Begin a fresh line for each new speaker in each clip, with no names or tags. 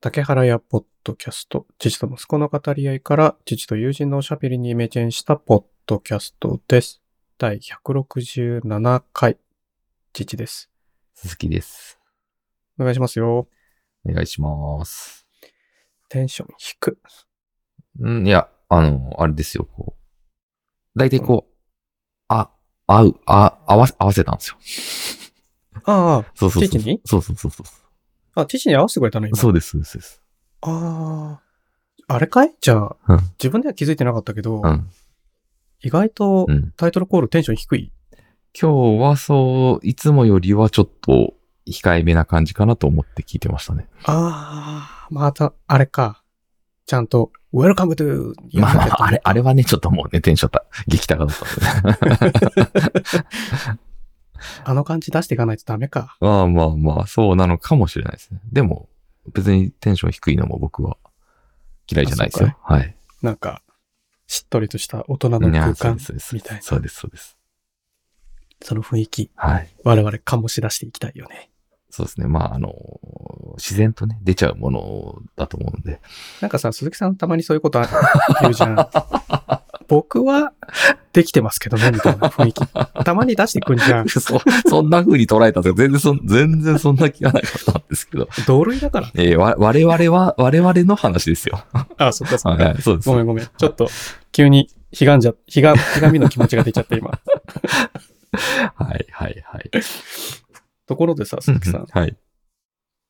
竹原屋ポッドキャスト、父と息子の語り合いから、父と友人のおしゃべりにイメチェンしたポッドキャストです。第167回、父です。
鈴木です。
お願いしますよ。
お願いします。
テンション低く。
うん、いや、あの、あれですよ、こう。大体こう、あ、合う、あ、合わせ、合わせたんですよ。
あ
そうそうそう。
父に
そうそうそうそう。
あ、あ、父に合わせてくれたの今。
そうです、そうですそうです。
ああ、あれかいじゃあ、
うん
自分では気づいてなかったけど、
うん、
意外と
うん。
タイトルコールテンション低い。
今日はそう、いつもよりはちょっと控えめな感じかなと思って聞いてましたね。
ああ、また、あれか。ちゃんと、Welcome to!
まあまあ、あれ、あれはね、ちょっともうね、テンションた、激高だったんでね。
あの感じ出していかないとダメか。
まあまあまあ、そうなのかもしれないですね。でも、別にテンション低いのも僕は嫌いじゃないです
あ
よ。はい。
なんか、しっとりとした大人の
いや
空間
そうですそう
み
です
たいな、
そうです、そうです。
その雰囲気、
はい。
我々醸し出していきたいよね。
そうですね。まあ、あの、自然とね、出ちゃうものだと思うんで。
なんかさ、鈴木さんたまにそういうことある言うじゃん。僕はできてますけどね、みたいな雰囲気。たまに出してくんじゃん。
そ、そんな風に捉えたんですけど、全然そん、全然そんな気がなかったんですけど。
同類だから。
えーわ、我々は、我々の話ですよ。
あそっかそっか。
はい、そうです。
ごめんごめん。ちょっと、急に、ひがんじゃ、ひが、ひがみの気持ちが出ちゃった今。
はい、はい、はい。
ところでさ、鈴木さん。
はい。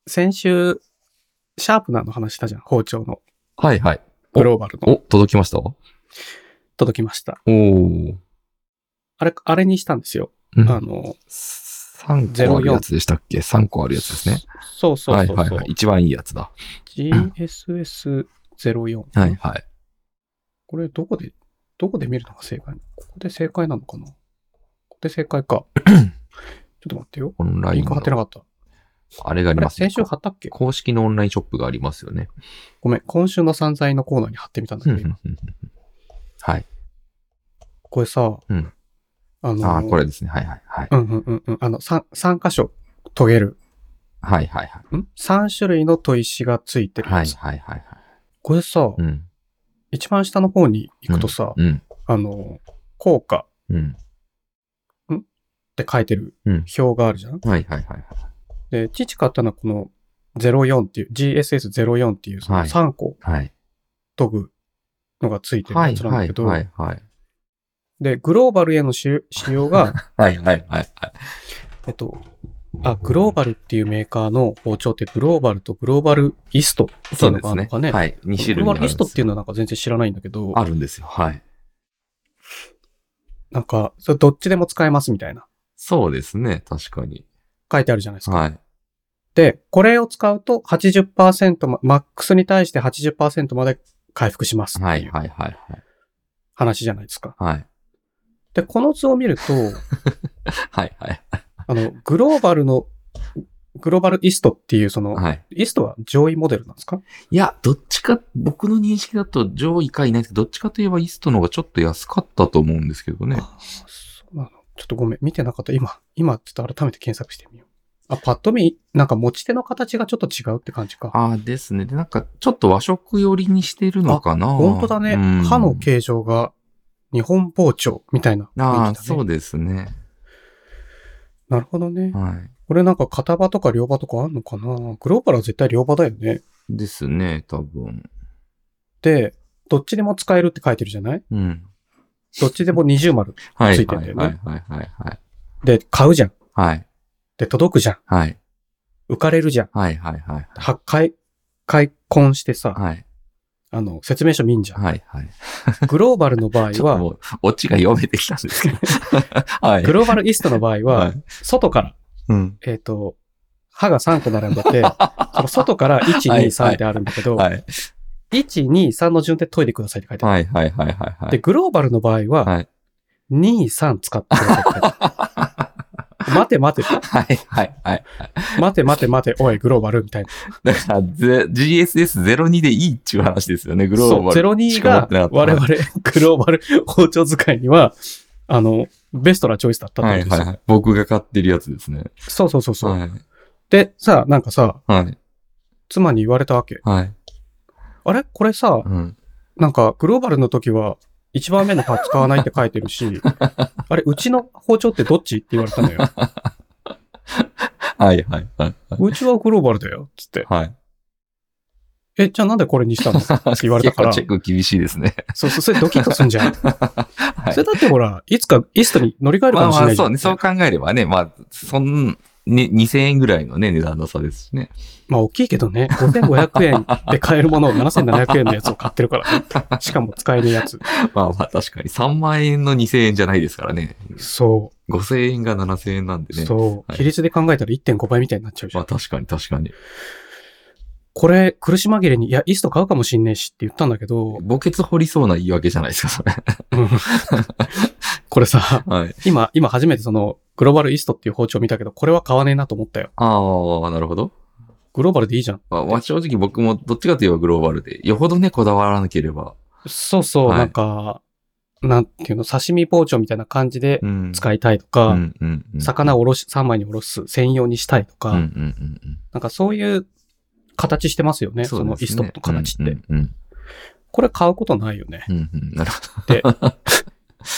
先週、シャープナーの話したじゃん。包丁の、
はい、はい。
グローバルの。
お、届きましたお
届きました。
ー。
あれ、あれにしたんですよ。
うん
あの、
3個あるやつでしたっけ ?3 個あるやつですね。
そうそうそ
は
う
い
そう、
はいはい。一番いいやつだ。
GSS04。
はいはい。
これ、どこで、どこで見るのが正解なのここで正解なのかなここで正解 か。ちょっと待ってよ。
オンラ
リ
イ
ン
ン
ク貼ってな
の。
かった。
あれがあ
あ
り
れ、
ますね
先。週貼ったっけ
公式のオンラインショップがありますよね。
ごめん。今週の散財のコーナーに貼ってみたんだけど、今
はい。
これさ、
うん
あの、
ああ、これですね。はいはいはい。
うんうんうんうん。あの、3、三箇所研げる。
はいはいはい。
ん ?3 種類の砥石がついてる
は
や
い
つ。
はいはい。
これさ、
うん。
一番下の方に行くとさ、
うん。
あの、効果っ
うん。
て書いてる
うん。
表があるじゃん
はいはいはい。
で、父買ったのはこの04っていう、GSS04 っていうその
はい
3個
はい。
研ぐのがついてる
は
や
い
つなんだ
はい
けど、
はいはい。
で、グローバルへの使用使用 が、
はいはいはい。
えっと、あ、グローバルっていうメーカーの包丁ってグローバルとグローバルイストって
そ
いう
う
の
で
があ
す
るの
ね。
かね。
はい。2種類
グロ
あ
ーバ
るん
ル
で
イ
す
ス
よ
トっていうのはなんか全然知らないんだけど、
あるんですよ。はい。
なんか、それどっちでも使えますみたいな
そうですね。確かに。
書いてあるじゃないですか。
はい。
で、これを使うと80%ま、マックスに対して80%まで回復しますっ
は
て
い
いう
はいはい
話じゃないですか。
はい。はい。
で、この図を 見ると、
はいはい。
あの、グローバルの、グローバルイストっていうその、
はい。
イストは上位モデルなんですか
いや、どっちか、僕の認識だと上位かいないですけど、どっちかといえばイーストの方がちょっと安かったと思うんですけどね。
そうなの。ちょっとごめん、見てなかった。今、今ちょっと改めて検索してみよう。あ、パッと見、なんか持ち手の形がちょっと違うって感じか。
ああ、ですね。で、なんか、ちょっと和食寄りにしてるのかな
本当だね。
うん
刃の形状が日本包丁みたいな
あ
雰囲
あ、
気だ
そ
ね。
うですね。
なるほどね。
はい。
これなんか片刃とか両刃とかあんのかなグローバルは絶対両刃だよね。
ですね、多分。
で、どっちでも使えるって書いてるじゃない
うん。
どっちでも二重丸。
はい。
ついてんだよね
はい、はい、はい、はい。
で、買うじゃん。
はい、
で、届くじゃん。
はい、
浮かれるじゃん。
はい、はい、はい。
は、開、開墾してさ、
はい、
あの、説明書見んじゃん。
はい、はい。
グローバルの場
ち
合
ょっとも
は、
う、オチが読めてきたんですけ ど。はい。
グローバルイストの場合
は
は、
い。
外から、
うん。
えっ、と、歯が3個並んでて、その外から1、2、3ってあるんだけど、
はい、
1、2、3の順で研いでくださいって書いてある。
はい、はい、はい、はい。はい
で、、グローバルの場合
は、
はい2、3使ってくださいって書いてある。待て待て、
はい、はい、はい。
待て待て待て、おい、グローバルみたいな。
だから、ぜ GSS02 でいいっていう話ですよね、グローバル。
そう、02が我々、グローバル包丁使いには、あの、ベストなチョイスだったって
は
こと
い
です
はい
よ
はい。僕が買ってるやつですね。
そうそうそうそう。
はい。
で、さ、なんかさ、
はい。
妻に言われたわけ。
はい。
あれこれさ、
うん。
なんかグローバルの時は1番目の歯使わないって書いてる し、あれ、うちの包丁ってどっちって言われたのよ。
はいはいはい。
うちはグローバルだよ。つって。
はい。
え、じゃあなんでこれにした のって言われたから
結構。チェック厳しいで すね。
そうそう、それドキッとすんじゃん。
は
それだってほら、いつかイーストに乗り換える
ま
か
あ
もしれ
ま
な
あ
いじ
そ
ゃ。
うんね。そう考えればね、まあ、そん、ね、2000円ぐらいのね、値段の差ですしね。
まあ大きいけどね、5500円で買えるものを7700円のやつを買ってるから、ね、しかも使えるや つ。
まあまあ確かに。3万円の2000円じゃないですからね。
そ
5000円が7000円なん
う、
でね。
そう。
はい
比率で考えたら1.5倍みたいになっちゃうじゃ
まあ
ん。
確かに確かに。
これ、苦し紛れに、いや、イースト買うかもしんねえしって言ったんだけど、
墓穴掘りそうな言い訳じゃないですか、それ。
これさ、
はい。
今、今初めてその、グローバルイーストっていう包丁見たけど、これは買わねえなと思ったよ。
ああ、なるほど。
グローバルでいいじゃん。
まあ、まあ正直僕もどっちかといえばグローバルで、よほどね、こだわらなければ。
そうそう、
はい
なんか、なんていうの、刺身包丁みたいな感じで
うん。
使いたいとか、
うんうんうん、
魚をおろし、3枚におろす専用にしたいとか、
うんうんうんうん。
なんかそういう形してますよね、そのイストップの形って、
うんうん
これ買うことないよね。
うん。うんうんなるほ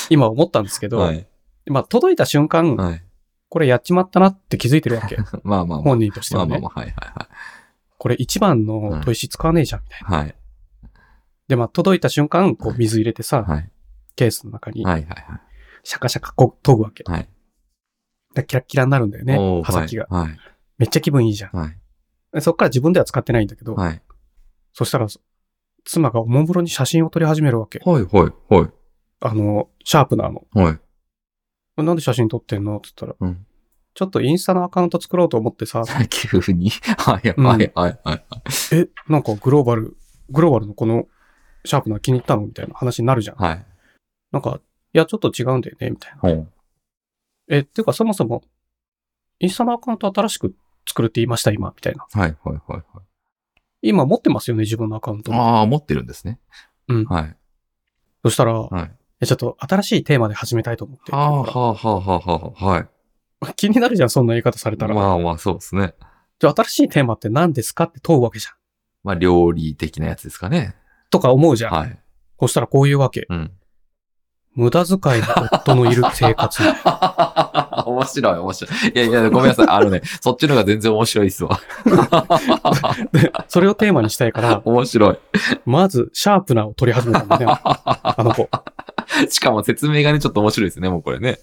今思ったんですけ
ど。
ど、
はい。
まあ届いた瞬間、
はい。
これやっちまったなって気づいてるわけ。
まあまあまあ。
本人として
まあ
はね。
まあまあ、はいは
これ一番の砥石使わねえじゃん、みたいな。
いはい。はい。
で、まあ届いた瞬間、こう水入れてさ、
はい。
ケースの中に、
はいはいは
シャカシャカこう研ぐわけ。
い。はい。
でキラッキラになるんだよね
お、ー
刃先が、
はい。
めっちゃ気分いいじゃん。
はい。
でそっから自分では使ってないんだけど、
はい。
そしたら、妻がおもむろに写真を撮り始めるわけ。
はいはいはい。
あの、シャープナーの。
はい。
なんで写真撮ってんのって言ったら、
うん
ちょっとインスタのアカウント作ろうと思ってさ、
急に。はいはいはいはい。
え、なんかグローバル、グローバルのこのシャープナー気に入ったのみたいな話になるじゃん。
はい。
なんか、いや、ちょっと違うんだよね、みたいな。
ほう
え、っていうかそもそも、インスタのアカウント新しく作るって言いました、今、みたいな。
はいはいはいはい。
今持ってますよね、自分のアカウント。
ああ、持ってるんですね。
うん
はい。
そしたら、
はい。
えちょっと新しいテーマで始めたいと思って。
はあはあはあはあはあ。はい。
気になるじゃん、そんな言い方されたら。
まあまあ、そうですね。
じゃあ新しいテーマって何ですかって問うわけじゃん。
まあ、料理的なやつですかね。
とか思うじゃん。
はい。
そしたらこういうわけ。
うん。
無駄遣いの夫のいる生 活。
面白い、面白い。いやいや、ごめんなさい。あのね、そっちの方が全然面白いっすわ。
で、それをテーマにしたいから、
面白い。
まず、シャープナーを取り始めたんだね。あの子。
しかも説明がね、ちょっと面白いですね、もうこれね。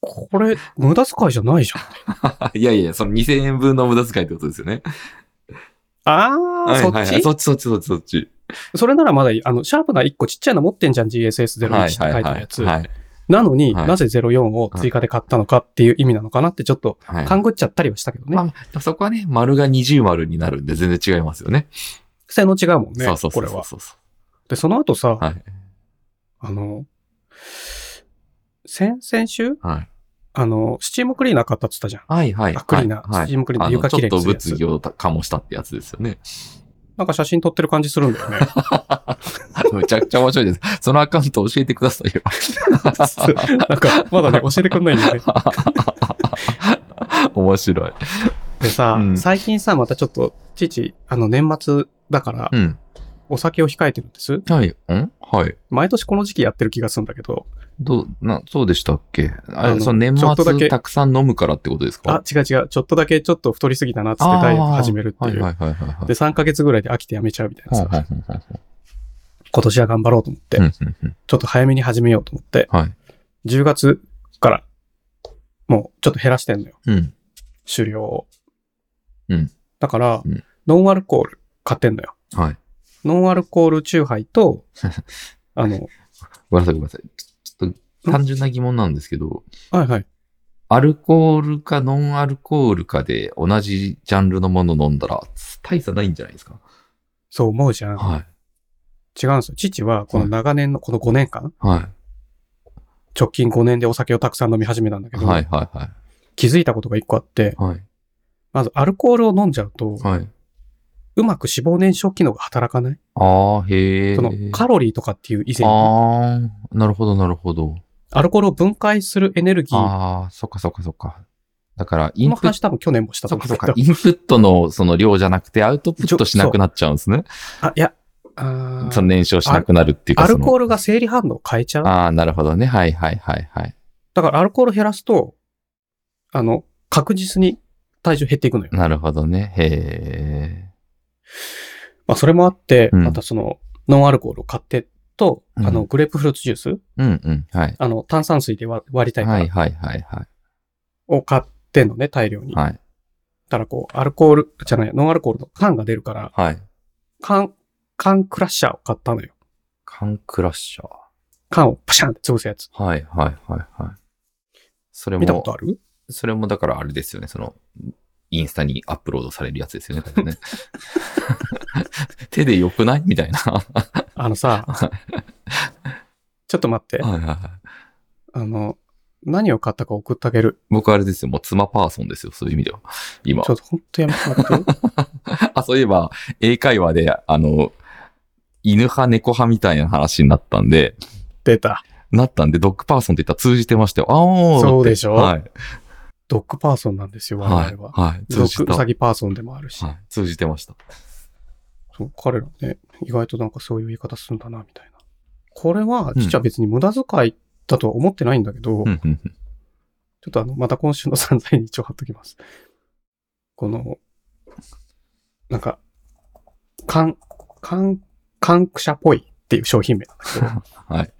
これ、無駄遣いじゃないじゃん。
いやいや、その2000円分の無駄遣いってことですよね。
あ
は
ー、
いはい
そ
は
っ
い
ち
そっちそっちそっちそっち。
それならまだいい。あの、シャープナー1個ちっちゃいの持ってんじゃん、GSS01 って書
はいい
てあ
はいは
るや
い。
つ。
はい。
なのに、
はい
なぜ04を追加で買ったのかっていう意味なのかなってちょっと
はい
勘ぐっちゃったりはしたけどね。
まあ、でもそこはね、丸が二重丸になるんで全然違いますよね。
性能違うもんね。
そうそうそ
こ
う
れ
そう
は。
そうそ
で、その後さ、
う。はい。
あの、先々週
はい。
あの、スチームクリーナー買ったって言ったじゃん。
はいはい。
あクリーナー
はい
スチームクリーナー
あの
床きれいにするやつ
ちょっと物議をた醸したってやつですよね。
なんか写真撮ってる感じするんだ よね。
めちゃくちゃ面白いです。そのアカウント教えてくださいよ。
なんか、まだね、教えてくんないん だよね。
面白い。
でさ、
うん
最近さ、またちょっと、父、あの、年末だから
う、ん。
お酒を控えてるんです。
はい。んはい。
毎年この時期やってる気がするんだけど、
どう、な、そうでしたっけあ
あの
その年
ちょっとだけ
末たくさん飲むからってことです
あ
か、
違う違う、ちょっとだけちょっと太りすぎたなっつって
あー
ダイエット始めるって
はい
いう。
はいはいはいはい。
で、3ヶ月ぐらいで飽きてやめちゃうみたいな
はい
さ、
はいはいはい
今年は頑張ろうと思って、
うんうんうん
ちょっと早めに始めようと思って、
はい
10月から、もうちょっと減らしてんのよ。
うん。
終了を。
うん
だから、
うん
ノンアルコール買ってんのよ。
はい。
ノンアルコールチューハイ と、あの、
ごめんなさいごめんなさい。ちょっと単純な疑問なんですけど、
はいはい。
アルコールかノンアルコールかで同じジャンルのもの飲んだら大差ないんじゃないですか
そう思うじゃん。
はい。
違うんですよ。父は、この長年の、この5年間、
は
直近5年でお酒をたくさん飲み始めたんだけ
い。
ど、
はいはいはい。
気づいたことが1個あって、
はい。
まずアルコールを飲んじゃうと、
はい。
うまく脂肪燃焼機能が働かない
ああ、へえ。
そのカロリーとかっていう以前に、
ああ、なるほど、なるほど。
アルコールを分解するエネルギー
ああ、そっかそっかそっか。だから、イ
こ
ン
の
プッ
話
ト、
多分去年もしたと
そう
思うけ
かそうか
ど、。
インプットのその量じゃなくてアウトプットしなくなっちゃうんですね。
あ、いや、あー
その燃焼しなくなるっていうか。
アルコー
ル
ルが生理反応を変えちゃう。
ああ、なるほどね。はいはいはいはい。
だからアルコール減らすと、あの、確実に体重減っていくのよ。
なるほどね。へ
まあ、それもあって、
うん
またその、ノンアルコールを買ってと、
うん
あの、グレープフルーツジュース、
え。うんうん。はい。
あの、炭酸水で割割りたいか
はい
ら、
はいはいは
を買ってんのね、大量に。
い。
だ
はい。
からこう、アルコール、じゃない、ノンアルコールの缶が出るから、
はい。
缶、缶クラッシャーを買ったのよ。
缶クラッシャー。
缶をパシャンって潰すやつ。
はいはいはいはい。それ
見たこ
も
と、ある
それもだからあれですよね。その、インスタにアップロードされるやつですよね。多分ね 手で良くないみたいな。は
あのさ、ちょっと待って
い。はいはい。
あの、何を買ったか送ってあげる。
僕あれですよ。もう妻パーソンですよ。そういう意味では。今
ちょ。っと本当やめてもら っていい
あ、そういえば、英会話で、あの、犬派猫派みたいな話になったんで、
出た。
なったんで、ドッグパーソンって言ったら通じてましたよ。ああ
そうでしょ
はい。
ドッグパーソンなんですよ、我々
はい。
は。
はい。
ド
通じ
ッグ
た。
ウ
は
サ
い。
ギパーソンでもあるし。
通じてました。
そう彼らね、意外となんかそういう言い方するんだな、みたいな。これは、
うん
実は別に無駄遣いだとは思ってないんだけど、
うんうんうん
ちょっとあの、また今週の散財に一応貼っときます。この、なんか、缶、缶、缶クシャっぽいっていう商品名なんだけど、
はい。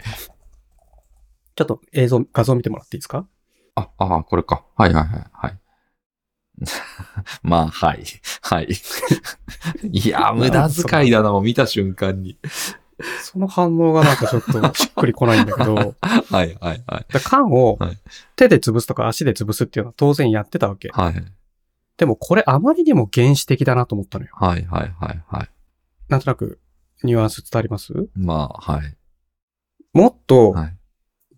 ちょっと映像、画像見てもらっていいですか
あ、ああ、これか。はいはいはい。はい。 まあ、はい。はい。 いやー、無駄遣いだな、もう見た瞬間に。
その反応がなんかちょっとしっくりこないんだけど、 だか
はいはいはい。
ら缶を
はい
手で潰すとか足で潰すっていうのは当然やってたわけ。
はい。
でもこれあまりにも原始的だなと思ったのよ。
はいはいはいはい。
なんとなくニュアンス伝わります
まあ、はい。
もっと
はい。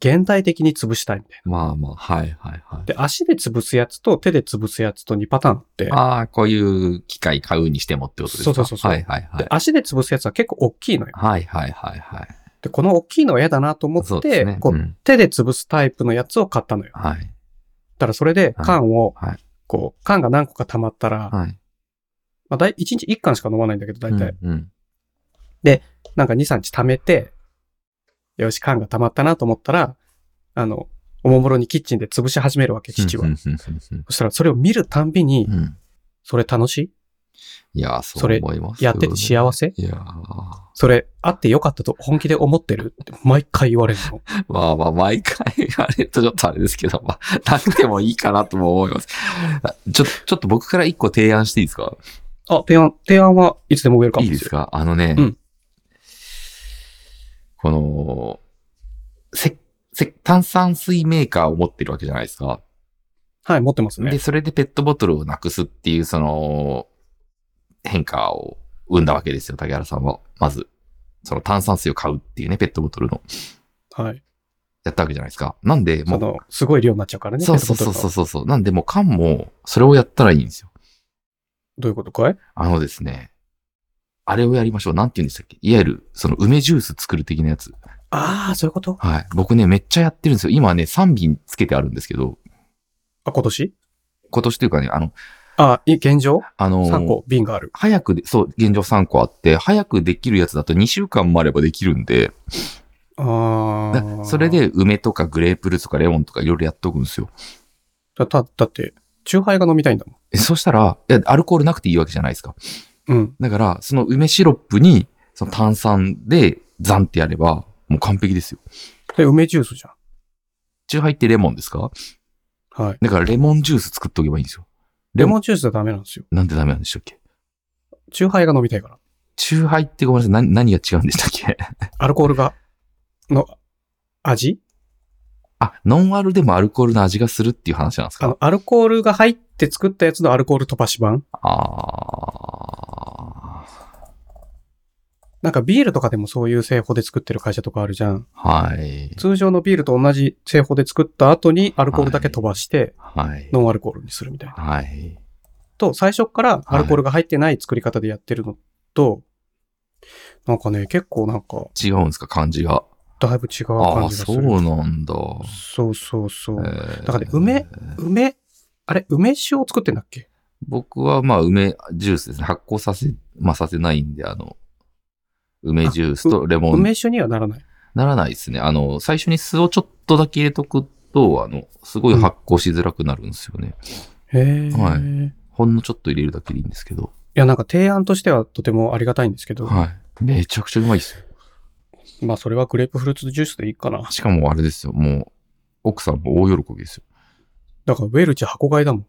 現代的に潰したいみたい
まあまあ、はいはいはい。
な。で、足で潰すやつと手で潰すやつと2パターンあって、
ああ、こういう機械買うにしてもってことですか
そうそうそうそう
はいはいは
で
い。
足で潰すやつは結構大きいのよ。
はいはいはいはい。
で、この大きいのは嫌だなと思
そう
っ
で
て、
すね。
こ
う
うん手で潰すタイプのやつを買ったのよ。だ
はい。
からそれで
はい
缶を、
はい
こう、缶が何個か溜まったら、
はい。
まあ、だい1日1缶しか飲まないんだけど、大体、
うんうん。
なんか2、3日溜めて、よし、缶が溜まったなと思ったら、あの、おもむろにキッチンで潰し始めるわけ、父は。
うんうんうん
そしたらそれを見るたんびに
う、んうん
それ楽しい
いやー、そ
そうれ
思います
や
よ
っ
ね。
てて幸せ
いやー
それ、あってよかったと本気で思ってるって毎回言われるの。
まあまあ、毎回あれとちょっとあれですけど、まあ、なくてもいいかなとも思います。あちょ、ちょっと僕から一個提案していいですか
あ、提案、提案はいつでもウェルカム
いいですかあのね、
うん
この、せ、せ、炭酸水メーカーを持ってるわけじゃないですか。
はい、持ってます
で、
ね。
それでペットボトルをなくすっていう、その、変化を生んだわけですよ、竹原さんは。まず、その炭酸水を買うっていうね、ペットボトルの、
はい。
やったわけじゃないですか。なんで、も、
そうの、すごい量になっちゃうからね。
そうそう
ペット
そ
ボ
う
トル
そ
が
うそうそう。なんで、もう缶も、それをやったらいいんですよ。
どういうことかい
あのですね、あれをやりましょう。なんて言うんでしたっけいわゆる、その梅ジュース作る的なやつ。
ああ、そういうこと
はい。僕ね、めっちゃやってるんですよ。今ね、3瓶つけてあるんですけど、
あ、今年
今年というかね、あの、
あ、い現状
あのー
?3 個瓶がある。
早くで、そう、現状3個あって、早くできるやつだと2週間もあればできるんで、
あ
だ
あ。
それ。で梅とかグレープフルーツとかレモンとかいろいろやっとくんですよ。
だただって、チューハイが飲みたいんだも
えそしたら、いやアルコールなくていいわけじゃないですか。
ん。うん。
だから、その梅シロップに、その炭酸でザンってやれば、もう完璧ですよ。
で、梅ジュースじゃ
チューハイってレモンですか
ん。はい。
だからレモンジュース作っとけばいいんですよ。
レモンジュースはダメなんですよ。
なんでダメなんでしたっけ
チューハイが飲みたいから。
チューハイってごめんなさい、何何が違うんでしたっけ
アルコールが、の、味
あ、ノンアルでもアルコールの味がするっていう話なんです
あ
か
の、アルコールが入って作ったやつのアルコール飛ばし版
あー。
なんかビールとかでもそういう製法で作ってる会社とかあるじゃん。
はい。
通常のビールと同じ製法で作った後にアルコールだけ飛ばして、
はい。
ノンアルコールにするみたいな。
はい。
と、最初からアルコールが入ってない作り方でやってるのと、なんかね、結構なんか、
違うんですか、感じが。
だいぶ違う
あ
感
あ、
じがす
そ
る。
うなんだ。
そうそうそう。
だ
だからね梅梅、あれ、梅酒を作ってんだっけ
僕はまあ梅ジュースですね。発酵させ、まあさせないんで、あの、梅ジュースとレモン
梅酒にはならない。
ならないですね。あの、最初に酢をちょっとだけ入れとくと、あの、すごい発酵しづらくなるんですよね。
へえ。
はい
い
ほんのちょっと入れるだけでいいんですけど。
や、なんか提案としてはとてもありがたいんですけど、
はい。めちゃくちゃうまいですよ。
まあそれはグレープフルーツジュースでいいかな。
しかもあれですよ、もう、奥さんも大喜びですよ。
だからウェルチ箱買いだもん。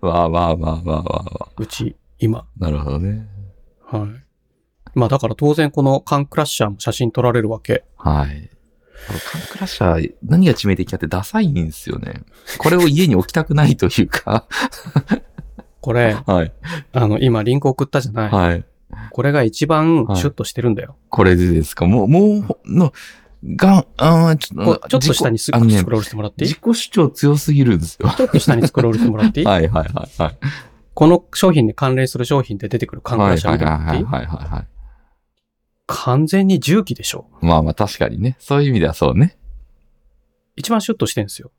わあわあわあわあわあわ
うち、今。
あ。なるほどね。
はい。まあだから当然この缶クラッシャーも写真撮られるわけ。
はい。あのカンクラッシャー、何が致命的かってダサいんですよね。これを家に置きたくないというか。
これ、
はい。
あの、今リンク送ったじゃない。
はい。
これが一番
はい
シュッとしてるんだよ。
これでですか。もう、もう、の、がん、あーちょっ
こう
と、
ちょっと下にス
あのね
スクロールしてもらっていい
自己主張強すぎるんですよ。
ちょっと下にスクロールしてもらっていい、
はいはいはいはい。
この商品に関連する商品で出てくる缶クラッシャー見てもらっていい、
はいはいはいは
完全に重機でしょ。
い。まあまあ確かにね、そういう意味ではそうね。
一番シュッとしてるんですよ。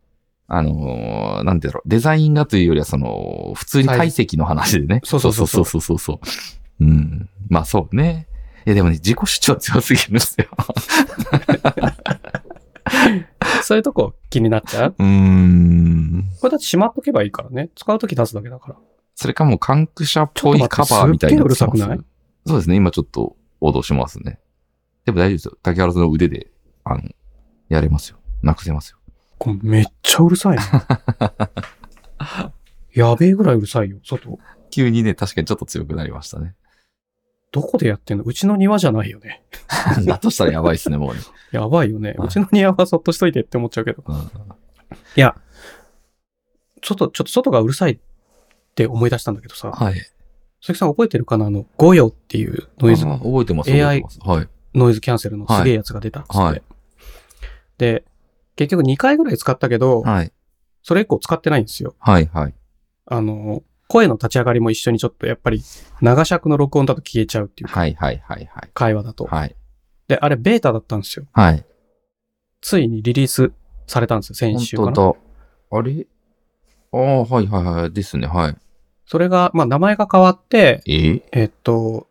あのーなんていうの、デザインがというよりは、その、普通に体積の話でね。
そうそうそう
そうそうそうそうそう。うん。まあそうね。いやでもね、自己主張強すぎるんですよ。
そういうとこ気になっち ゃう
うーん。
これだってしまっとけばいいからね。使うとき出すだけだから。
それかもう、関空車っぽいカバーみたいなやつ
ちょっと待ってすっげえうるさくない
そうですね、今ちょっと脅しますね。でも大丈夫ですよ。竹原さんの腕で、あの、やれますよ。なくせますよ。
これめっちゃうるさいな。 やべえぐらいうるさいよ、外。
急にね、確かにちょっと強くなりましたね。
どこでやってんのうちの庭じゃないよね。
だとしたらやばいですね、もうね。
やばいよね。
はいう
ちの庭はそっとしといてって思っちゃうけど。
うん
いや、ちょっと、ちょっと外がうるさいって思い出したんだけどさ、
はい。
鈴木さん覚えてるかなあの、ゴヨっていうノイズ、
あ覚えてます、覚
AI
えてます。はい。
ノイズキャンセルのすげえやつが出たっつって。
はい
で、結局2回ぐらい使ったけど、
はい。
それ以降使ってないんですよ。
はい、はい。
あの、声の立ち上がりも一緒にちょっとやっぱり長尺の録音だと消えちゃうっていうか
はい、はい、はい、はい。
会話だと。
はい。
で、あれベータだったんですよ。
はい。
ついにリリースされたんですよ、先週か
本
な。
当だ。あれああ、はい、はい、はい。ですね、はい。
それが、まあ名前が変わって、
え
えっと、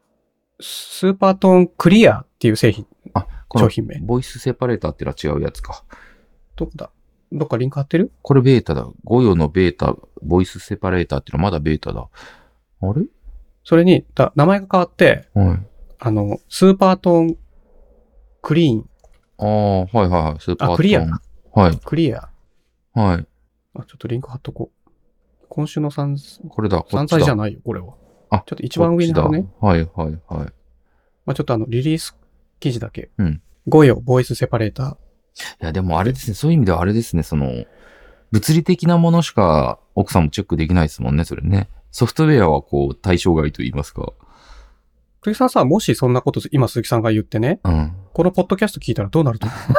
スーパートーンクリアっていう製品、
あ、こ
商
の、
品名。
ボイスセパレーターってのは違うやつか。
どこだどっかリンク貼ってる
これベータだ。ゴヨのベータ、ボイスセパレーターってのはまだベータだ。あれ
それに、だ名前が変わって、
はい。
あの、スーパートーンクリーン、
ああ、はい、はい、はい。スーパー
あクリア
トーンはい、
クリア。
は
あ、ち
い。
ょっとリンク貼っとこう。今週の散
これだ、こっ
散
ちだ。
財じゃないよ、これは。
あ
ちょっと一番上に貼るね
こ。っちだはい、はい、はい。
まあ、ちょっとあの、リリース記事だけ。
うん。
5よ、ボイスセパレータ
いや、でもあれですね、そういう意味ではあれですね、その、物理的なものしか奥さんもチェックできないですもんね、それね。ソフトウェアはこう、対象外と言いますか。
ー。鈴木さんさ、もしそんなこと、今鈴木さんが言ってね、
うん。
このポッドキャスト聞いたらどうなると思う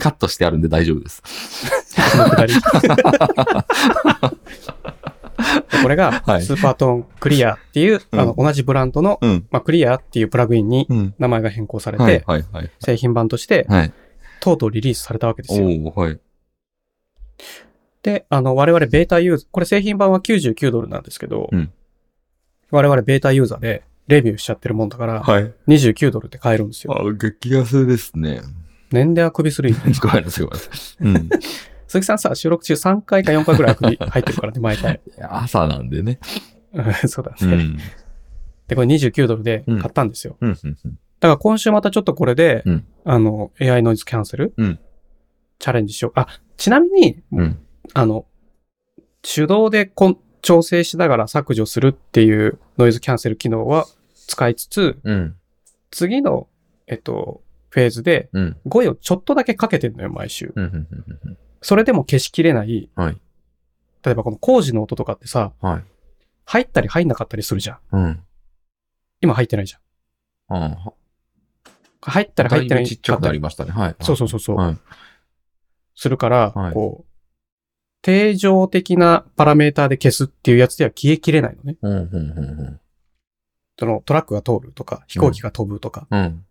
カットしてあるんで大丈夫です。
このくだり。これが
は、い
スーパートーンクリアっていう、
うん
あの、同じブランドの、
うん。
まあ、クリアっていうプラグインに
うん。
名前が変更されて、
はい、はい、はい。
製品版として、
はい。
とうとうリリースされたわけですよ。
おおはい。
で、あの、我々ベータユーザー、これ製品版は99ドルなんですけど、
うん
我々ベータユーザーでレビューしちゃってるもんだから、
はい。
29ドルで買えるんですよ。
あ、激安ですね。
年齢は首するよ。
ごめんなさい、ごめんなさい。うん。
鈴木さんさ、収録中3回か4回ぐらい首入ってるからね、毎回。
朝なんでね。
うんそうだね、
うん。
で、これ29ドルで買ったんですよ。
うん、うん、うん。
だから今週またちょっとこれで、
うん
あの、AI ノイズキャンセル、
うん
チャレンジしよう。あ、ちなみに、
うん
あの、手動でこん調整しながら削除するっていうノイズキャンセル機能は使いつつ、
うん。
次の、えっと、フェーズで
うん。
5をちょっとだけかけてんのよ、毎週。
うん、うん、うん。
それでも消しきれない。
はい
例えばこの工事の音とかってさ、
はい。
入ったり入んなかったりするじゃん。
うん。
今入ってないじゃん。
あ
入った
あ、
り
だ
入っ
い
てな
ぶ
い
ちっちゃくなりましたね。はい。
そうそうそうそう。
はい。
するから、
はい
こう、定常的なパラメーターで消すっていうやつでは消えきれないのね。
うん、うん、うん、うん。
そのトラックが通るとか、飛行機が飛ぶとか、
うん。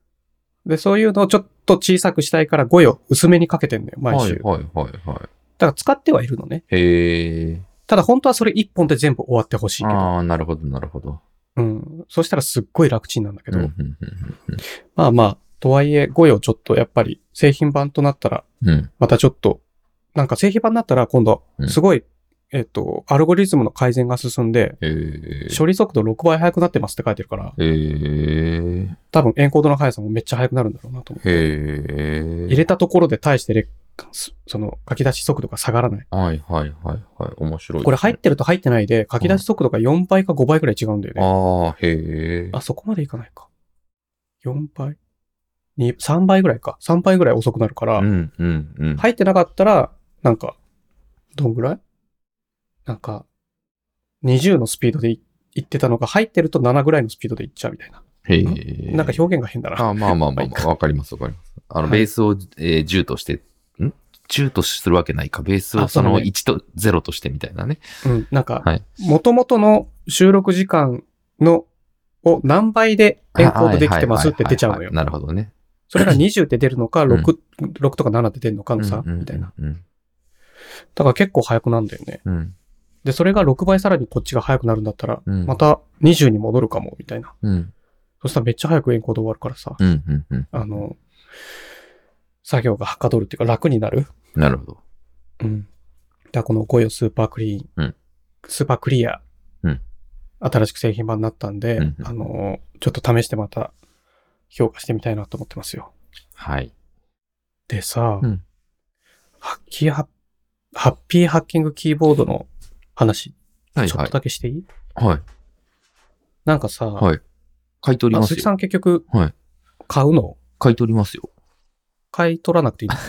で、そういうのをちょっと小さくしたいから5を薄めにかけてんのよ、毎週。
はいはいはいはい。
だから使ってはいるのね。
へえ。
ただ本当はそれ1本で全部終わってほしいけど。
ああ、なるほどなるほど。
うん。そしたらすっごい楽ちんなんだけ
うん
ど。
うんうん
まあまあ、とはいえ5をちょっとやっぱり製品版となったら、
うんうん。
またちょっと、なんか製品版になったら今度
う、ん
すごい、えっと、アルゴリズムの改善が進んで、
へえ。
処理速度6倍速くなってますって書いてるから、
へえ。
多分エンコードの速さもめっちゃ速くなるんだろうなと思う。
へえ。
入れたところで対して劣化す、その書き出し速度が下がらない。
はいはいはいはい。面白いですね、
これ入ってると入ってないで書き出し速度が4倍か5倍くらい違うんだよね。
ああ、へえ。
あ、そこまでいかないか。4倍 ?2、3倍ぐらいか。3倍ぐらい遅くなるから、
うんうんうん。
入ってなかったら、なんか、どんぐらいなんか、20のスピードでいいってたのが、入ってると7ぐらいのスピードでいっちゃうみたいな。
へえ。
なんか表現が変だな。
あまあまあまあ
まあいい
まあ、
か
わかりますわかります。あの、
はい
ベースを、えー10として、ん ?10 とするわけないか。ベースを
あ
そ
そうだね
の1と0としてみたいなね。
うん、なんか
はい、
元々の収録時間の、を何倍でエンコードできてますって出ちゃうのよ
はいはいはいはい。なるほどね。
それが20って出るのか、
うん
6、6とか7って出るのかのさ、
うんうんうん
みたいな。。
うん。
だから結構早くなんだよね。
うん。
で、それが6倍さらにこっちが早くなるんだったら、
うん
また20に戻るかも、みたいな。
うん。
そしたらめっちゃ早くエンコード終わるからさ、
うん。うんうん。
あの、作業がはかどるっていうか楽になる。
なるほど。
うん。だからこの5よスーパークリーン、
うん
スーパークリア、
うん
新しく製品版になったんで、
うんうん
あの、ちょっと試してまた評価してみたいなと思ってますよ。
はい。
でさ、
うん
ハッキーハッ、ハッピーハッキングキーボードの話、
はい
ちょ
は
っ
い
と。だけしていい、
はい。
なんかさ、
はい買い取り
あ
ます
鈴木さ
よ。
ん結局
はい。
買うの
買い取りますよ。
買い取らなくていいの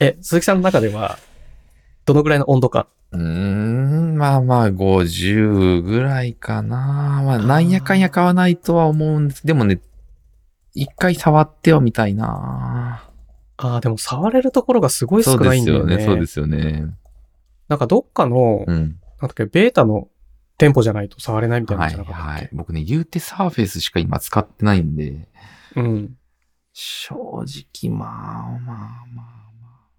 え、鈴木さんの中では、どのぐらいの温度感
うーん、まあまあ、50ぐらいかな。まあ、なんやかんや買わないとは思うんです。でもね、一回触ってはみたいな。
ああ、でも触れるところがすごい
そ
少
うで
ないん
す
だよ
よ
ね。
ね。そうですよね。
なんかどっかの、
う
なん
ん。
だっけ、ベータの店舗じゃないと触れないみたいな
は
のじ
い
ゃなかったっ
は
け
い。、僕ね、言うてサーフェイスしか今使ってないんで、
うん。
正直、まあまあま
う
あ。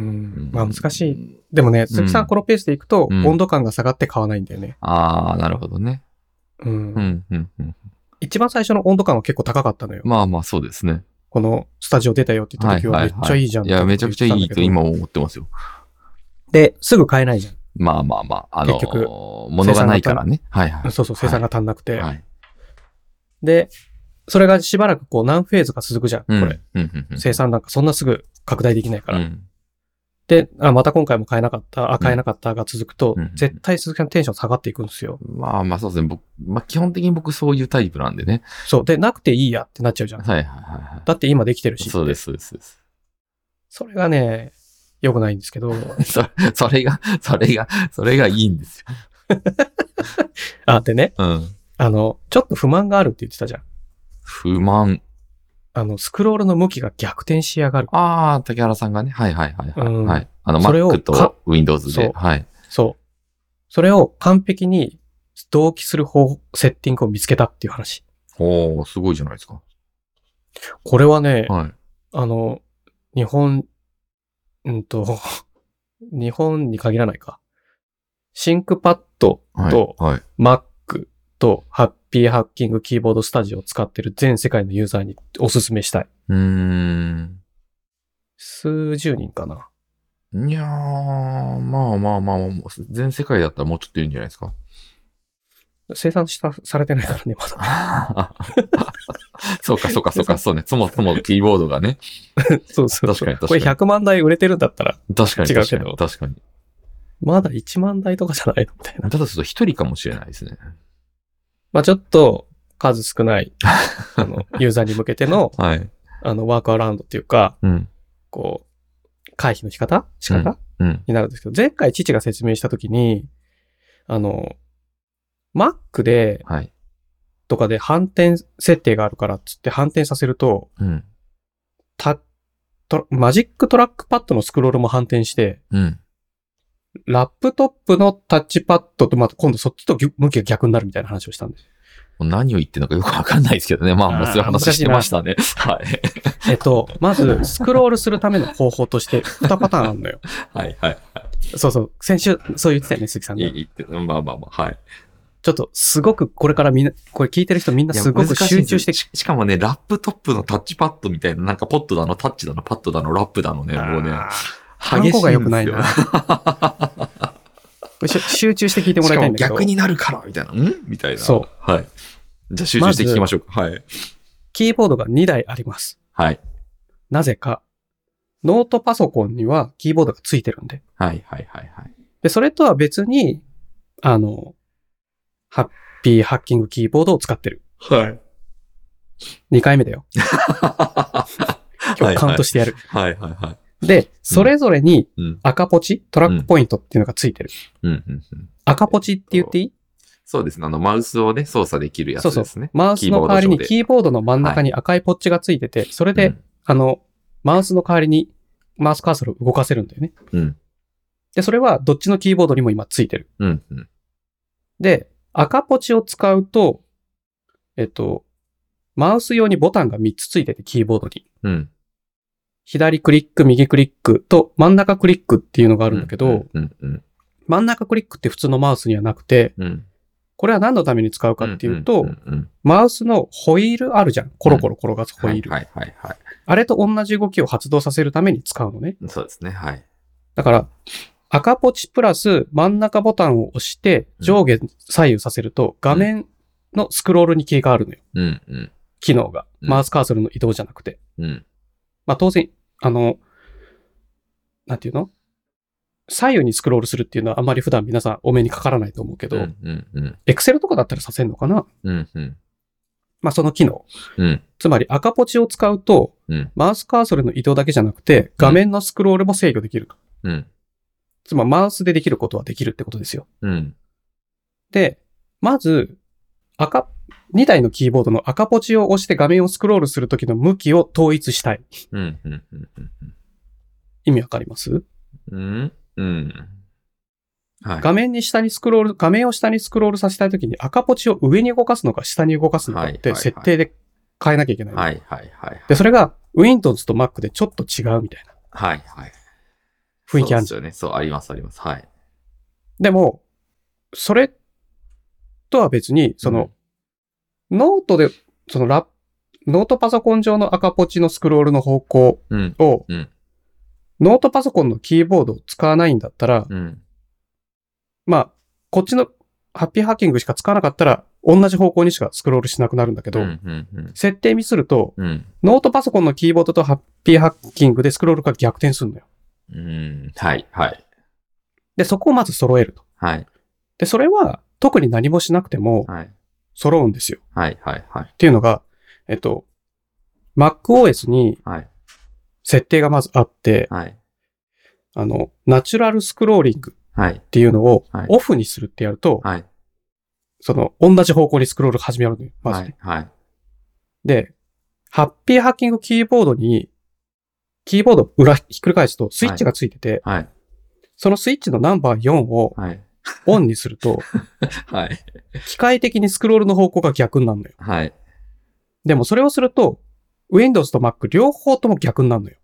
うん
ん。まあ難しい。。でもね、鈴木さ
うん
んこのペースでいくと、
うん
温度感が下がって買わないんだよね。
ああ、なるほどね。
うん。
うん、うん、うん。
一番最初の温度感は結構高かったのよ。
まあまあ、そうですね。
このスタジオ出たよって言った時はめっちゃいいじゃん。
いや、めちゃくちゃいいと。今思ってますよ。
で、すぐ買えないじ
まあまあまあ、あの
結局
物がないからね。はいは
ゃん。
い。
そうそう、生産が足んなくて。
はい。
で、それがしばらくこう何フェーズか続くじゃん、こ
うん
れ。。
うんうんうん
生産なんかそんなすぐ拡大できないから。
うん
で、あ、また今回も買えなかった、あ、買えなかったが続くと、
うん
絶対鈴木さんテンション下がっていくんですよ。
まあまあそうですね。僕、まあ基本的に僕そういうタイプなんでね。
そう。で、なくていいやってなっちゃうじゃん。
はいはいはいは
だって今できてる
い。
し。
そうです、そうですそうです。
それがね、良くないんですけど、
そそれが、それが、それがいいんですよ。
あ、でね、
うん。
あの、ちょっと不満があるって言ってたじゃん。
不満。
あの、スクロールの向きが逆転しやがる。
ああ、竹原さんがね。はいはいはいはい。
うん
はい、あの、
それを
Mac
か
と Windows
そ
で
う。
はい。
そう。それを完璧に同期する方、セッティングを見つけたっていう話。
おおすごいじゃないですか。
これはね、
はい。
あの、日本、うんと、 日本に限らないか。シンクパッド
はい。
と
はい。
Mac とハッピーハッキングキーボードスタジオを使ってる全世界のユーザーにおすすめしたい。
うーん。
数十人かな。
いやー、まあまあまあ、もう全世界だったらもうちょっといるんじゃないですか。
生産した、されてないからね、まだ。
そうか、そうか、そうか、そうね。そもそもキーボードがね。
そうそうそう。
確かに確
こ
か
れ
に
100万台売れてるんだったら、
確かに、
違う
確か
け
に。
ど
確かに。
まだ1万台とかじゃないのみたいな。
だとすると一人かもしれないですね。
まあちょっと、数少 ない、あの、ユーザーに向けての、
はい。
あの、ワークアラウンドっていうか、
うん。
こう、回避の仕方仕方、
うん。
になるんですけど、前回父が説明したときに、あの、Mac で、
はい。
とかで反転設定があるからっつって反転させると、
うん。
た、トラマジックトラックパッドのスクロールも反転して、
うん。
ラップトップのタッチパッドと、また今度そっちとぎゅ向きが逆になるみたいな話をしたん です。
もう何を言ってるのかよくわかんないですけどね。まあ、もうそういう話してましたね。 はい。
えっと、まず、スクロールするための方法として、2パターンあるのよ。
はい、はい。
そうそう。先週、そう言ってたよね、鈴木さん
い
ね。
いいいって、まあまあまあ、はい。
ちょっと、すごく、これからみんな、これ聞いてる人みんない
や
すごく
難しいん
集中
ですよ
して、
ししかもね、ラップトップのタッチパッドみたいな、なんかポットだの、タッチだの、パッドだの、ラップだのね、もうね、
単
激しいんです
語
よ
が良くないな。これし集中して聞いても
し
らい
か
たい
も
んだけど。
逆になるから、みたいな。んみたいな。。
そう
はい。じゃあ集中して聞きましょうか。はい。
キーボードが2台あります。
はい。
なぜか、ノートパソコンにはキーボードがついてるんで。
はい、はい、はい、はい。
で、それとは別に、あの、ハッピーハッキングキーボードを使ってる。
はい。
2回目だよ。今
は
日
い
カウントしてやる。
はい、はい、はい。
で、それぞれに
うん。
赤ポチ、トラックポイントっていうのがついてる。
うん、うん、うん。
赤ポチって言っていい
そうですね。あの、マウスをね、操作できるやつですね。
マウスの代わりにキーボードの真ん中に赤いポッチがついてて、それで、あの、マウスの代わりにマウスカーソルを動かせるんだよね。
うん、
で、それはどっちのキーボードにも今ついてる。
うん、うん、うん。
で、赤ポチを使うと、えっと、マウス用にボタンが3つついてて、キーボードに。
うん。
左クリック、右クリックと真ん中クリックっていうのがあるんだけど、
うん、うん、
真ん中クリックって普通のマウスにはなくて、
うん。
これは何のために使うかっていうと、
んんん
マウスのホイールあるじゃん。コロコロ転がすホイール。
はい、はい、はい。
あれと同じ動きを発動させるために使うのね。
そうですね。はい。
だから、赤ポチプラス真ん中ボタンを押して上下左右させると画面のスクロールに切り替わるのよ。
うん、うん。
機能が。
うん
マウスカーソルの移動じゃなくて。
うん。
まあ当然、あの、なんていうの左右にスクロールするっていうのはあんまり普段皆さんお目にかからないと思うけ
う
ど、
ん。うん。うん。
エクセルとかだったらさせるのかな
うん。うん。
まあその機能。
うん。
つまり赤ポチを使うと、
うん。
マウスカーソルの移動だけじゃなくて、画面のスクロールも制御できると。
うん。
つまりマウスでできることはできるってことですよ。
うん。
で、まず、赤、2台のキーボードの赤ポチを押して画面をスクロールするときの向きを統一したい。
うん。うん。うん。
意味わかります
うん。うん。はい。
画面に下にスクロール、画面を下にスクロールさせたいときに赤ポチを上に動かすのか下に動かすのかっ
はいはい
て
はい
設定で変えなきゃいけない。
はい。はい。はい。
で、それが Windows と Mac でちょっと違うみたいな
はい。はい。
雰囲気ある
ん
ん
ですよね。そう、あります、あります。はい。
でも、それとは別に、その、ノートで、そのラ、ノートパソコン上の赤ポチのスクロールの方向
うん。
を、
うん
ノートパソコンのキーボードを使わないんだったら、
うん。
まあ、こっちのハッピーハッキングしか使わなかったら、同じ方向にしかスクロールしなくなるんだけ
う
ど、
ん。うん。
設定ミスると、
うん。
ノートパソコンのキーボードとハッピーハッキングでスクロールが逆転するのよ。
うん。はい。はい。
で、そこをまず揃えると。
はい。
で、それは特に何もしなくても
はい。
揃うんですよ。
はい。はい。はい。
っていうのが、えっと、MacOS に
はい。
設定がまずあって、
はい。
あの、ナチュラルスクローリング
はい。
っていうのを
はい
オフにするってやると、
はい。
その、同じ方向にスクロールが始めるのよ。まず、
はい。はい。
で、ハッピーハッキングキーボードに、キーボードを裏ひっくり返すとスイッチがついてて、
はい。
そのスイッチのナンバー4を
はい。
オンにする と、
はい。
機械的にスクロールの方向が逆になるのよ。
はい。
でもそれをすると、Windows と Mac 両方とも逆になるのよ。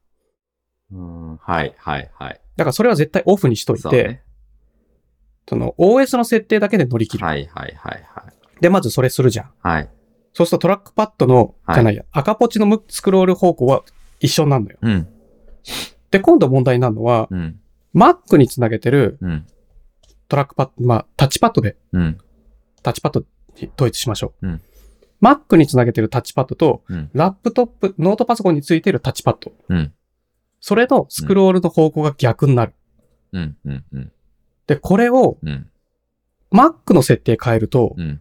うん。はい。はい。はい。
だからそれは絶対オフにしといて、そ,、
そうね。
の OS の設定だけで乗り切る。
はい。はい。はい。はい。
で、まずそれするじゃん。
はい。
そうするとトラックパッドの、
はい
じゃないや、赤ポチのむスクロール方向は一緒になるのよ。
うん。
で、今度問題になるのは、
うん。
Mac につなげてる
うん。
トラックパッド、まあ、タッチパッドで
うん。
タッチパッドに統一しましょう。
うん
Mac につなげてるタッチパッドと、
うん。
ラップトップ、ノートパソコンについてるタッチパッド。
うん。
それのスクロールの方向が逆になる。
うん。うん。うん。
で、これを
うん。
Mac の設定変えると、
うん。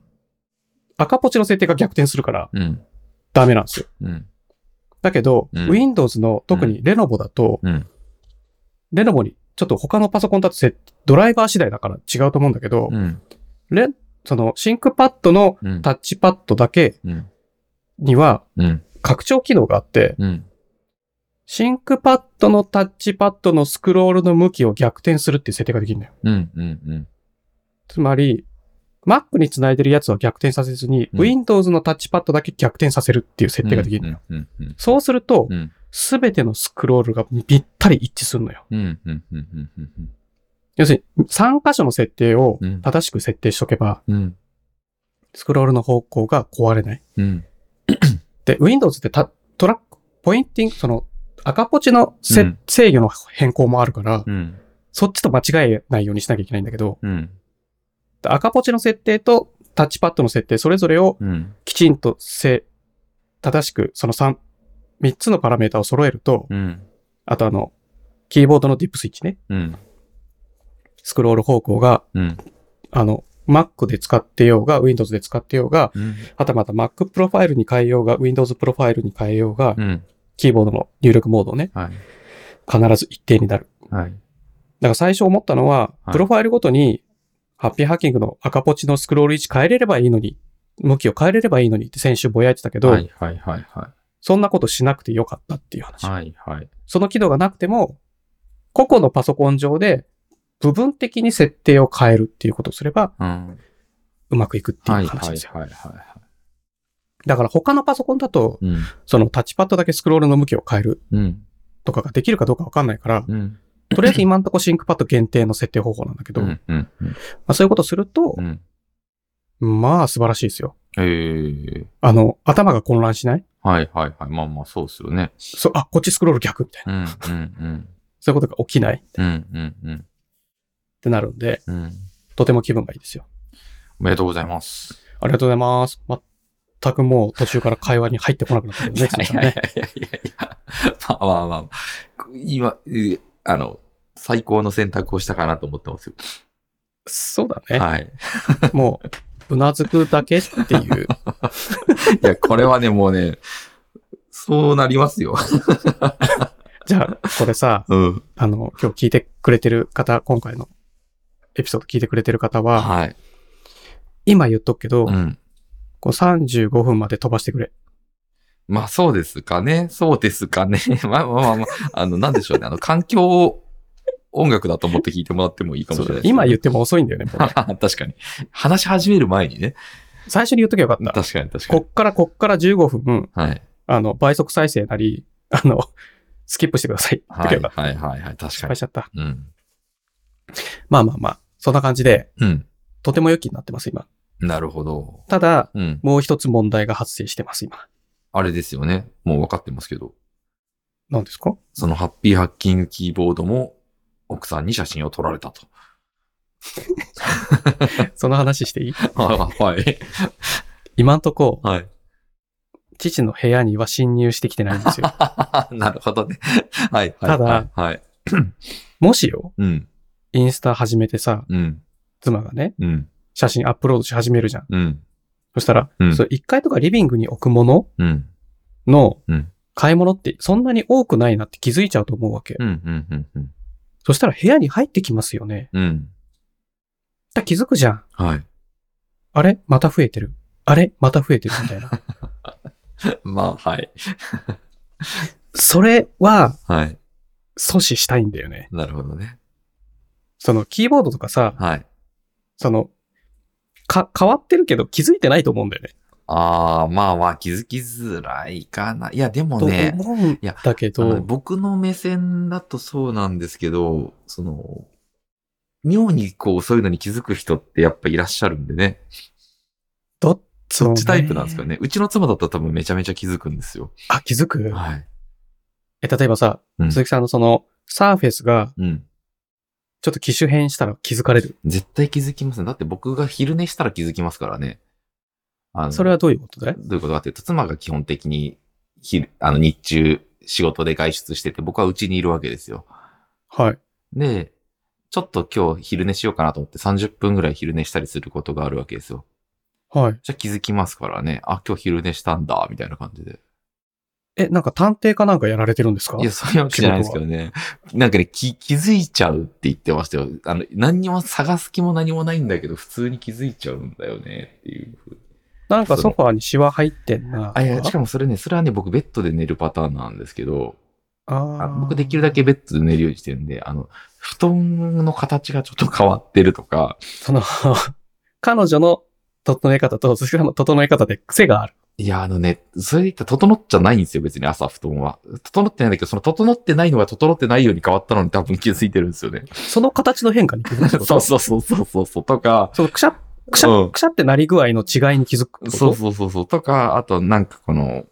赤ポチの設定が逆転するから
うん。
ダメなんですよ。
うん。
だけど、
うん
Windows の特にレノボだと、
うん。
レノボに、ちょっと他のパソコンだとせドライバー次第だから違うと思うんだけど、
うん。
レそのシンクパッドの
うん。
タッチパッドだけ
うん。
には
うん。
拡張機能があって、
うん。
シンクパッドのタッチパッドのスクロールの向きを逆転するっていう設定ができるんだよ。
うん、うん、うん。
つまり、Mac につないでるやつは逆転させずに、
うん
Windows のタッチパッドだけ逆転させるっていう設定ができるんだよ。
うん、うん、
そうすると
う、ん。
すべてのスクロールがぴったり一致するのよ。
うん、うん、うん、うん、うん。
要するに、3箇所の設定を
うん
正しく設定しとけば、
うん、
スクロールの方向が壊れない。
うん。
で、Windows ってたトラック、ポインティング、その、赤ポチのせ、
うん
制御の変更もあるから、
うん、
そっちと間違えないようにしなきゃいけないんだけど、
うん、
赤ポチの設定とタッチパッドの設定、それぞれを
うん、
きちんとせ、正しく、その3、3つのパラメータを揃えると、
うん、
あとあの、キーボードのディップスイッチね、
うん、
スクロール方向が、
うん、
あの、Mac で使ってようが、Windows で使ってようが、
うん、
はたまた Mac プロファイルに変えようが、Windows プロファイルに変えようが、
うん。
キーボードの入力モードをね、
はい、
必ず一定になる。
はい。
だから最初思ったのは、
はい
プロファイルごとに、ハッピーハッキングの赤ポチのスクロール位置変えれればいいのに、向きを変えれればいいのにって先週ぼやいてたけど、
はい、はい、はい、は
そんなことしなくてよかったっていう話。
い。はい、はい。
その機能がなくても、個々のパソコン上で部分的に設定を変えるっていうことをすれば
うん。
うまくいくって
はいい、
う話
は
で
い、
すよ。
はい、は
だから他のパソコンだと、
い。うん、
そのタッチパッドだけスクロールの向きを変える
うん、
とかができるかどうかわかんないから、
うん。
とりあえず今んとこシンクパッド限定の設定方法なんだけど、
う
ま
ん、うん、
あ、そういうことすると
う、ん。
まあ素晴らしいですよ。
ええ。
あの、頭が混乱しない
はい、はい、はい。まあまあ、そうっすよね。
そう、あ、こっちスクロール逆みたいな。
うん、うん、
そういうことが起きないっ
うん。うん、うん、
てなるんで、
うん。うん。
とても気分がいいですよ。
おめでとうございます。
ありがとうございます。全くもう途中から会話に入ってこなくなった けどね、つ
い
むちゃん
やいやい
ね。
やいやいや。まあまあまあまあ。今、えあの、最高の選択をしたかなと思ってますよ。
そうだね。
はい。
もう、うなずくだけっていう。
いや、これはね、もうね、そうなりますよ。
じゃあ、これさ、
うん。
あの、今日聞いてくれてる方、今回のエピソード聞いてくれてる方は、
はい。
今言っとくけど、
うん。
こう35分まで飛ばしてくれ。
まあそうですかね。そうですかね。 まあまあまあまあ、あの、なんでしょうね。あの、環境を音楽だと思って聞いてもらってもいいかもしれないですね、
今言っても遅いんだよね。これ
確かに。話し始める前にね。
最初に言っときゃよかった。
確かに確かに
こ。っから、こっから15分、
はい。
あの、倍速再生なり、あの、スキップしてください。言っときゃ
はい
よかった
はいはいはい。確
失
か
敗
に
し。ちゃった。
うん。
まあまあまあ、そんな感じで、
うん。
とても良きになってます、今。
なるほど。
ただ、
うん。
もう一つ問題が発生してます、今。
あれですよね。もう分かってますけど。
何ですか
そのハッピーハッキングキーボードも奥さんに写真を撮られ たと。
その話していい
はい。
今んとこ、
はい。
父の部屋には侵入してきてないん ですよ。
なるほどね。はい。はい
ただ、
はい。
もしよ、
うん、
インスタ始めてさ、
うん、
妻がね、
うん、
写真アップロードし始めるじゃん。
うん、
そしたら、
うん
それ1階とかリビングに置くもの
うん、
の
うん
買い物ってそんなに多くないなって気づいちゃうと思うわけ。
うん、うん、うん、うん、
そしたら部屋に入ってきますよね。
うん。
だ気づくじゃん。
はい。
あれまた増えてる。あれまた増えてるみた いな。
まあ、はい。
それは
はい。
阻止したいんだよね。
なるほどね。
そのキーボードとかさ、
はい。
その、か、変わってるけど気づいてないと思うんだよね。
ああ、まあまあ、気づきづらいかな。いや、でもね。
と思うん
いや
だけ
あの
ど、
僕の目線だとそうなんですけど、その、妙にこう、そういうのに気づく人ってやっぱいらっしゃるんでね。
どっち
そっちタイプなんですかね。うちの妻だったら多分めちゃめちゃ気づくんですよ。
あ、気づく
はい。
え、例えばさ、
うん
鈴木さんのその、サーフェスが、
うん。
ちょっと機種変したら気づかれる。
絶対気づきますね。だって僕が昼寝したら気づきますからね。あの
それはどういうことだい
どういうことかっていうと、妻が基本的に昼、あの、日中、仕事で外出してて、僕は家にいるわけですよ。
はい。
で、ちょっと今日昼寝しようかなと思って30分ぐらい昼寝したりすることがあるわけですよ。
はい。
じゃあ気づきますからね。あ、今日昼寝したんだ、みたいな感じで。
え、なんか探偵かなんかやられてるんですか
いや、そういうわけじゃないですけどね。なんかね、気、気づいちゃうって言ってましたよ。あの、何にも探す気も何もないんだけど、普通に気づいちゃうんだよね、っていう。
なんかソファーにシワ入ってんな。
あ、いや、しかもそれね、それはね、僕ベッドで寝るパターンなんですけど、
あ
あ
あ。
僕できるだけベッドで寝るようにしてるんで、あの、布団の形がちょっと変わってるとか、
その、彼女の整え方と、鈴木さんの整え方で癖がある。
いや、あのね、それで言ったら整っちゃないんですよ、別に朝布団は。整ってないんだけど、その整ってないのが整ってないように変わったのに多分気づいてるんですよね。
その形の変化に気づくってこ
そ
と
うそうそうそうそうそう、とか、
そのくしゃ、くしゃ、
うん
くしゃってなり具合の違いに気づくってこと
そうそうそうそう、とか、あとなんかこの、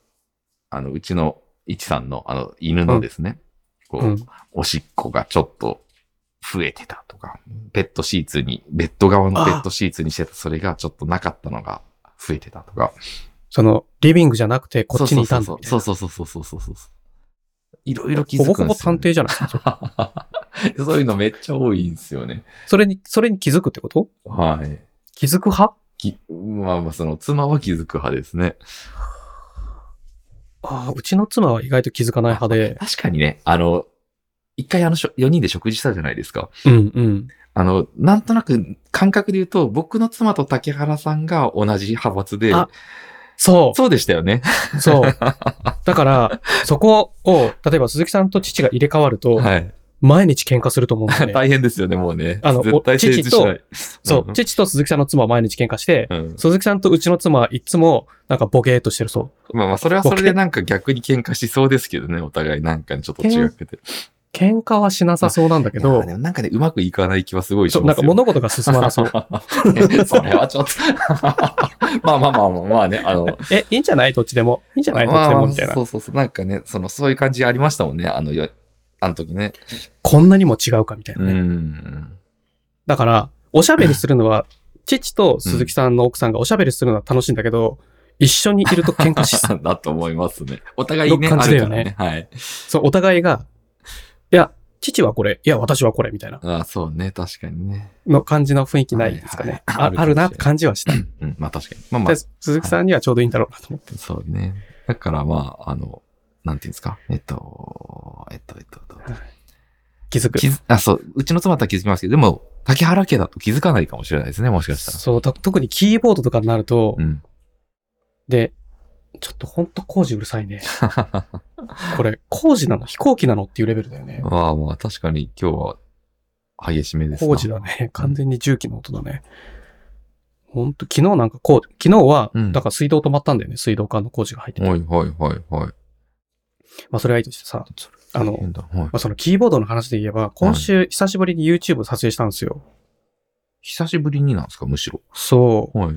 あの、うちのいちさんの、あの、犬のですね、こう、
うん
おしっこがちょっと増えてたとか、ペットシーツに、ベッド側のペットシーツにしてた、それがちょっとなかったのが増えてたとか。
その、リビングじゃなくてこっちにいたんだみたいな。
そうそうそうそうそうそうそうそう。いろいろ気づ
ほ
くん
ぼ
ですよ、
ほぼ探偵じゃない。
偵。 そういうのめっちゃ多いんですよね。
それに、それに気づくってこと
はい。
気づく派
きまあまあ、その、妻は気づく派ですね。
ああ、うちの妻は意外と気づかない派で。
確かにね、あの、一回あのしょ、4人で食事したじゃないですか。
うんうん。
あの、なんとなく感覚で言うと、僕の妻と竹原さんが同じ派閥で、
あそ
そうでしたよね。
う、そう。だから、そこを、例えば鈴木さんと父が入れ替わると、
はい。
毎日喧嘩すると思うんだよね。
大変ですよね、もうね。
あの
絶対成立しない。
そう、父と鈴木さんの妻は毎日喧嘩して、
うん。うん
鈴木さんとうちの妻はいつも、なんかボケーっとしてるそう。
まあまあ、それはそれでなんか逆に喧嘩しそうですけどね、お互いなんかねちょっと違くて。
喧嘩はしなさそうなんだけ
い
ど
や、でもなんかね、うまくいかない気はすごいし
そうな
ま
んか
すよ。
物事が進まな そう。
ね それはちょっと まあまあまあまあまあね、あの、
え、いいんじゃないどっちでも。いいんじゃないどっちでもみたいな
そ。うそうそう、なんかね、その、そういう感じありましたもんね、あの、よあの時ね。
こんなにも違うかみたいうなね。
ん。
だから、おしゃべりするのは、父と鈴木さんの奥さんがおしゃべりするのは楽しいんだけど、一緒にいると喧嘩 し
だと思いますね。お互い
の
ね、
感
あ
じだ
るか
よね
らね。はい。
そう、お互いが、いや、父はこれ、いや、私はこれ、みたいな、
あそうね、確かにね。
の感じの雰囲気ないですかね。
はいはい
ああるなって感じはした。
うん、まあ確かに。まあまあ
で、鈴木さんにはちょうどいいんだろうなと思って。
そうね。だからまあ、あの、なんていうんですか。えっと、えっと、えっと、えっと
気づく。
気づあ、そう、うちの妻とは気づきますけど、でも、竹原家だと気づかないかもしれないですね、もしかしたら。
そう、た特にキーボードとかになると、
うん。
で、ちょっとほんと工事うるさいね。これ、工事なの飛行機なのっていうレベルだよね。
まあまあ、確かに今日は、激しめですな
工事だね。完全に重機の音だね。ほんと、昨日なんかこう、昨日は、
うん
だから水道止まったんだよね。水道管の工事が入ってて。
はいはいはいはい。
まあ、それはいいとしてさ、あの、
変だ。はい
まあ、そのキーボードの話で言えば、今週久しぶりに YouTube 撮影したんですよ。
久しぶりになんですか、むしろ。
そう。っ
はい。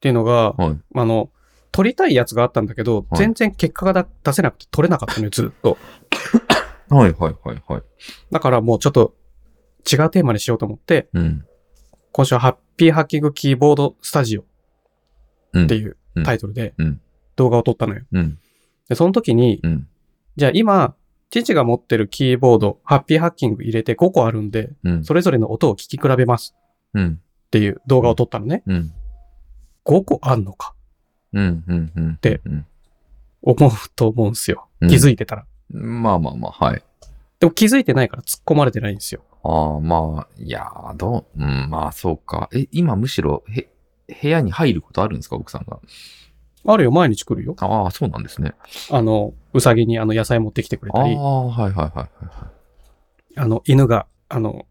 ていうのが、
はい。
あの、撮りたいやつがあったんだけど、
はい
全然結果がだ出せなくて撮れなかったのよ、ずっ と。
はいはいはいはい。
だからもうちょっと違うテーマにしようと思って、
うん。
今週はハッピーハッキングキーボードスタジオ
うん
っていうタイトルで
うんうん
動画を撮ったのよ。
うん。
で、その時に、
うん。
じゃあ今、父が持ってるキーボード、ハッピーハッキング入れて5個あるんで、
うん。
それぞれの音を聞き比べます
うん。
っていう動画を撮ったのね。
うん。
5個あんのか、
うん。うん。うん。
で
うん、
思うと思うんすよ。
うん
気づいてたら。
まあまあまあ、はい。
でも気づいてないから突っ込まれてないんですよ。
ああ、まあ、いやー、どう、うん、まあ、そうか。え、今むしろ、へ、部屋に入ることあるんですか、奥さんが。
あるよ、毎日来るよ。
ああ、そうなんですね。
あの、うさぎにあの野菜持ってきてくれ
あ
たり、
あ、はいはいは
あの、犬が、あの、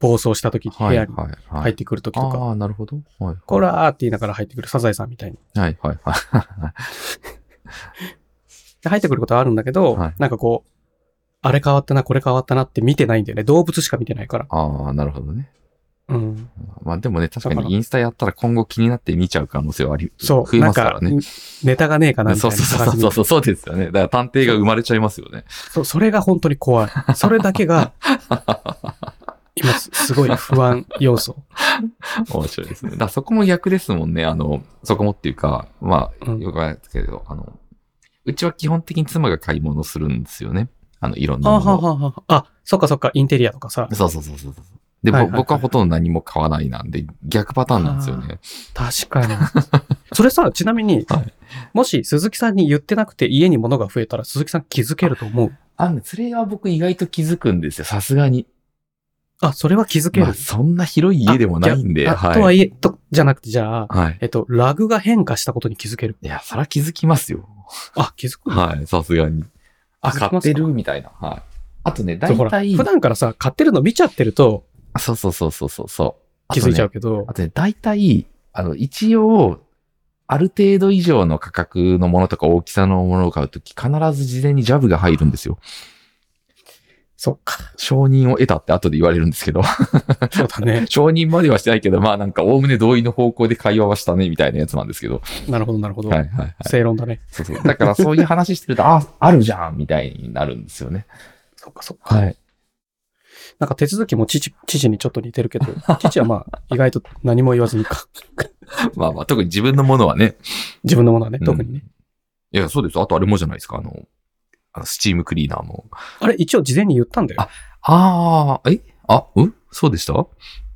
暴走した時に
いは
部
い。
屋
はい
に
はいはい。
入ってくる時とか、
ああ、なるほど。はい。
こらーって言いながら入ってくるサザエさんみたいに。
はいはい は
で入ってくることはあるんだけど、
はい
なんかこう、あれ変わったな、これ変わったなって見てないんだよね。動物しか見てないから
い。。ああ、なるほどね。
うん。
まあでもね、確
だ
か
から
にインスタやったら今後気になって見ちゃう可能性はあり、
そう。
増えますから
な
ね
ん。か、ネタがねえかなみたい
そ
うな
そうそうそうそう、そうですよね。だから探偵が生まれちゃいますよね。
そうそれが本当に怖い。それだけ が、今す、すごい不安要素。
面白いですね。だからそこも逆ですもんね。あの、そこもっていうか、まあ、
うん
よくあるんですけど、あの、うちは基本的に妻が買い物するんですよね。あの、いろん
あ
な
は
もの
は
を。
はは。あ、そっかそっか、インテリアとかさ。
そうそうそうそうそう。で、ぼ
はいはいはい
僕はほとんど何も買わないなんで、逆パターンなんですよね。
確かに。 それさ、ちなみに、
はい
もし鈴木さんに言ってなくて家に物が増えたら鈴木さん気づけると思う。
あの、それは僕意外と気づくんですよ。さすがに。
あ、それは気づける。
まあ、そんな広い家でもないんで、
あ
は。
とはいいえ、と、じゃなくて、じゃあ、
はい。
えっと、ラグが変化したことに気づける。
いや、そら気づきますよ。
あ、気づく、
はい、さすがに。あ、
続きますか
買ってるみたいな。はい。あとね、
そう
大
ほら、
体、
普段からさ、買ってるの見ちゃってると
あそうそうそうそうそうそう。
気づいちゃ
う
うけど
あ、とね、大体、あの、一応、ある程度以上の価格のものとか大きさのものを買うとき、必ず事前にジャブが入るんですよ。
そっか、
承認を得たって後で言われるんですけ ど、。
そうだね
承認まではしてないけど、まあなんか、おおむね同意の方向で会話はしたね、みたいなやつなんですけど。
なるほど、なるほど。
はいはいはい。
正論だね。
そうそう。だからそういう話してると、あ、あるじゃんみたいになるんですよね。
そっか、そっか。
はい。
なんか手続きも父、父にちょっと似てるけど、父はまあ、意外と何も言わずにか、
まあまあ、特に自分のものはね、
自分のものはね、
うん
特にね。
いや、そうです。あとあれもじゃないですか。あの、あのスチームクリーナーも。
あれ、一応事前に言ったんだよ。
ああ、えあ、うんそうでしたは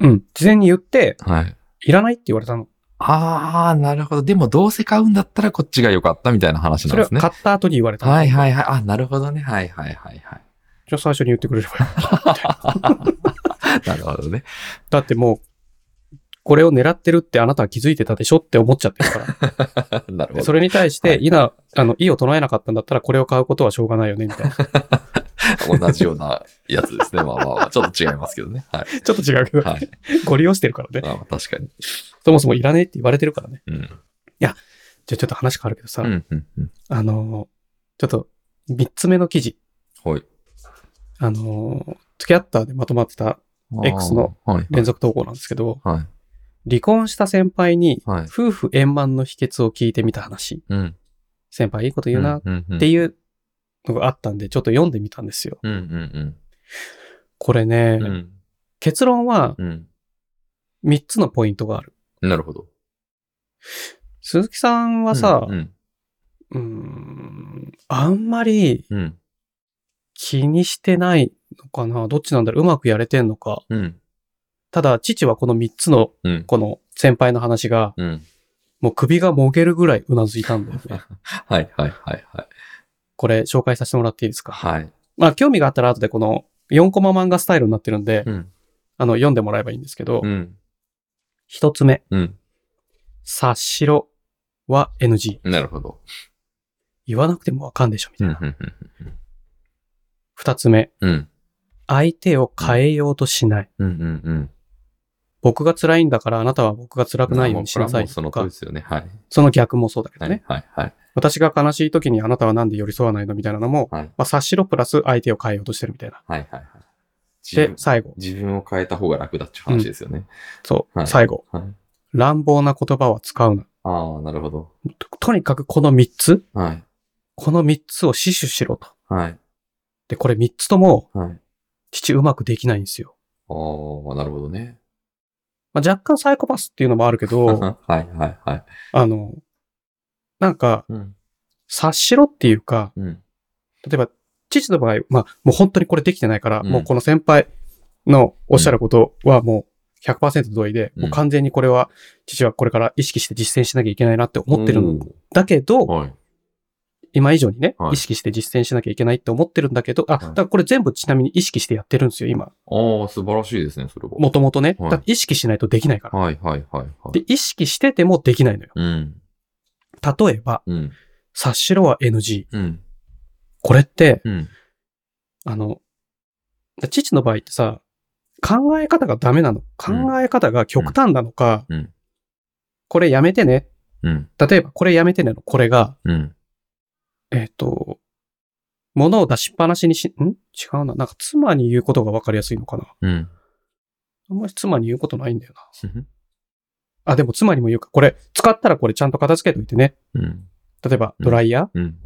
うん。事前に言って、
い。
いらないって言われたの。
ああ、なるほど。でもどうせ買うんだったらこっちが良かったみたいな話な
それ
んで
は
すね。
買った後に言われたの。
はいはいはい。あ、なるほどね。はいはいはいはい。
じゃあ最初に言ってくれればよ
なるほどね。
だってもう、これを狙ってるってあなたは気づいてたでしょって思っちゃってるから。
なるほ
で
ど。
それに対して、
はい
いな、あの、意を唱えなかったんだったら、これを買うことはしょうがないよね、みたいな。ち
同じようなやつ ですね。まあまあまあ、ちょっと違いますけどね。 はい。
ょっと違うけど、
はい。
ご利用してるからね。
まあまあ、確かに。
そもそもいらねえって言われてるからね。
うん。
じゃあちょっと話変わるけどさ、
うん、うん、うん。
あのー、ちょっと、三つ目の記事、
はい。
あのー、付き合ったでまとまってたX の
あー。はい。
連続投稿なんですけど、
はい。
離婚した先輩に、
はい。
夫婦円満の秘訣を聞いてみた話、
うん。
先輩いいこと言うなっ
うん、うん。
ていうのがあったんで、ちょっと読んでみたんですよ。
うん、うん、
これね、
うん。うん、
結論は
うん。
3つのポイントがある。
なるほど。
鈴木さんはさ、
うん、
う
うん
ーん、あんまり
うん。
気にしてないのかなどっちなんだろううまくやれてんのか
うん。
ただ、父はこの3つの、
うん。
この先輩の話が、
うん。
もう首がもげるぐらいうなずいたんだよ ね。
はい、はい、はい、はい。
これ紹介させてもらっていいですか
はい。
まあ、興味があったら後でこの4コマ漫画スタイルになってるんで、
うん。
あの、読んでもらえばいいんですけど
う、ん。
1つ目、
うん。
察しろは NG。
なるほど。
言わなくてもわかんでしょ、み
う
た
ん
い、
う
な。
ん、
2つ目、
うん。うん。
相手を変えようとしない。
うん、うん、うん。
僕が辛いんだからあなたは僕が辛くないようにしなさい
もうその
と
通
か
りで、すよね。はい。
その逆もそうだけど
は
ね。
い、はい、はい。
私が悲しい時にあなたはなんで寄り添わないのみたいなのも、
はい、
まあ、察しろプラス相手を変えようとしてるみたいな。
はい、はい。自
で
分、
最後。
自分を変えた方が楽だっていう話ですよね。
そう、
はい
最後。
はい。
乱暴な言葉は使うな。
ああ、なるほど。
ととにかくこの3つ、
はい。
この3つを死守しろと。
はい。
で、これ3つとも、
はい。
父うまくできないんですよ。
ああ、なるほどね。
まあ、若干サイコパスっていうのもあるけ ど、
はい、はい、はい。
あの、なんか、
うん。
察しろっていうか、
うん。
例えば、父の場合、まあ、もう本当にこれできてないから、
うん
もうこの先輩のおっしゃることはもう100%同意で、
うん
もう完全にこれは、父はこれから意識して実践しなきゃいけないなって思ってるんだけど、
はい。
今以上にね、
はい
意識して実践しなきゃいけないって思ってるんだけど、あ、
い
だからこれ全部ちなみに意識してやってるんですよ、今。
ああ、素晴らしいですね、それは。
もともとね。
はい
だから意識しないとできないから。
はい、はい、はい、はい。
で、意識しててもできないのよ。
うん。
例えば、
うん。
察しろは NG。
うん。
これって、
うん。
あの、父の場合ってさ、考え方がダメなの。考え方が極端なのか、
うんうん
これやめてね。
うん。
例えば、これやめてねの、これが、
うん。
えっ、と、物を出しっぱなしにし、ん違うな。なんか妻に言うことがわかりやすいのかな。
うん。
あんまり妻に言うことないんだよな。あ、でも妻にも言うか。これ、使ったらこれちゃんと片付けといてね。
うん。
例えば、
うん
ドライヤー、
うん。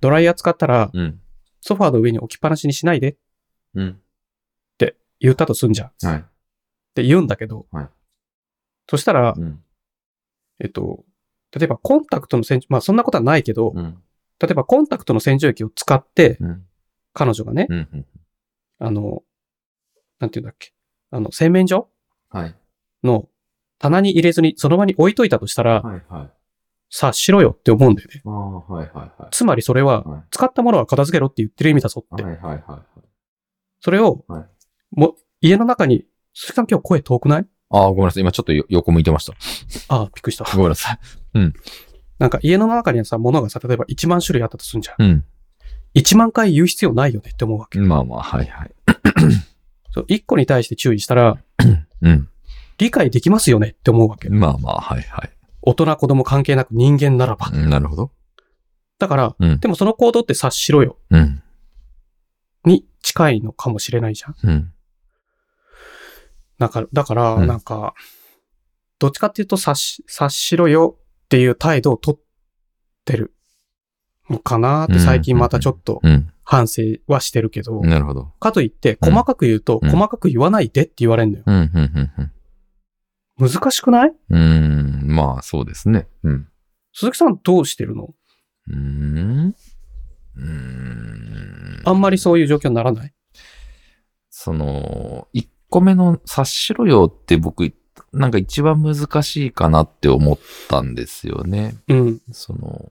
ドライヤー使ったら、
うん。
ソファーの上に置きっぱなしにしないでっ
うん。
て言ったとすんじゃん。っ
はい。
て言うんだけど。
はい
そしたら
う、ん。
えっと、例えばコンタクトの洗浄、まあそんなことはないけど、
うん。
例えばコンタクトの洗浄液を使って、
うん。
彼女がね、
うん。
あの、なんていうんだっけ、あの、洗面所
はい。
の棚に入れずにその場に置いといたとしたら、
はい、はい。
察しろよって思うんだよね。
ああ、はい、はい、はい。
つまりそれは、
は
使ったものは片付けろって言ってる意味だぞっ
い、
て。
はい、はい、はい。
それを、
はい
も家の中に、鈴木さん今日声遠くない
ああ、ごめんなさい。今ちょっとよ横向いてました。
ああ、びっくりした。
ごめんなさい。
なんか家の中にはさ、物がさ、例えば1万種類あったとすんじゃん。
うん。
1万回言う必要ないよねって思うわけ。
まあまあ、はいはい。
そう1個に対して注意したら、
うん。
理解できますよねって思うわけ。
まあまあ、はいはい。
大人、子供関係なく人間ならば。
うんなるほど。
だから、
うん
でもその行動って察しろよ
うん。
に近いのかもしれないじゃん。
うん。
なんか、だから、
うん
なんか、どっちかっていうと察し、察しろよっていう態度を取ってるのかなって最近またちょっと
うん。
反省はしてるけど、
なるほど。
かといって
うん
細かく言うと、
うん
細かく言わないでって言われるのよ。
うん、うん、
難しくない
うん。うん。うんまあ、そうですね。うん。
鈴木さんどうしてるの
うーん。うーん。
あんまりそういう状況にならない
その、1個目の察しろよって僕、なんか一番難しいかなって思ったんですよね。
うん。
その、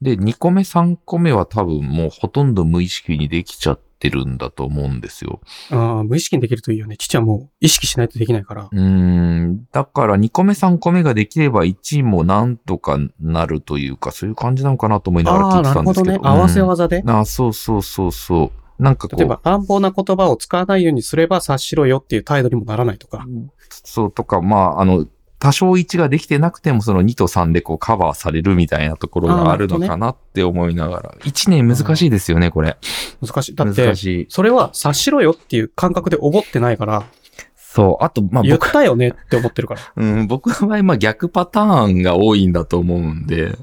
で、2個目、3個目は多分もうほとんど無意識にできちゃってるんだと思うんですよ。
ああ、無意識にできるといいよね。父はもう意識しないとできないから。
うーん、だから2個目、3個目ができれば1位もなんとかなるというか、そういう感じなのかなと思いながら
あ
聞
あ、
いて
な
た
る
ん
ほ
です
ど
けど。
ね。合わせ
は。
技で。
あそうそうそうそう。なんかこう。
例えば、乱暴な言葉を使わないようにすれば察しろよっていう態度にもならないとか。
そうとか、まあ、あの、多少1ができてなくても、その2と3でこうカバーされるみたいなところがあるのかなって思いながら。1年難しいですよね、これ。
難しい。だっ
難
て、
しい。
それは察しろよっていう感覚で思ってないから、
そう。あと、まあ
言っ
僕、
たよねって思ってるから。
うん、僕の場合、まあ逆パターンが多いんだと思うんで。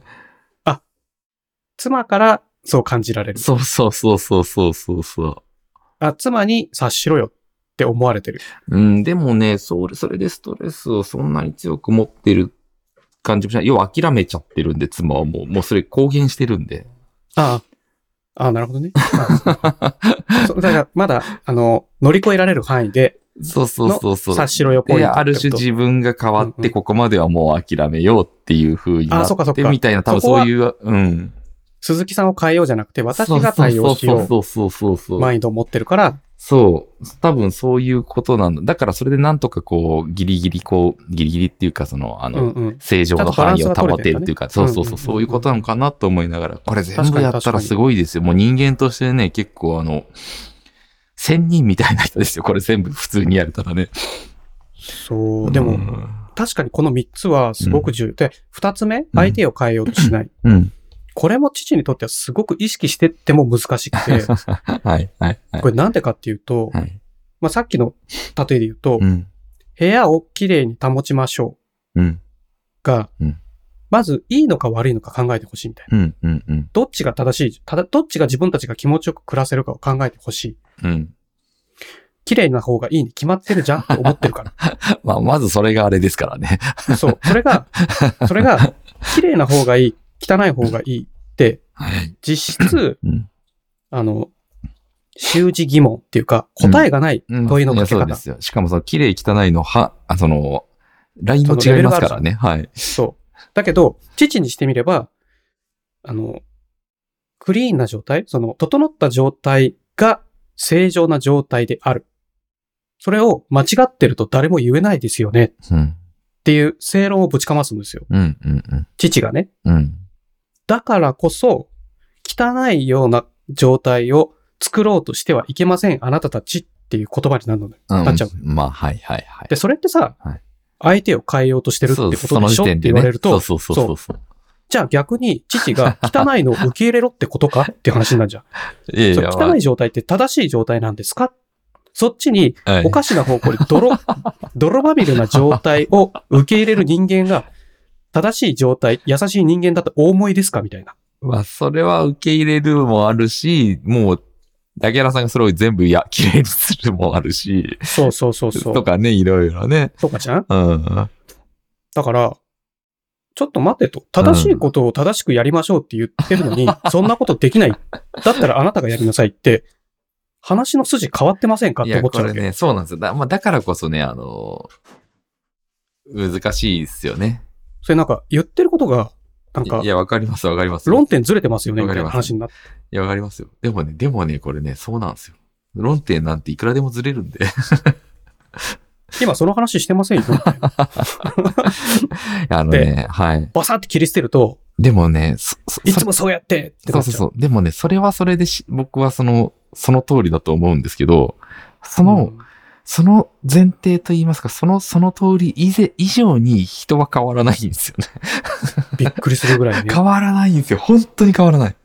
妻からそう感じられる。
そうそうそうそうそうそうそう。
あ、妻に察しろよって思われてる。
うん、でもね、それ、それでストレスをそんなに強く持ってる感じもしない。要は諦めちゃってるんで、妻はもう、もうそれ公言してるんで。
ああ、ああなるほどね。あそうだから、まだ、あの、乗り越えられる範囲で
そうそうそうそう。
察しろよポイン
で、
トってこと。
ある種自分が変わっ
うんう
て、ここまではもう諦めようっていう風にな
あそっかそ
っ
っか
て、みたいな、多分
そこ
そ
は
ういう、うん。
鈴木さんを変えようじゃなくて、私が対応しよう。
そうそうそうそうそうそ
マ
う。
インドを持ってるから、
そう。多分そういうことなんだ。だからそれでなんとかこう、ギリギリこう、ギリギリっていうか、その、あ
う
の、
んうん。
正常の範囲
ち
を
ゃんとバランスが
保
取れ
て
て
い
る
る
んだね
っていうか、そうそうそ
うんうんう
う、
ん
そういうことなのかなと思いながら、これ全部やっ
確
た
からに
すごいですよ。もう人間としてね、結構あの、仙人みたいな人ですよ。これ全部普通にやれたらね。
そう。でも、
うん
確かにこの3つはすごく重要。で、2つ目、相手を変えようとしない。
うん。
これも父にとってはすごく意識してっても難しくて、
はい、はい、はい
こ。れなんでかっていうと、
はい。
まあ、さっきの例えで言うと
う、ん。
部屋をきれいに保ちましょ
うん。
うが
うん、
まずいいのか悪いのか考えてほしいみたいな。
うん。うん。うん。
どっちが正しい、ただ、どっちが自分たちが気持ちよく暮らせるかを考えてほしい。
うん。
綺麗な方がいいに決まってるじゃんって思ってる か
まあ、まずそれがあれですからね。
ら。そう。それが、それが、綺麗な方がいい、汚い方がいいって、
はい。
実質、
うん。
あの、習字疑問っていうか、答えがない問いのかけ
やそう
方。
ですよ。しかもその、綺麗汚いの、は、あ、その、ラインも違いますからね。はい。
そう。だけど、父にしてみれば、あの、クリーンな状態、その、整った状態が正常な状態である。それを間違ってると誰も言えないですよねっ
うん。
ていう正論をぶちかますんですよ。
うん。うん。
父がね。
うん。うん。
だからこそ、汚いような状態を作ろうとしてはいけません、あなたたちっていう言葉になるのよ。なっちゃう
まあ、はい、はい、はい。
で、それってさ、
はい
相手を変えようとしてるってことで
そうその
し
時
ょって
点で
言
ね
われると、
そうそうそうそう。
じゃあ逆に父 が汚いのを受け入れろってことかっていう話になるじゃん。
いやい
そう
や、
汚い状態って正しい状態なんですかそっちに
まあはい
おかしな方向に 泥、泥まみれな状態を受け入れる人間が正しい状態、優しい人間だとお思いですかみたいな。
まあ、それは受け入れるもあるし、もう、竹原さんがそれを全部、いや、綺麗にするもあるし、
そうそうそうそ
と
う。
かね、いろいろね。
とかじゃん
うん。
だから、ちょっと待てと。正しいことを正しくやりましょうって言ってるのに、そんなことできない。だったらあなたがやりなさいって、話の筋変わってませんかっ
い
て
や、
思っち
こ
ゃう
れ
わけ。
ね、そうなんですよ。だ,、まあ、だからこそね、あの、難しいですよね。
それなんか言ってることが、なんか
い、や、わかります、わかります。
論点ずれてますよね、
わ
み
か
たいな
ります
話になって。
いや、わかりますよ。でもね、でもね、これね、そうなんですよ。論点なんていくらでもずれるんで。
今その 話してませんよ。みたいな
あのね、はい。
バサって切り捨てると、
でもね、そ、そ、
いつもそうやってって
そ
な
う
っち
そ
ゃ
うそう。でもね、それはそれでし、僕はその、その通りだと思うんですけど、その、
うん
その前提と言いますか、その、その通り以前、以上に人は変わらないんですよね。
びっくりするぐらいね。
変わらないんですよ。本当に変わらない。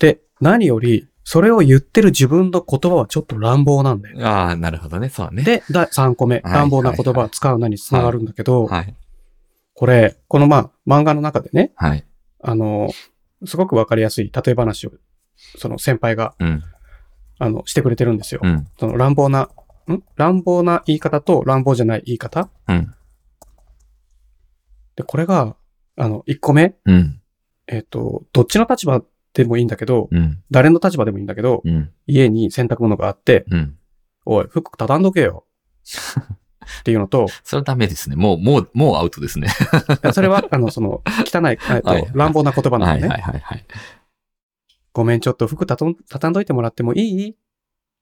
で、何より、それを言ってる自分の言葉はちょっと乱暴なんだよね。
ああ、なるほどね。そうね。
で、第3個目、
はい
乱暴な言葉を使うなにつながるんだけど、
はい。
これ、このまあ、漫画の中でね、
はい。
あの、すごくわかりやすい例え話を、その先輩が、
うん。
あの、してくれてるんですよ。
うん。
その乱暴な、ん乱暴な言い方と乱暴じゃない言い方。
うん。
で、これが、あの、1個目、
うん。
えっ、と、どっちの立場でもいいんだけど、
うん。
誰の立場でもいいんだけど、
うん。
家に洗濯物があって、
うん。
おい、服畳んどけ よ。っていうのと、
それはダメですね。もう、もう、もうアウトですね。
いやそれは、あの、その、汚い、えっ
はい
と、乱暴な言葉な
は
の
い
ね。
はいはいはい。
ごめん、ちょっと服畳ん畳んどいてもらってもいい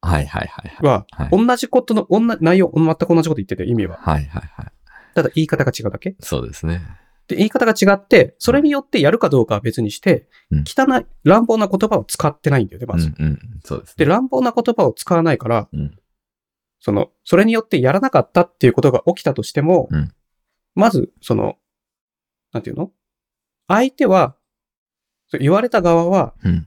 はいはいはいはい。
は、
はい
同じことの、同じ内容、全く同じこと言ってて、意味は。
はいはいはい。
ただ言い方が違うだけ。
そうですね。
で、言い方が違って、それによってやるかどうかは別にして、
うん
汚い、乱暴な言葉を使ってないんだよね、
う
ま
ん
ず。
うん。そうです
で、
ね。
乱暴な言葉を使わないから、
うん
その、それによってやらなかったっていうことが起きたとしても、
うん
まず、その、なんていうの相手は、そう言われた側は、
うん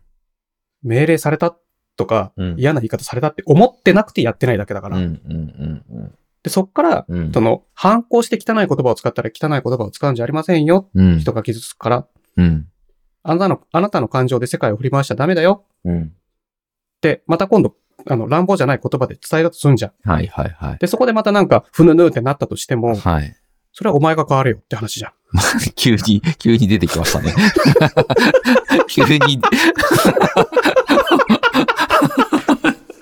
命令されたとか、
うん
嫌な言い方されたって思ってなくてやってないだけだか
うん
ら。
うんうん
で、そっから、
うん。うん
その、反抗して汚い言葉を使ったら汚い言葉を使うんじゃありませんよ。
うん。
人が傷つくから、
うん。
あなたの、あなたの感情で世界を振り回しちゃダメだよ
うん。
って、また今度、あの、乱暴じゃない言葉で伝えたとすんじゃん。
はいはいはい。
で、そこでまたなんか、ふぬぬってなったとしても、
はい。
それはお前が変われよって話じゃん。
急に、急に出てき ましたね。急に。
っ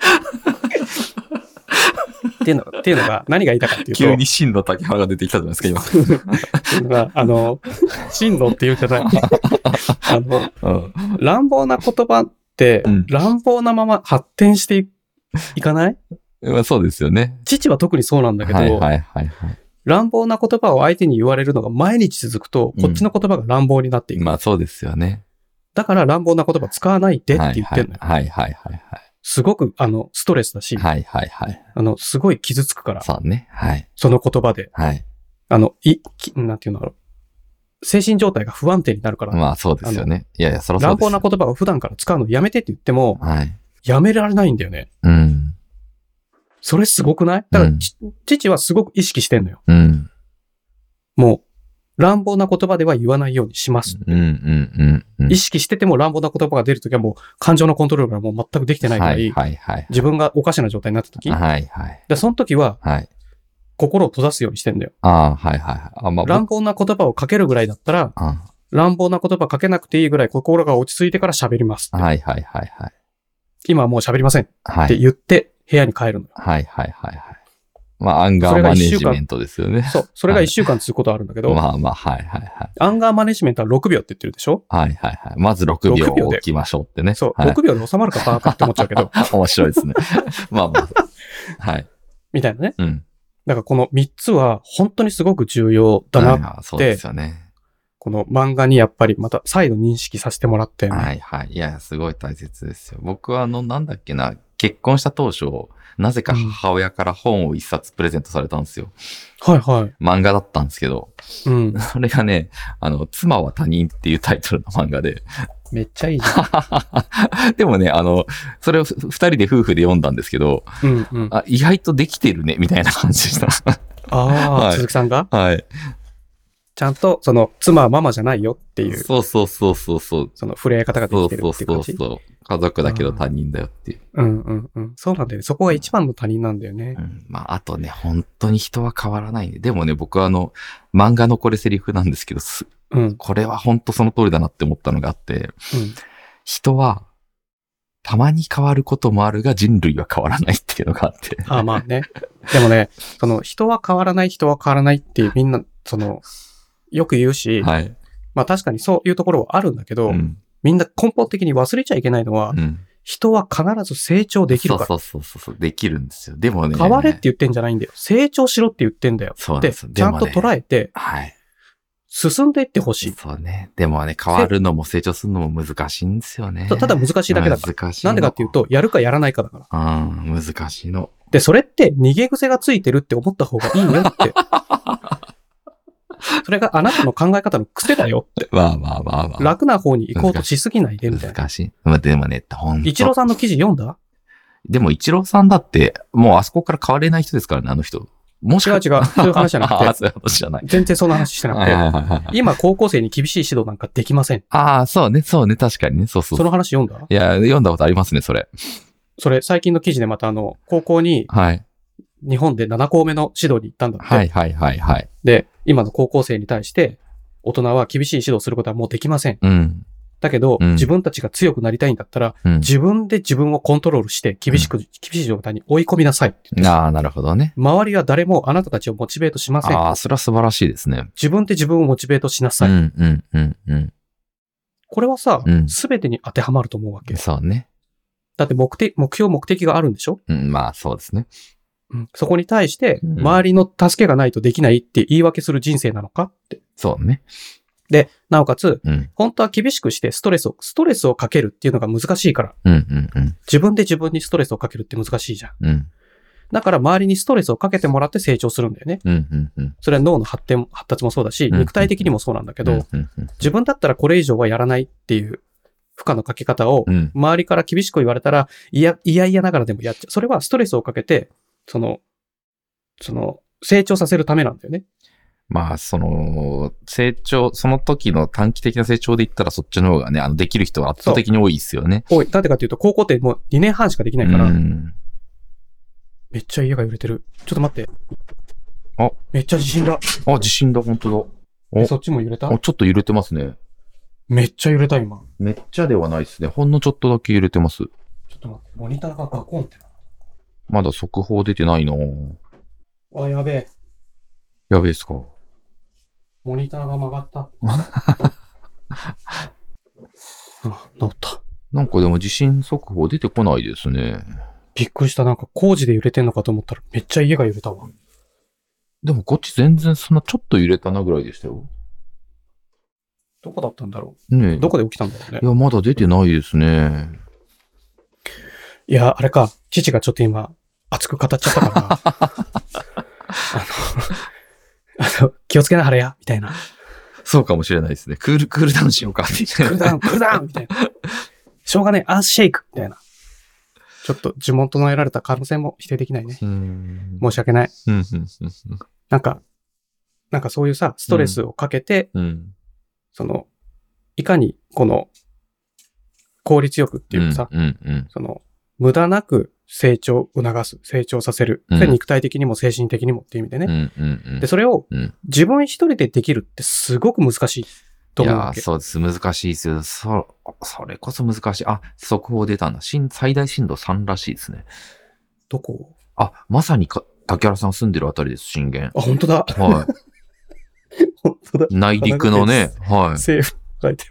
ていうの っていうのが、何が言いたいかっていうと、
急に真の竹原が出てきたじゃないですか、
っていうのがあ の、真のっていうんじゃない。あの、
今。うん。
乱暴な言葉って、
うん
乱暴なまま発展していいかない
まあそうですよね。
父は特にそうなんだけど、
はいはいはいは
乱暴な言葉を相手に言われるのが毎日続くと、こっちの言葉が乱暴になってい
い。
く。
まあそうですよね。
だから乱暴な言葉使わないでって言ってんのよ。
はいはいはいはい
すごく、あの、ストレスだし、
はい。はいはいはい。
あの、すごい傷つくから、
そうね。はい。
その言葉で。
はい。
あの、い、きなんていうんだろう。精神状態が不安定になるから、
まあそうですよね。いやいや、そろそろ
乱
です
暴
よ。
な言葉を普段から使うのやめてって言っても、
はい。
やめられないんだよね。
うん。
それすごくないだから、
うん
ち父はすごく意識してんのよ。
うん。
もう、乱暴な言葉では言わないようにします。
うんうんうん。
意
識
識してても乱暴な言葉が出るときはもう感情のコントロールがもう全くできてないぐらい、
はいはい
自分がおかしな状態になったとき、
はい。はいはい。
でその時は
はい。
心を閉ざすようにしてんだよ。
ああ、はいはいはい。あ、まあ、
乱
僕
暴な言葉をかけるぐらいだったら、
あ
乱暴な言葉かけなくていいぐらい心が落ち着いてから喋りますって。
はいはいはいはい。
今はもう喋りませんっ
は
て
い。
言って部屋に帰るのよ。
はいはいはいはい。まあ、アンガーマネジメントですよね。
そう。それが一週間続くことあるんだけど、
まあまあ、はいはいはい。
アンガーマネジメントは6秒って言ってるでしょ
はいはいはい。まず6秒
6秒で
置きましょうってね。
そう。
はい、
6秒で収まるかバーカって思っちゃうけど、
面白いですね。 まあまあ。はい。
みたいなね。
うん。
だからこの3つは本当にすごく重要だな。
な。そうですよね。
この漫画にやっぱりまた再度認識させてもらって、
はいはい。いや、すごい大切ですよ。僕はあの、なんだっけな、結婚した当初、なぜか母親から本を一冊プレゼントされたんですよ。
はいはい。
漫画だったんですけど、
うん。
それがね、あの、妻は他人っていうタイトルの漫画で、
めっちゃいいじ
でもね、あの、それをふ二人で夫婦で読んだんですけど、
ゃ ん。うんうん。あ
あ、意外とできてるね、みたいな感じでした。
あー、
はい
鈴木さんが
はい。
ちゃんと、その、妻はママじゃないよっていう、
そうそうそうそうそう。
その、触れ方がで
そ
きて
う
る
そう
っていう
そ
感
う
じ。
そう。家族だけど他人だよっていう。
うんうんうん。そうなんだよね。そこが一番の他人なんだよね
う。ん、まあ、あとね、本当に人は変わらないね。でもね、僕はあの、漫画のこれセリフなんですけど、す
うん。うん。
これは本当その通りだなって思ったのがあって、人は、たまに変わることもあるが人類は変わらないっていうのがあって。
ああ、まあね。でもね、その、人は変わらない、人は変わらないってみんな、その、よく言うし、
はい。
まあ確かにそういうところはあるんだけど、
うん。
みんな根本的に忘れちゃいけないのは、
うん。
人は必ず成長できるから。
そうそうそうそうそう、できるんですよ。でもね。
変われって言ってんじゃないんだよ。成長しろって言ってんだよ。
そうなん
で、
ですよ
ちゃんと
でもね
捉えて、
はい。
進んでいってほしい。
そうね。でもね、変わるのも成長するのも難しいんですよね。
そうただ難しいだけだから。
難しいの
なんでかっていう。と、やるかやらないかだから。
うん、難しいの。
で、それって逃げ癖がついてるって思った方がいいよって。それがあなたの考え方の癖だよって。
まあまあまあまあ。
楽な方に行こうとしすぎないで、みたいな。
難しい。まあでもね、ほんと
一郎さんの記事読んだ
でも一郎さんだって、もうあそこから変われない人ですからね、あの人。もし
違う違う。そういう話じゃなく
ああ、
て。
そういう話じゃない。
全然そんな話してな
はいはい
く
はいはい
て。今、高校生に厳しい指導なんかできません。
ああ、そうね、そうね、確かにね、そうそう
その話読んだ
いや、読んだことありますね、それ。
それ、最近の記事でまたあの、高校に
はい。
日本で7校目の指導に行ったんだって。
はいはいはいはい。
で、今の高校生に対して、大人は厳しい指導をすることはもうできません。
うん。
だけど、
うん
自分たちが強くなりたいんだったら、
うん。
自分で自分をコントロールして、厳しく、厳しい状態に追い込みなさいって言って
ああ、なるほどね。
周りは誰もあなたたちをモチベートしません。
ああ、それは素晴らしいですね。
自分で自分をモチベートしな
う
さい。
んうんうんうん。
これはさ
う、ん
すべ、てに当てはまると思うわけ。
そうね。
だって目的、目標、目的があるんでしょ、
うん、まあそうですね。
そこに対して、
うん
周りの助けがないとできないって言い訳する人生なのかって。
そうね。
で、なおかつ、
うん。
本当は厳しくしてストレスを、ストレスをかけるっていうのが難しいから、
うんうんうん。
自分で自分にストレスをかけるって難しいじゃん。
うん。
だから周りにストレスをかけてもらって成長するんだよね。
うんうんうん。
それは脳の発展、発達もそうだし、
うん
肉体的にもそうなんだけ
け
ど、
うんうん
自分だったらこれ以上はやらないっていう負荷のかけ方を
う、ん。
周りから厳しく言われたら、いや、いやいやながらでもやっちゃう。それはストレスをかけて、その、その、成長させるためなんだよね。
まあ、その、成長、その時の短期的な成長で言ったらそっちの方がね、あの、できる人は圧倒的に多いですよね。
おい、なんでかっていうと、高校ってもう2年半しかでき
う
ないから、
ん。
めっちゃ家が揺れてる。ちょっと待って。
あ
めっちゃ地震だ。
あ、地震だ、本当お
えそっちも揺れた
だ。あ、ちょっと揺れてますね。
めっちゃ揺れた、今。
めっちゃではないですね。ほんのちょっとだけ揺れてます。
ちょっと待って、モニターがガコンってな。
まだ速報出てないな
あ、やべえ。
やべえっすか。
モニターが曲が った。あ、治った。
なんかでも地震速報出てこないですね。
びっくりした。なんか工事で揺れてんのかと思ったら、めっちゃ家が揺れたわ。
でもこっち全然そんなちょっと揺れたなぐらいでしたよ。
どこだったんだろ
ねえ。
うどこで起きたんだろうね
い。や、まだ出てないですね。
いや、あれか。父がちょっと今、熱く語っちゃったから。 あの、あの、気をつけなはれや、みたいな。
そうかもしれないですね。クール、クールダウンしようかって
クールダウン、クールダウンみたいな。しょうがねえ、アースシェイクみたいな。ちょっと呪文唱えられた可能性も否定できないね。
うん。
申し訳ない。
うん、うん、うん
なんか、なんかそういうさ、ストレスをかけて、
うん。
その、いかにこの、効率よくっていうかさ、
うん、うん。
その、無駄なく成長を促す、成長させる。
うん
それ肉体的にも精神的にもっていう意味でね。
うん、うん、うん。
で、それを
うん
自分一人でできるってすごく難しいと
い
思う
や
わ
ー、
け。
そうです。難しいですよ。そ、それこそ難しい。あ、速報出たんだ。震最大震度3らしいですね。
どこ
あ、まさにか、竹原さん住んでるあたりです、震源。
あ、本当だ。
は
本当だ。
い。内陸のね、はい。
西部書いて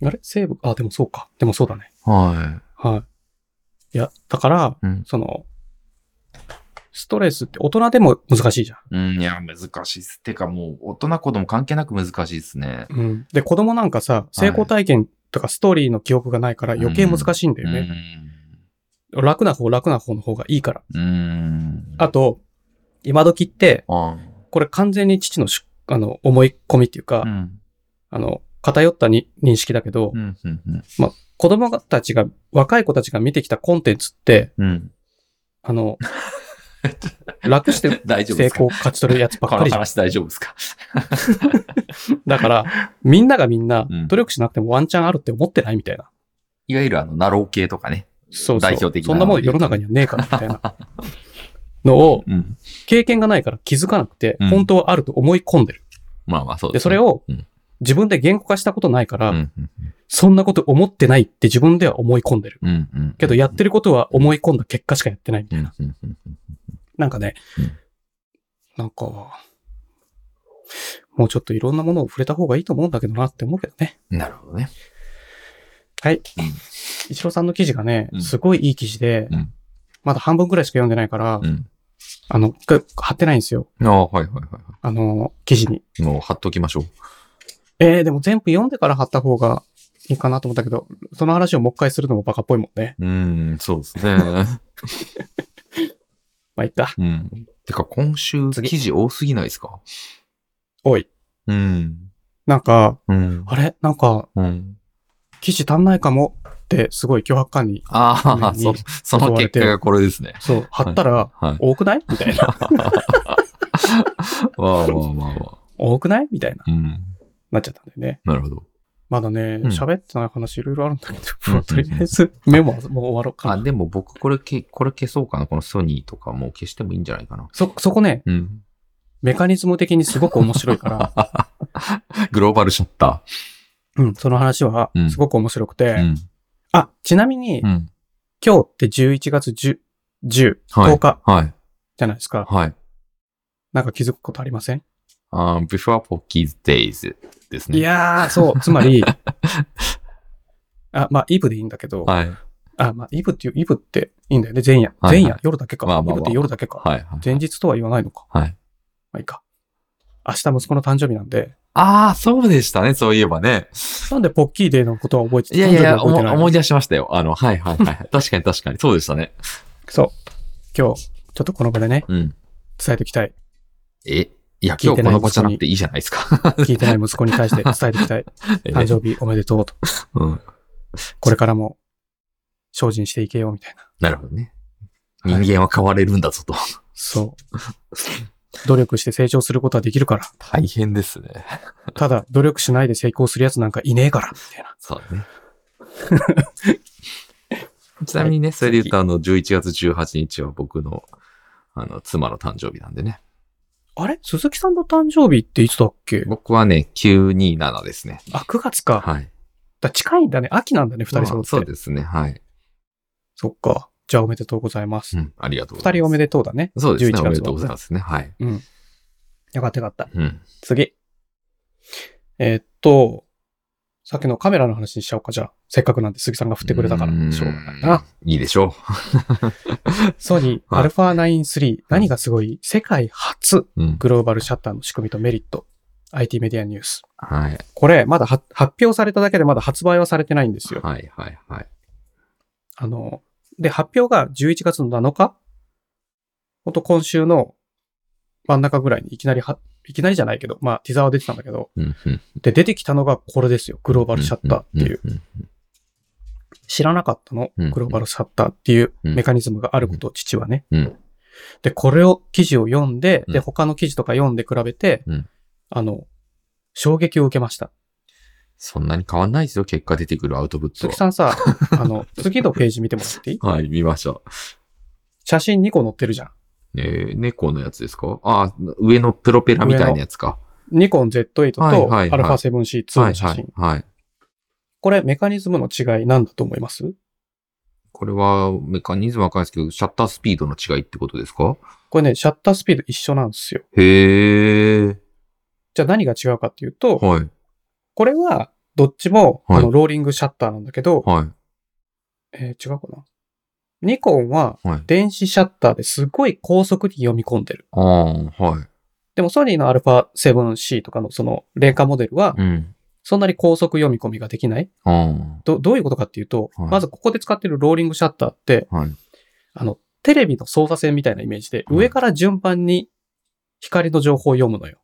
る。あれ西部あ、でもそうか。でもそうだね。
は
はい。いや、だから、
うん
その、ストレスって大人でも難しいじゃ
い。うん、いや、難しいっす。てかもう、大人子供関係なく難しいっすね。
ん。うん。で、子供なんかさ、成功体験とかストーリーの記憶がないから余計難しいんだよね。楽な方、楽な方の方がいいから。
うん。うん。
あと、今時って、
あ、
これ完全に父のしあの思い込みっていうか、
うん。
あの、偏ったに認識だけど、
うん、うん、うん
子供たちが、若い子たちが見てきたコンテンツって、
うん。
あ の、楽して
大丈夫
成
ですか
功勝ち取るやつばっ
こ
か
の
りじゃん。
話大丈夫ですか
だから、みんながみんな
うん、
努力しなくてもワンチャンあるって思ってないみたいな。
いわゆるあの、ナロー系とかね。
そうそう。
代表的な
そんなもん世の中にはねえから、みたいな。のを、
うん。
経験がないから気づかなくて
うん、
本当はあると思い込んでる。
まあまあ、そう
で、
です、
それ、を
うん、
自分で言語化したことないから、
うん、うん、
そんなこと思ってないって自分では思い込んでる。
うんうん。
けどやってることは思い込んだ結果しかやってないみたいな。
うんうんうんうん
なんかね
うん、
なんか、もうちょっといろんなものを触れた方がいいと思うんだけどなって思うけどね。
なるほどね。
はい。一郎さんの記事がね
う、ん
すごいいい記事で
うん、
まだ半分くらいしか読んでないから
う、ん。
あの、これ貼ってないんですよ。
ああ、はいはいはいは
あの、記事に。
い。もう貼っときましょう。
えー、でも全部読んでから貼った方がいいかなと思ったけど、その話をもう一回するのもバカっぽいもんね。
うーん、そうですね。
まあ、いっか。
うん。てか、今週、
次
記事多すぎないですか
おい。
うん。
なんか、
うん。
あれなんか、
うん。
記事足んないかもって、すごい脅迫感に。
ああ、
常
そ
に、
その結果がこれですね。
そう、貼ったら、
はい。
多くないみたいな。
わあわあわあわあ。
多くないみたいな、
うん。
なっちゃったんだよね。
なるほど。
まだね、
うん
喋ってない話いろいろあるんだけ
う
ど、
んうんうん
とりあえずメモはもう終わろうか
あ、
な。
でも僕これけ、これ消そうかな。このソニーとかもう消してもいいんじゃないかな。
そ、そこね、
うん。
メカニズム的にすごく面白いから、
グローバルシャッタ
うん、その話は
うん
すごく面白くて、
ー。うん。
あ、ちなみに、
うん。
今日って11月10、10、
はい
10日
はい。
じゃないですか。
はい。
なんか気づくことありません、
あー before Pocky's Days ですね。
いやー、 そう、つまり、あ、まあ、イブでいいんだけど、
はい。
あ、まあ、イブっていう、イブっていいんだよね、前夜。
はいはい
前夜、夜だけか。
まあま
イ
あまあ
ブって夜だけか。
はい。はい。
前日とは言わないのか。
はい。
まあいいか。明日息子の誕生日なんで、
ああ、そうでしたね。そういえばね。
なんでポッキーデーのことは覚えて
いやいやい
誕生日
や、
は
お
覚え
も
てないの
思い出しましたよ。あの、はいはいはい。確かに確かに。そうでしたね。
そう。今日、ちょっとこの場でね、
うん。
伝えておきたい。
えいや、
聞
今
いて
日
な
こ
い
の場じゃなくていいじゃないです か。
聞いてない息子に対して伝えておき たい。誕生日おめでとうと。
うん。
これからも精進していけようみたいな。
なるほどね。人間は変われるんだぞと。
そう。努力して成長することはできるから。
大変ですね。
ただ、努力しないで成功するやつなんかいねえから。みたいな。
そうだね。ちなみにね、それで言うと、あの、11月18日は僕の、あの、妻の誕生日なんでね。
あれ鈴木さんの誕生日っていつだっけ
僕はね、927ですね。
あ、9月か。
はい。
だ近いんだね。秋なんだね、二人
ま
揃
あ
って。
そうですね。はい。
そっか。じゃあおめでとうございます
う。ん、ありがとうござ
二
い
人
ます。
おめでとうだね。
そうで
11
すね。
月
お
は
めでとうございますね。はい。
うん。よかったよかった。
うん。
次。えーっと、さっきのカメラの話にしちゃおうか、じゃあ。せっかくなんで杉さんが振ってくれたから
うー。ん
しょうがないな。。
いいでしょ
ソニ
はい
ー α93、何がすごい世界初
う。うん。
グローバルシャッターの仕組みとメリット。IT メディアニュース。
はい。
これ、まだは発表されただけでまだ発売はされてないんですよ。
はい、はい、はい。
あの、で、発表が11月の7日ほんと今週の真ん中ぐらいにいきなりは、いきなりじゃないけど、まあ、ティザーは出てたんだけど、
うん、うん。
で、出てきたのがこれですよ。グローバルシャッターっていう。
ん。ん
知らなかったの。
うん
グローバルシャッターっていうメカニズムがあることを父はね。
うん
で、これを、記事を読んで、
う
で、
ん
他の記事とか読んで比べて、
うん
あの、衝撃を受けました。
そんなに変わんないですよ。結果出てくるアウトプット
鈴木
は。
さんさ、あ の、次のページ見てもらっていい
はい、見ました。
写真2個載ってるじゃん。
えー、猫のやつですかあー、上のプロペラみたいなやつか。
ニコン Z8 と
はいはいはい
α7C2
は
の
い、
写
は
真
い。、はい。
これメカニズムの違いなんだと思います
これは、メカニズムわかんないですけど、シャッタースピードの違いってことですか
これね、シャッタースピード一緒なんですよ。
へえ。
じゃあ何が違うかっていうと、
はい、
これはどっちも、
はい
あのローリングシャッターなんだけど、
は、
えー違うかな。ニコンはい
はい。
電子シャッターですごい高速に読み込んでる。
ああ、はい。
でもソニーの α7C とかのその廉価モデルは
うん。
そんなに高速読み込みができない。
ああ、
どどういうことかっていうと、
はい
まずここで使ってるローリングシャッターって、
はい。
あの、テレビの操作線みたいなイメージで、
うん
上から順番に光の情報を読むのよ。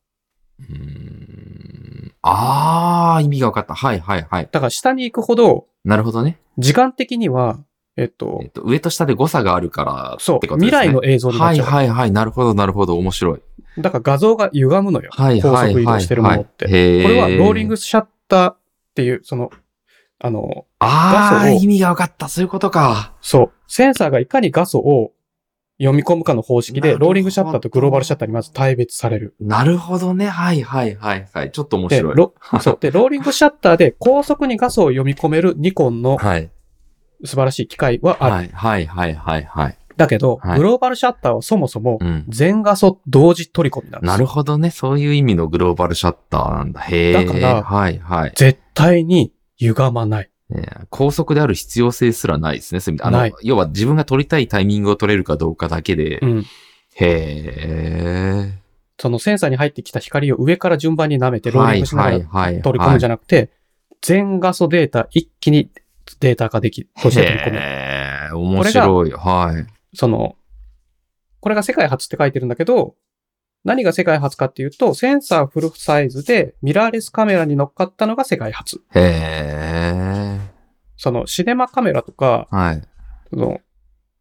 うーんああ、意味が分かった。はいはいはい。
だから下に行くほど、
なるほどね。
時間的には、えっと
えっ、と、上と下で誤差があるからって
そ
こ
う、
とですね。
未来の映像にな
は
っ
い
ちゃう。
はいはい。なるほどなるほど。面白い。
だから画像が歪むのよ。
はいはいはい、は
高
い。
速移動してるものってこ
れ
れはローリングシャッターっていう、その、あの、
ああ、
画素を
意味が分かった。そういうことか。
そう、センサーがいかに画素を読み込むかの方式
なる
で、
ほど
ローリングシャッターとグローバルシャッターにまず対別される。
なるほどね。はいはいはいはい。ちょっと面
で、
白 い。
ロそうでローリングシャッターで高速に画素を読み込めるニコンの
はい。
素晴らしい機械はある。
はいはいはいはいはい。
だけど、
はい
グローバルシャッターはそもそも
うん。
全画素同時取り込みなんですよ
なるほどね。そういう意味のグローバルシャッターなんだ。へえ。
だから
はいはい。
絶対に歪まない。
ね高速である必要性すらないですね。そういう意味であ
な
の
い、
要は自分が撮りたいタイミングを撮れるかどうかだけで、
うん。
へえ。
そのセンサーに入ってきた光を上から順番に舐めて、ロー
は
リン
い
グしながら
はいはい。
取り込むんじゃなくて、全画素データ一気にデータ化で き、として取り込む。
へえ、面白い。はい。
その、これが世界初って書いてるんだけど、何が世界初かっていうと、センサーフルサイズでミラーレスカメラに乗っかったのが世界初。
へえ。
そのシネマカメラとか、
はい。
その、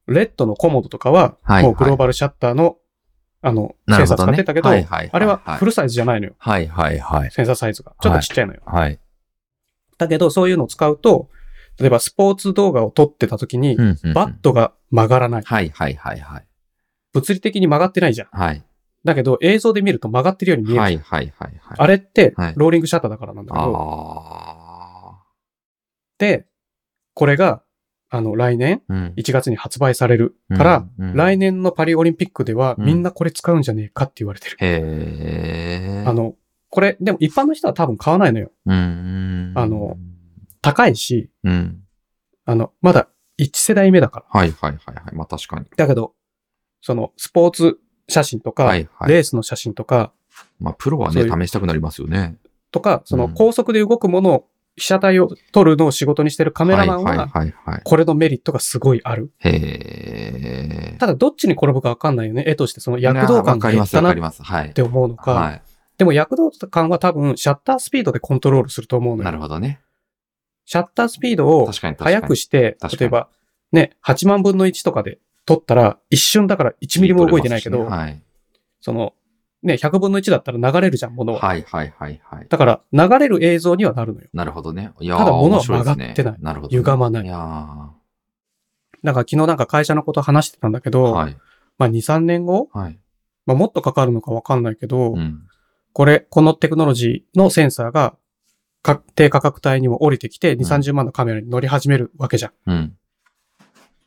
レッドのコモドとかは、
はい
もうグローバルシャッターの、あの、
な
セ
る
ンサ
ほ
ー
ど
使っ
ね。
てたけど、
はいはいいい
あれはフルサイズじゃないのよ。
はいはいはい。
センサーサイズが。ちょっとちっちゃいのよ。
はい。
だけど、そういうのを使うと、例えばスポーツ動画を撮ってた時に
う、んうんうん
バットが曲がらない。
はいはいはいはい。
物理的に曲がってないじゃん。
はい。
だけど、映像で見ると曲がってるように見える。
はいはいはいはい。
あれって
はい、
ローリングシャッターだからなんだけど、
あ
で、これが、あの、来年、
あ。うん。
1月に発売されるから、
うん、
来
年。
年のパリオリンピックでは、
うん
みんなこれ使うんじゃねえかって言われてる。
へえ。
あ、の、これ、でも一般の人は多分買わないのよ。
うん。
あの、高いし、
うん。
あの、まだ1世代目だから。
はいはいはいはい。まあ確かに。
だけど、その、スポーツ写真とか、
はいはい。
レースの写真とか、
まあプロは
そ
ね、
うい
試したくなりますよね。
とか、そうの
ん
高速で動くものを、被写体を撮るのを仕事にしてるカ
カ
メラマン
はい
は、
はいはいはい。
これのメリットがすごいある。
へえ。
ただ、どっちに転ぶかわかんないよね。絵として、その躍動
わ
感
か
が
り
減
ま
っ
す
た
わ
な
か
っ
ります。はい。
て思うのか、
は
でも躍動感は多分、シャッタースピードでコントロールすると思う
い。
の
な
よ。
るほどね。
シャッタースピードを
確かに確かに。
速くして
確か、に
例えば、ね、8万分の1とかで撮ったら、一瞬だから1ミリも動いてないけど、
はい。
その、ね、100分の1だったら流れるじゃん、ものは。
はいはいはいはい。
だから、流れる映像にはなるのよ。
なるほどね。いやー
ただ物は
面白ですね
曲がってない
なるほどね。
歪まない
いやー
なんか昨日なんか会社のこと話してたんだけど、
はい。
まあ2、3年後、
はい。
まあ、もっとかかるのかわかんないけど、
うん。
これ、このテクノロジーのセンサーが、か低価格帯にも降りてきて、2、
ん
30万のカメラに乗り始めるわけじゃん。
うん。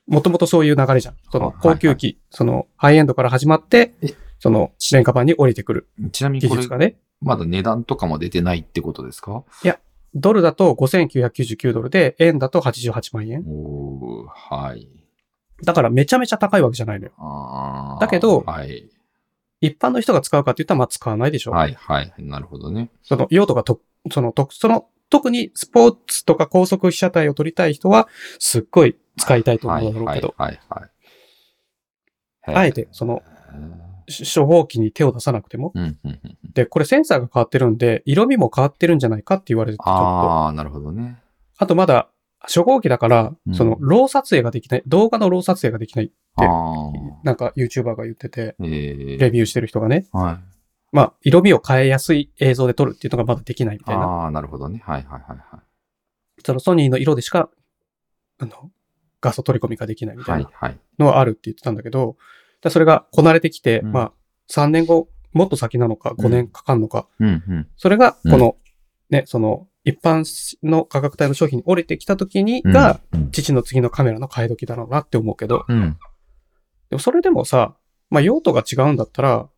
もともとそういう流れじゃん。その
はい
高級機、そのハイエンドから始まって
え、
その廉価版に降りてくる
ちなみ
技
にこれ
術、がね、
まだ値段とかも出てないってことですか
ドルだと5999ドルで、円だと88万円。
おー、はい。
だからめちゃめちゃ高いわけじゃないのよ。
あー
だけど
はい。
一般の人が使うかって言ったらまあ使わないでしょ。
はい、はい。なるほどね。
その用途がと、その、と、その、特にスポーツとか高速被写体を撮りたい人は、すっごい使いたいと思うんだろうけど、
はい、はい、は
あ
い。
えて、その、
へ
し処方機に手を出さなくても。
ー。うん、うん、うん。
で、これセンサーが変わってるんで、色味も変わってるんじゃないかって言われてて、ちょっと。
あー、なるほどね。
あとまだ、初号機だから
う、ん
その、ロー撮影ができない、動画のロー撮影ができない、
あ
で
ー。
なんか YouTuber が言ってて、
え
レビューしてる人がね、
はい。
まあ、色味を変えやすい映像で撮るっていうのがまだできないみたいな。
ああ、なるほどね。はいはいはいはい。
そのソニーの色でしか、あの、画素取り込みができないみたい
は
ない
はい。
のはあるって言ってたんだけど、だそれがこなれてきて、
うん
まあ、3年後、もっと先なのか、5年かかんのか、
うんうん。
それが、この、ね、その、一般の価格帯の商品に降りてきた時に、
うん
が、、
うん
父の次のカメラの買い時だろうなって思うけど、
うん。
でもそれでもさ、まあ、用途が違うんだったら、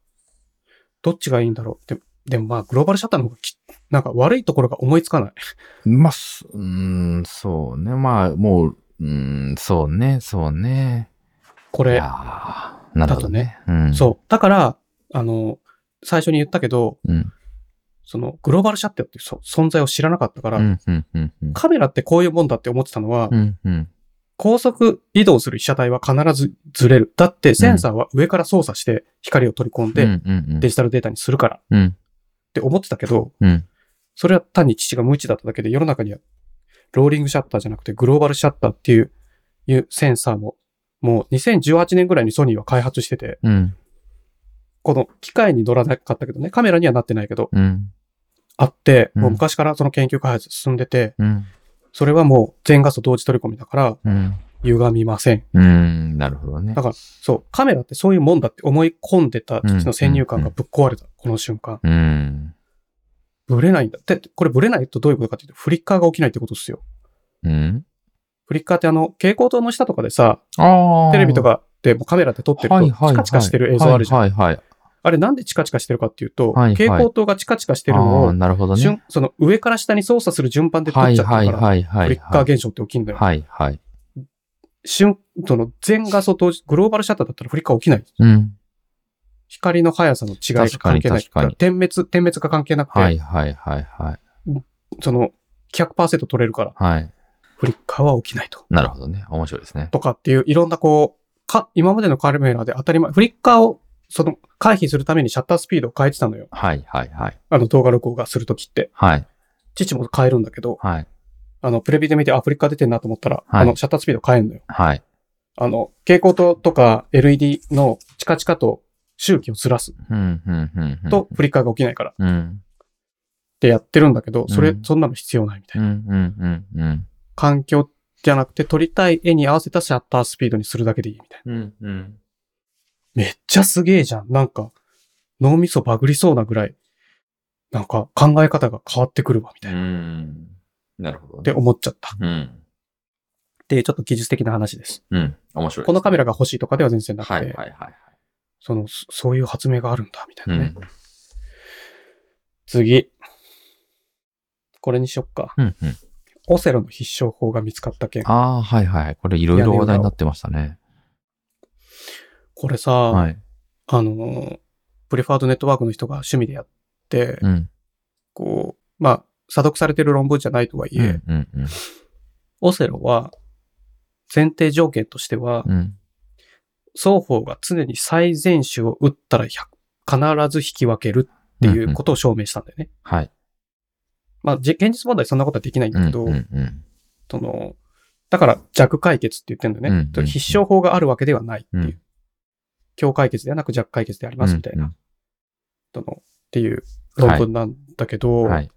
どっちがいいんだろうって、でもまあ、グローバルシャッターの方がき、なんか悪いところが思いつかない。
まあ、すうーん、そうね。まあ、もう、うーん、そうね、そうね。
こ
い
れ、
やーなるほどね。うん。
そう。だから、あの、最初に言ったけど、
う。うん。
その、グローバルシャッターっていうそ存在を知らなかったか
う
ら、
ん、うん、うん。うん
カメラってこういうもんだって思ってたのは、
うん、うん。
高速移動する被写体は必ずずれる。だってセンサーは上から操作して光を取り込ん
うん
で
うん、
デジタルデータにするからっ
うん、
て思ってたけど、
うん。
それは単に父が無知だっただけで世の中にはローリングシャッターじゃなくてグローバルシャッターっていういうセンサーももう2018年ぐらいにソニーは開発してて、
うん、
この機械に乗らなかったけどね、カメラにはなってないけど、
うん、
あって、
うん
もう昔からその研究開発進んでて、
うん、
それはもう全画素同時取り込みだから
うん。
歪みません。
うん、なるほどね
だ。から、そう、カメラってそういうもんだって思い込んでた父の先入観がぶっ壊れた、この瞬間。
うん。
ぶれないんだ。で、これぶれないとどういうことかっていうと、フリッカーが起きないってことですよ。
うん。
フリッカーってあの、蛍光灯の下とかでさ、
ああ。
テレビとかでもうカメラで撮ってると、
はい
チ
はいはい
カチカしてる映像あるじゃん。
はいはいはい。
あれなんでチカチカしてるかっていうと、
はいはい
蛍光灯がチカチカしてる
あ
の
あ、なるほど
を、
ね。
瞬その上から下に操作する順番で撮っ
はい
ちゃって
は
る
い
から、
はいはい。
フリッカー現象って起きんだよ。
はいはい。
瞬その全画素当時、グローバルシャッターだったらフリッカー起きない。
うん。
光の速さの違いが関係ない。
確かに確
点滅、点滅が関係なくて、
はいはいはいはい。
その、100%取れるから、
はい。
フリッカーは起きないと。
なるほどね。面白いですね。
とかっていう、いろんなこう、か、今までのカメラで当たり前、フリッカーを、その、回避するためにシャッタースピードを変えてたのよ。
はいはいはい。
あの動画録画するときって。
はい
父も変えるんだけど、
はい
あの、プレビで見て、あ、フリッカー出てんなと思ったら、
はい
あの、シャッタースピード変えんのよ。
はい。
あの、蛍光灯とか LED のチカチカと周期をずらす
うんうんうんうん。
と、フリッカーが起きないからっ
うん。
てやってるんだけど、それ、
うん
そんなの必要ないみた
う
い
んう
な。
んうんうん。
環境じゃなくて、撮りたい絵に合わせたシャッタースピードにするだけでいいみたいな。
うんうん。
めっちゃすげえじゃん。なんか、脳みそバグりそうなぐらい、なんか考え方が変わってくるわ、みたいな。っ
ん。なるほど
て
ね。
思っちゃった。っ
うん。
ていうちょっと技術的な話です。
うん。面白い。
このカメラが欲しいとかでは全然なくて、
はいはいはい。
その、そそういう発明があるんだ、みたいうなね。
ん。
次。これにしよっか。
うんうん。
オセロの必勝法が見つかった件。
ああ、はいはい。これいろいろ話題になってましたね。
これさ、
はい。
あのー、プレファードネットワークの人が趣味でやって、
うん。
こう、まあ、査読されてる論文じゃないとはいえ、
うんうんうん。
オセロは、前提条件としては、
うん。
双方が常に最善手を打ったら100必ず引き分けるっていうことを証明したんだよね。
はい。
まあ、じ現実問題そんなことはできないん
う
だ
ん
け
う
ど、
んうん。
その、だから弱解決って言ってるんだよね。
うんうんうん
必勝法があるわけではないっていう。
うん
強解決ではなく弱解決でありますみたいな、
うん
その、っていう論文なんだけど、
うん。はい。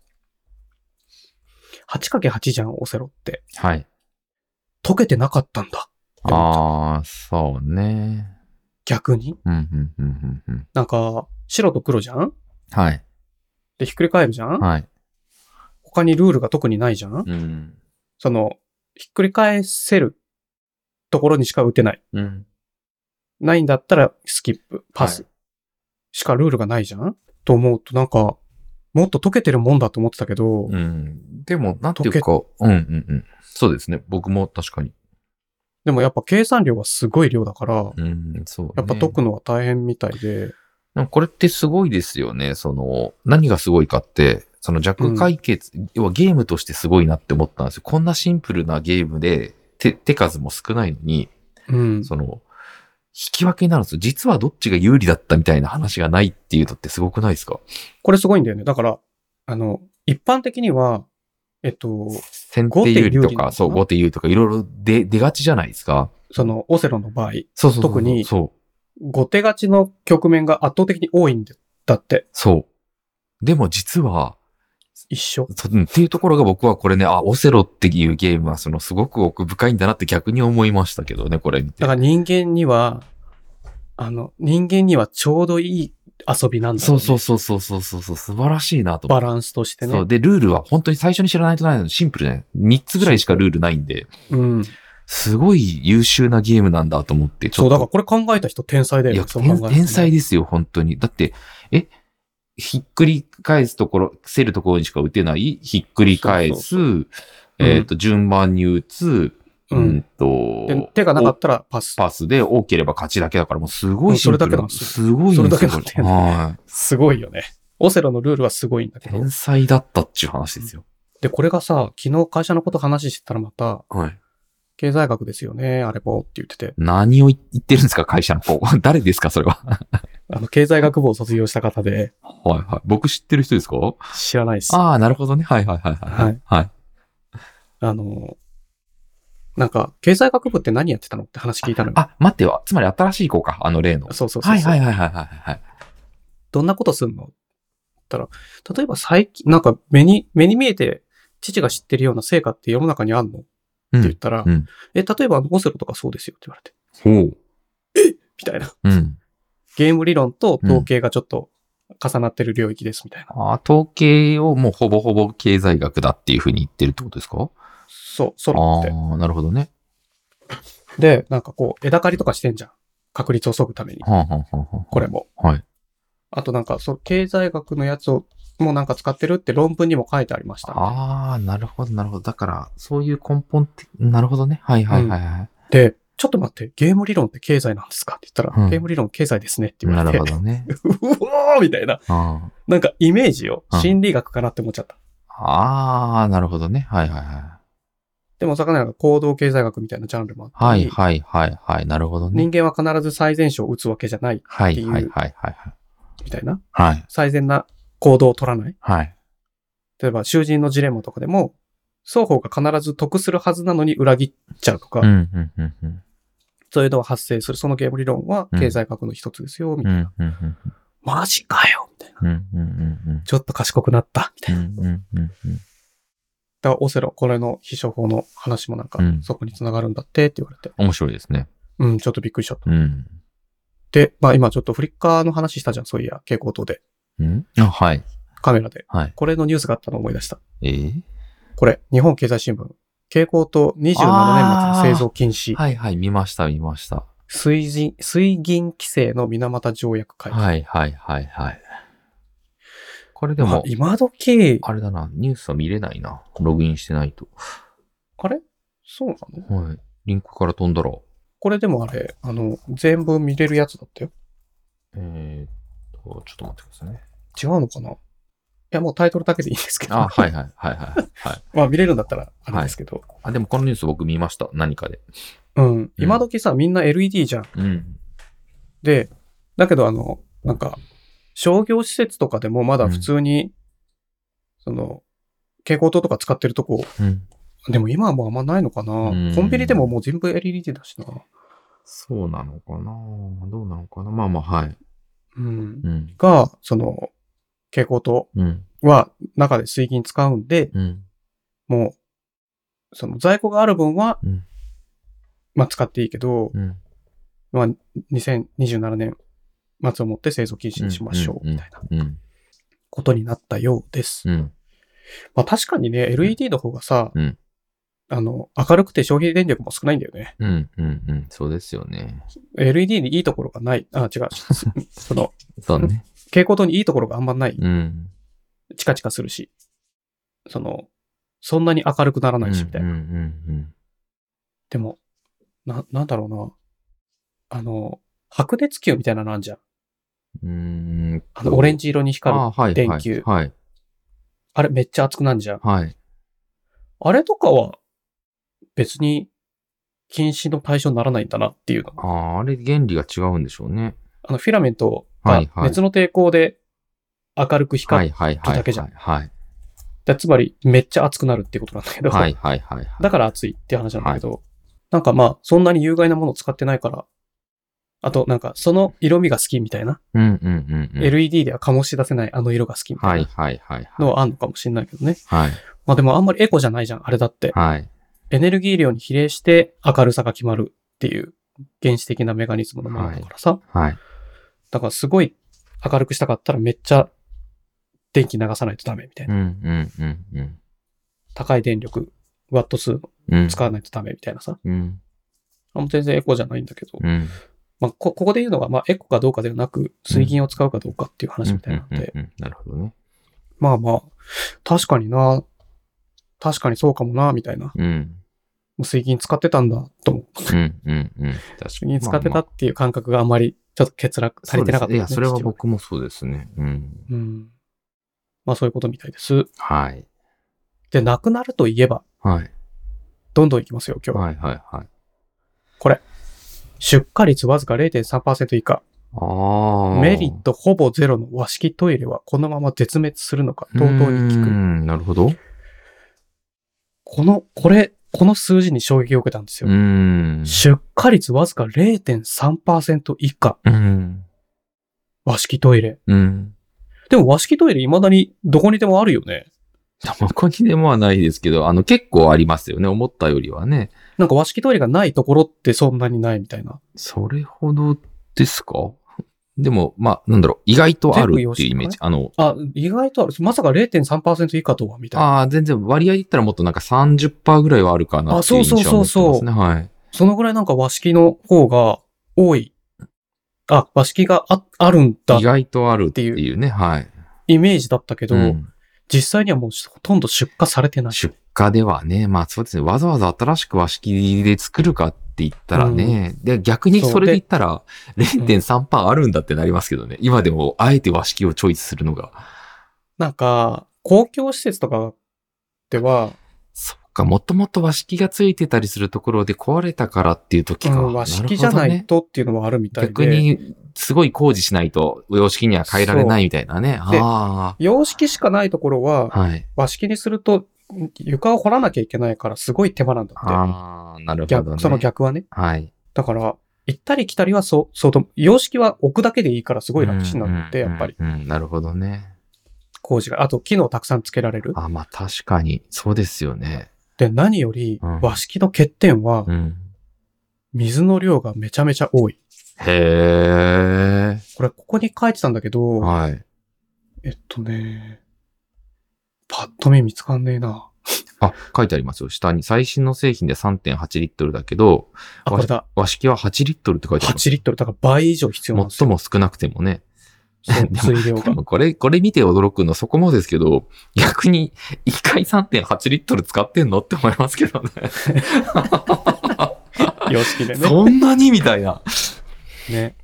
8×8 じゃん、オセロって。
はい。
解けてなかったんだ。
ああ、そうね。
逆に
うんうんうんうんうん。
なんか、白と黒じゃん
はい。
で、ひっくり返るじゃん、
はい。
他にルールが特にないじゃん、
うん。
その、ひっくり返せるところにしか打てない。
うん。
ないんだったら、スキップ、パス、
は
しかルールがないじゃんと思うと、なんか、もっと解けてるもんだと思ってたけど、
うん。でも、なんていうか、うんうんうん。そうですね。僕も確かに。
でもやっぱ計算量はすごい量だから、
うん、そう、ね。
やっぱ解くのは大変みたいで、
でもこれってすごいですよね。その、何がすごいかって、その弱解決、要はゲームとしてすごいなって思ったんですよ。こんなシンプルなゲームで、手、手数も少ないのに、
うん。
その、引き分けになるんですよ。実はどっちが有利だったみたいな話がないっていうのってすごくないですか
これすごいんだよね。だから、あの、一般的には、えっと、
先手
後手有
有利と
利なのか
か、
な
そう、後手有利とか、いろいろ出、出がちじゃないですか。
その、オセロの場合、
そうそうそうそう。
特に
そう。
後手勝ちの局面が圧倒的に多いんだって、
そう。でも実は、
一緒。
そうんっていうところが僕はこれね、あ、オセロっていうゲームはそのすごく奥深いんだなって逆に思いましたけどね、これ見て
だか。ら人間には、あの、人間にはちょうどいい遊びなんだよね、
そうそうそうそうそうそう、素晴らしいなと思っ
バ
て。
ランスとして
そう。
ね。
で、ルールは本当に最初に知らないとないのシンプルね。3つぐらいしかルールないんで、
うん。
すごい優秀なゲームなんだと思って、ち
そ
ょ
う、
っ
だから
と。
これ考えた人天才だよ
い
ね
や、
そう考えると
天
ね
天才ですよ、本当に。だって、え、ひっくり返すところ、せるところにしか打てない、ひっくり返す、
そう
えっ、と、順番に打つ、
う
うんん。と、
で手がなかったらパス。
パスで多ければ勝ちだけだから、もうすごいシンプル
うんそれだけなんですよ
すごいんです
そ
よ
れだけなんだよね
はい。
すごいよね。オセロのルールはすごいんだけど
天。才だったっていう話ですよ。
で、これがさ、昨日会社のこと話してたらまた、
はい。
経済学ですよね、あれぼって言ってて、
何を言ってるんですか、会社の子。 誰ですか、それは。
あの、経済学部を卒業した方で、
はいはい。僕知ってる人ですか
知らないっす。あ
ああ、なるほどね。はいはいはいはい。
はい。
はい。
の、なんか、経済学部って何やってたのって話聞いたのよ。
あ、待ってよ。つまり新しい子か、あの例の。
そうそうそうそう。
はいはいはいはいはいはい。
どんなことすんのって言ったら、例えば最近、なんか目に、目に見えて、父が知ってるような成果って世の中にあんのって言
う
っ
ん。
たら、
うん
え、例えばあのオセロとかそうですよって言われて、
ほう。
みたいな。
うん。
ゲーム理論と統計がちょっと重なってる領域ですみたいな。
あー統計をもうほぼほぼ経済学だっていうふうに言ってるってことですか
そう、ソロ
あ
って。
あ、なるほどね。
で、なんかこう、枝刈りとかしてんじゃん。確率を削ぐために。
はあ、はあはあはあ、
これ。も。
はい。
あとなんか、そう、経済学のやつを、もうなんか使ってるって論文にも書いてありました。
ああ、なるほど、なるほど。だから、そういう根本的、なるほどね。はいはいはいはい。
で、ちょっと待って、ゲーム理論って経済なんですかって言ったら、
うん
ゲーム理論経済ですねって言わ
な
れ
る
て
ほ、どね。
うおーみたいな、
うん
なんかイメージを
うん
心理学かなって思っちゃった。
ああ、なるほどね。はいはいはい。
でも、魚屋が行動経済学みたいなジャンルもあって、
はいはいはいはい。なるほどね。
人間は必ず最善手を打つわけじゃない、
はい
っていう
はいはいはい。
みたいな。
はい。
最善な行動を取らない。
はい。
例えば、囚人のジレンマとかでも、双方が必ず得するはずなのに裏切っちゃうとか、
うんうんうんうん。
そういうのが発生する、そのゲーム理論は
うん
経済学の一つですよ、み
う
たい
ん
な。
うんうん
マジかよみたいな。
うんうんうん
ちょっと賢くなった、みた
う
いな。
んうんうんうんうん
だからオセロ、これの秘書法の話もなんか
うん、
そこに繋がるんだってって言われて、
面白いですね。
うん、ちょっとびっくりしちゃった。
うん。
で、まあ今ちょっとフリッカーの話したじゃん、そういや、蛍光灯で、
うんあ、はい。
カメラで。
はい。
これのニュースがあったのを思い出した。
えー
これ、日本経済新聞。蛍光灯27年末の製造禁止。
はいはい。見ました見ました。
水銀、水銀規制の水俣条約会議。
はいはいはいはい。これで
まあ
も、
今時、
あれだな。ニュースは見れないな。ログインしてないと。
あれそうなの
はい。リンクから飛んだら。
これでもあれ、あの、全部見れるやつだったよ。
えーっと、ちょっと待ってくださいね。
違うのかないや、もうタイトルだけでいいんですけど。
あ、はいはいはいはい。はい。
まあ見れるんだったらあれですけど。
あ、でもこのニュース僕見ました。何かで。
うん。今時さ、みんな LED じゃん。
うん。
で、だけどあの、なんか、商業施設とかでもまだ普通に、その、蛍光灯とか使ってるとこ、
うん。
でも今はもうあんまないのかな。
ん
コンビニでももう全部 LED だしな。
そうなのかなどうなのかなまあまあ、はい。
うん。
うん。
が、その、蛍光灯
うん。
は中で水銀使うんで、
うん。
もう、その在庫がある分は、
うん
まあ使っていいけど、
うん。
まあ2027年末をもって製造禁止にしましょう、みたいな
うん。
ことになったようです。
うん。
まあ確かにね、LED の方がさ、
うん
あの、明るくて消費電力も少ないんだよね。
うん。うん。うん。そうですよね。
LED にいいところがない。あ、違う。すその、
そうね。
蛍光灯にいいところがあんまない。
うん。
チカチカするし。その、そんなに明るくならないし、みたいな。
うん。うん。
でも、な、なんだろうな。あの、白熱球みたいなのあんじゃん。
うん。うん。
あの、オレン
ジ
ジ色に光る。あ
はい。
電球
はい。
れめっちゃ熱くなんじゃん。
はい。
あれとかは、別に、禁止の対象にならないんだなっていうの。
ああ、あれ原理が違うんでしょうね。
あの、フィラメント
は
が
いはい
熱の抵抗で明るく
は
光
い
る。
はいはい。
だけじゃん
はい。
だつまり、めっちゃ熱くなるっていうことなんだけど。
はいはいはいはい。
だから熱いって話なんだけど、なんかまあ、そんなに有害なものを使ってないから、あとなんか、その色味が好きみたいな、
うんうんうんうん。
LED では醸し出せないあの色が好きみた
はいい
な
はいはいはい。
のはあんのかもしれないけどね。
はい。
まあでもあんまりエコじゃないじゃん、あれだって。
はい。
エネルギー量に比例して明るさが決まるっていう原始的なメカニズムのものだからさ、
はい。
だからすごい明るくしたかったらめっちゃ電気流さないとダメみたいな。
うんうんうん
高い電力、ワット数
うん。うん。
使わないとダメみたいなさ。
うん。
あんま全然エコじゃないんだけど、
うん。
まあ、こ、ここで言うのが、まあ、エコかどうかではなく、水銀を使うかどうかっていう話みたいなんで、
うんうんうんうん。なるほどね。
まあまあ、確かにな、確かにそうかもな、みたいな。も
うん。
う水銀使ってたんだ、と思う。
うんうんうん。確かに。
水銀使って
ま
た
あまあ
っていう感覚があんまり、ちょっと欠落されてなかった、
そうですいや、それは
父
僕もそうですね。うん。
うん。まあ、そういうことみたいです。
はい。
で、なくなるといえば、
はい。
どんどんいきますよ、今日。
はいはいはい。
出荷率わずか0.3%以下。
ああ。
メリットほぼゼロの和式トイレはこのまま絶滅するのか、とうとうに
う
聞く。
ん、なるほど。
この、これ、この数字に衝撃を受けたんですよ。
うん。
出荷率わずか0.3%以下。
うん。
和式トイレ。
うん。
でも和式トイレ未だにどこにでもあるよね。
どこにでもはないですけど、あの、結構ありますよね。思ったよりはね。
なんか和式トイレがないところってそんなにないみたいな。
それほどですかでも、まあ、なんだろう、意外とあるっていうイメージ。あの、
あ、意外とある。まさか0.3%以下とは、みたいな。
ああ、全然割合言ったらもっとなんか30%ぐらいはあるかなっていう印象を持ってますね。はい。
そのぐらいなんか和式の方が多い。あ、和式がああるんだ
意。外とあるっていうね、はい。
イメージだったけど、
うん
実際にはもうほとんど出荷されてない。
出荷ではね、まあそうですね、わざわざ新しく和式で作るかってって言ったらね、で、逆にそれで言ったら、0.3%あるんだってなりますけどね。今でも、あえて和式をチョイスするのが。
なんか、公共施設とかでは、
そっか、もともと和式がついてたりするところで壊れたからっていう時
う
か。
ん和式じゃ
るほ
な
どね
いとっていうのはあるみたいで。
逆。に、すごい工事しないと、様式には変えられないみたいなね。
うで
あ
洋式しかないところ
あ。
は、
はい。
和式にすると床を掘らなきゃいけないからすごい手間なんだって。
ああ、なるほど、
逆、
ね。
その。逆はね。
はい。
だから、行ったり来たりはそう、そうと、洋式は置くだけでいいからすごい楽ちになって、やっぱり
うんうんうん。うんなるほどね。
工事が。あと、機能たくさんつけられる。
あ、まあ確かに、そうですよね。
で、何より
うん、
和式の欠点は
う、ん。
水の量がめちゃめちゃ多い。
へえ。
これ、ここに書いてたんだけど、
はい。
えっとね、パッと見見つかんねえな。
あ、書いてありますよ。下に、最新の製品で3.8リットルだけど、
あ、これだ。
和式は8リットルって書いてあります。
8リットル。だから倍以上必要なんです
最
よ。
も少なくてもね。
そう
でも
水量
で
が。
もこれ、これ見て驚くのそこもですけど、逆に1回3.8リットル使ってんのって思いますけどね。
洋式でね。
そんなにみたいな。
ね。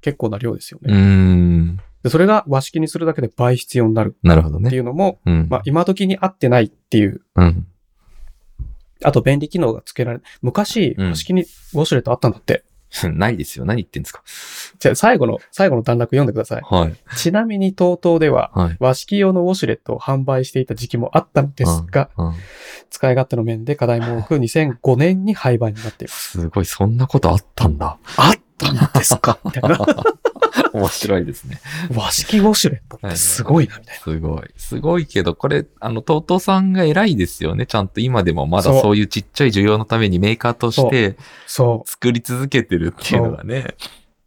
結構な量ですよ
うー
ね。
ん。
でそれが和式にするだけで倍必要になる
なるほど
ってい
ね。
うのも、
うん。
まあ今時に合ってないっていう、
うん。
あと便利機能が付けられ、昔、
うん
和式にウォシュレットあったんだって。
ないですよ。何言ってんですか。
じゃあ最後の、最後の段落読んでくだ さい。
はい。
ちなみに TOTO では、
はい。
和式用のウォシュレットを販売していた時期もあったのですが、
うん、
使い勝手の面で課題も多く、2005年に廃盤になっています。
すごい、そんなことあったんだ。
あったんですか みたいな。
面白いですね。
和式ウォシュレットってすごいな、みたい
すごい。すごいけど、これ、あの、TOTO さんが偉いですよね。ちゃんと今でもまだ
そう
そういうちっちゃい需要のためにメーカーとして
な。そう。
作り続けてるっていうのがね。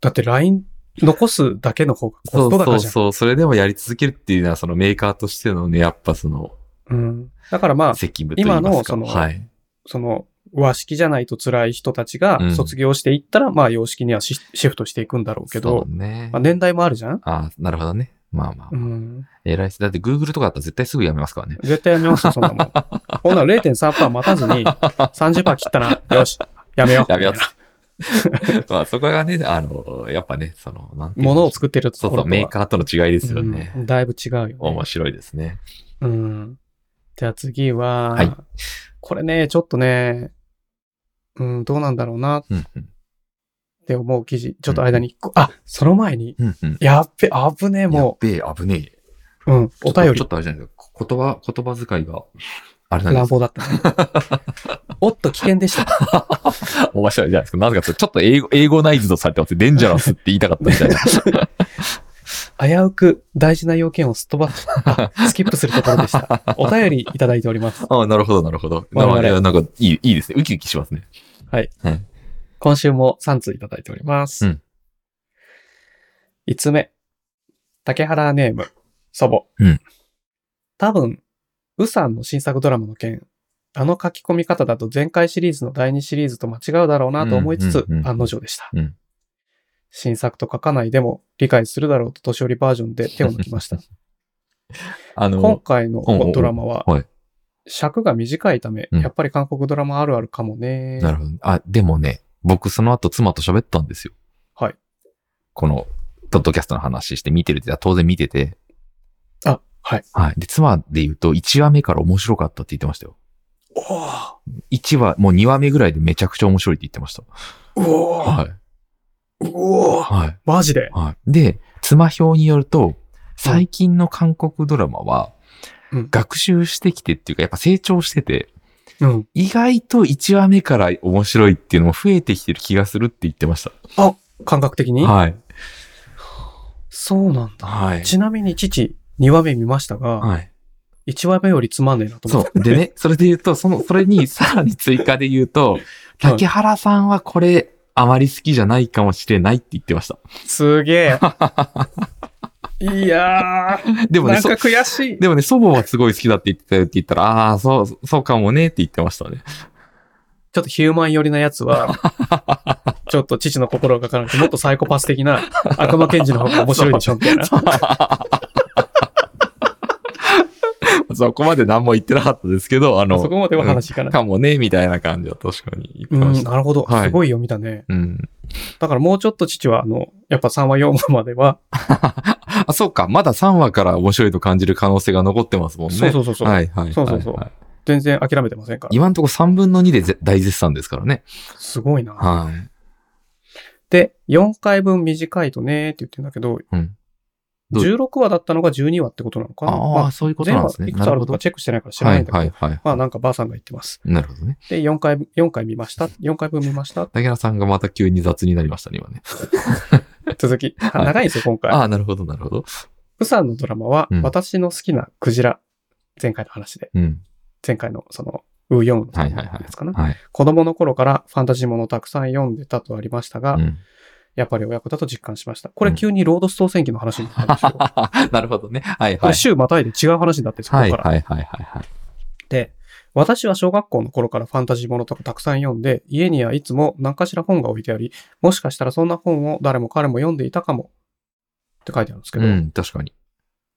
だって LINE 残すだけの方が
そ
コス
う
ト
そ
高
う
じゃん。
そう。それでもやり続けるっていうのは、そのメーカーとしてのね、やっぱその、
うん。だからまあ、
責務といいますか。
今のその
はい。
その、和式じゃないと辛い人たちが
うん
卒業していったら、まあ洋式にはシシフトしていくんだろうけ
そ
ど、
うね。
まあ年代もあるじゃん
あなるほどね。まあまあ
う。ん。
偉いです。だって Google とかだったら絶対すぐやめますからね。
絶対やめますよ、そんな もん。ほんなら0.3%待たずに、30%切ったな。よし、やめよう。
やめよう。まあそこがね、あの、やっぱね、その、なんていうの
物を作ってるとこ
そう
ろと
そ
は
う、メーカーとの違いですよね。
うんだいぶ違うよね、
面白いですね。
うん。じゃあ次は、
はい
これね、ちょっとね、うん、どうなんだろうなっ
うんうん
て思う記事、ちょっと間に一個、あ、その前に、
うんうん
やっべ、危ねえ、も
やっべえ、危ねえ。
う。うん、お便
ちょ
り
っとちょっ、とあれじゃないですか。こ言葉、言葉遣いが、あれなんで
乱
すか。
暴だったね。 おっと、危険でした。
面白いじゃないですか。なぜかというとちょっと英語、英語ナイズドされてます。デンジャラスって言いたかったみたいな。
危うく大事な要件をすっ飛ばす、あスキップするところでした。 お便りいただいております。
ああ、なるほど、なるほど。
我々
まあいやなんか、いい、いいですね。ウキウキしますね。
今週も3通いただいております。
うん
5つ目。竹原ネーム、祖母。
うん
多分、ウさんの新作ドラマの件、あの書き込み方だと前回シリーズの第2シリーズと間違うだろうなと思いつつ
うんうんう、ん
案の定でした。
うん
新作と書かないでも理解するだろうと年寄りバージョンで手を抜きました。
あ
今
の、
回の
おうおう
ドラマは
はい、
尺が短いため、
うん
やっぱり韓国ドラマあるあるかもね。
なるほど。あ、でもね、僕その後妻と喋ったんですよ。
はい。
この、ポッドキャストの話して見てるって、当然見てて。
あ、はい。
はい。で、妻で言うと、1話目から面白かったって言ってましたよ。
おー
1話、もう2話目ぐらいでめちゃくちゃ面白いって言ってました。
うおー
はい。
うおー
はい。
マジで
はい。で、妻表によると、最近の韓国ドラマは、
うん
学習してきてっていうか、やっぱ成長してて、
うん。
意外と1話目から面白いっていうのも増えてきてる気がするって言ってまし
感覚的
た。
に
はい。
そうなんだ。
はい。
ちなみに父、2話目見ましたが、
はい。
1話目よりつまんねえなと思っ
そ
て。
う。でね、それで言うと、その、それにさらに追加で言うと、竹原さんはこれ、あまり好きじゃないかもしれないって言ってました。
す げえ。いやー、
でも
な
ね、
んか
そ
悔しい。
でもね、祖母はすごい好きだって言ってたよって言ったら、ああー、そう、そうかもねって言ってましたね。
ちょっとヒューマン寄りなやつは、ちょっと父の心がかからなくて、もっとサイコパス的な悪 魔賢治の方が面白いでしょ、みたいな。
そこまで何も言ってなかったですけど、あ
そ
の、
こまでは話いかない。
かもね、みたいな感じは確かに言って
う
まし
ん、
た。
なるほど。
はい
すごい読みだね。
うん。
だからもうちょっと父は、あの、やっぱ3話4話までは、
あ、そうか。まだ3話から面白いと感じる可能性が残ってますもんね。
そうそうそうそう
はいはいはい。
そうそうそう
はい
全然諦めてませんから。
今んとこ3分の2でぜ大絶賛ですからね。
すごいな。
はい。
で、4回分短いとねーって言ってんだけど、
うんどう
16話だったのが12話ってことなのかな。ま
ああ、そういうこと
前
なん
話
ですね。
いくつ
な
あ
る
る
ほ
とか。
ど
チェックしてないから知ら
は
ないん
い
だけど、
はいはい。
まあなんかばあさんが言ってます。
なるほどね。
で、4回、4回見ました。4回分見ました。
竹原さんがまた急に雑になりましたね、今ね。
続き。あ
はい
長いんですよ、今回。
ああ、なるほど、なるほど。
プサンのドラマは、
うん
私の好きなクジラ。前回の話で。
うん。
前回の、その、ウーヨムの
はいはいはい
やつかな。
はい。
子供の頃からファンタジーものをたくさん読んでたとありましたが、
うん、
やっぱり親子だと実感しました。これ急にロードストー戦記の話になったんですよ。
なるほどね。はい
こ
は
れ
い。
週またいで違う話になってるんですよ、
はい
ここから。
はいはいはいはい。
で、私は小学校の頃からファンタジーものとかたくさん読んで、家にはいつも何かしら本が置いてあり、もしかしたらそんな本を誰も彼も読んでいたかも。って書いてあるんですけど、
うん、確かに。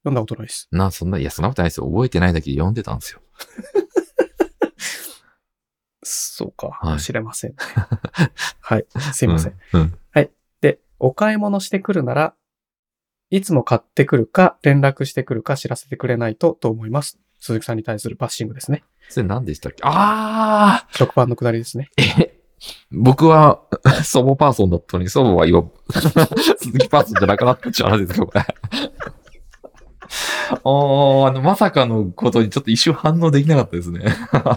読んだことないです。
な、そんな、いや、そんなことないですよ。覚えてないだけで読んでたんですよ。
そうか、
はい
知れません。はい、すいません。
うん。うん。
で、お買い物してくるなら、いつも買ってくるか、連絡してくるか知らせてくれないとと思います。鈴木さんに対するバッシングですね。
それ何でしたっけああ
食パンのくだりですね。
僕は、 祖母パーソンだったのに、祖母は今、 鈴木パーソンじゃなくなったっちゅう話ですよ、 これ。おー、あの、まさかのことにちょっと一瞬反応できなかったですね。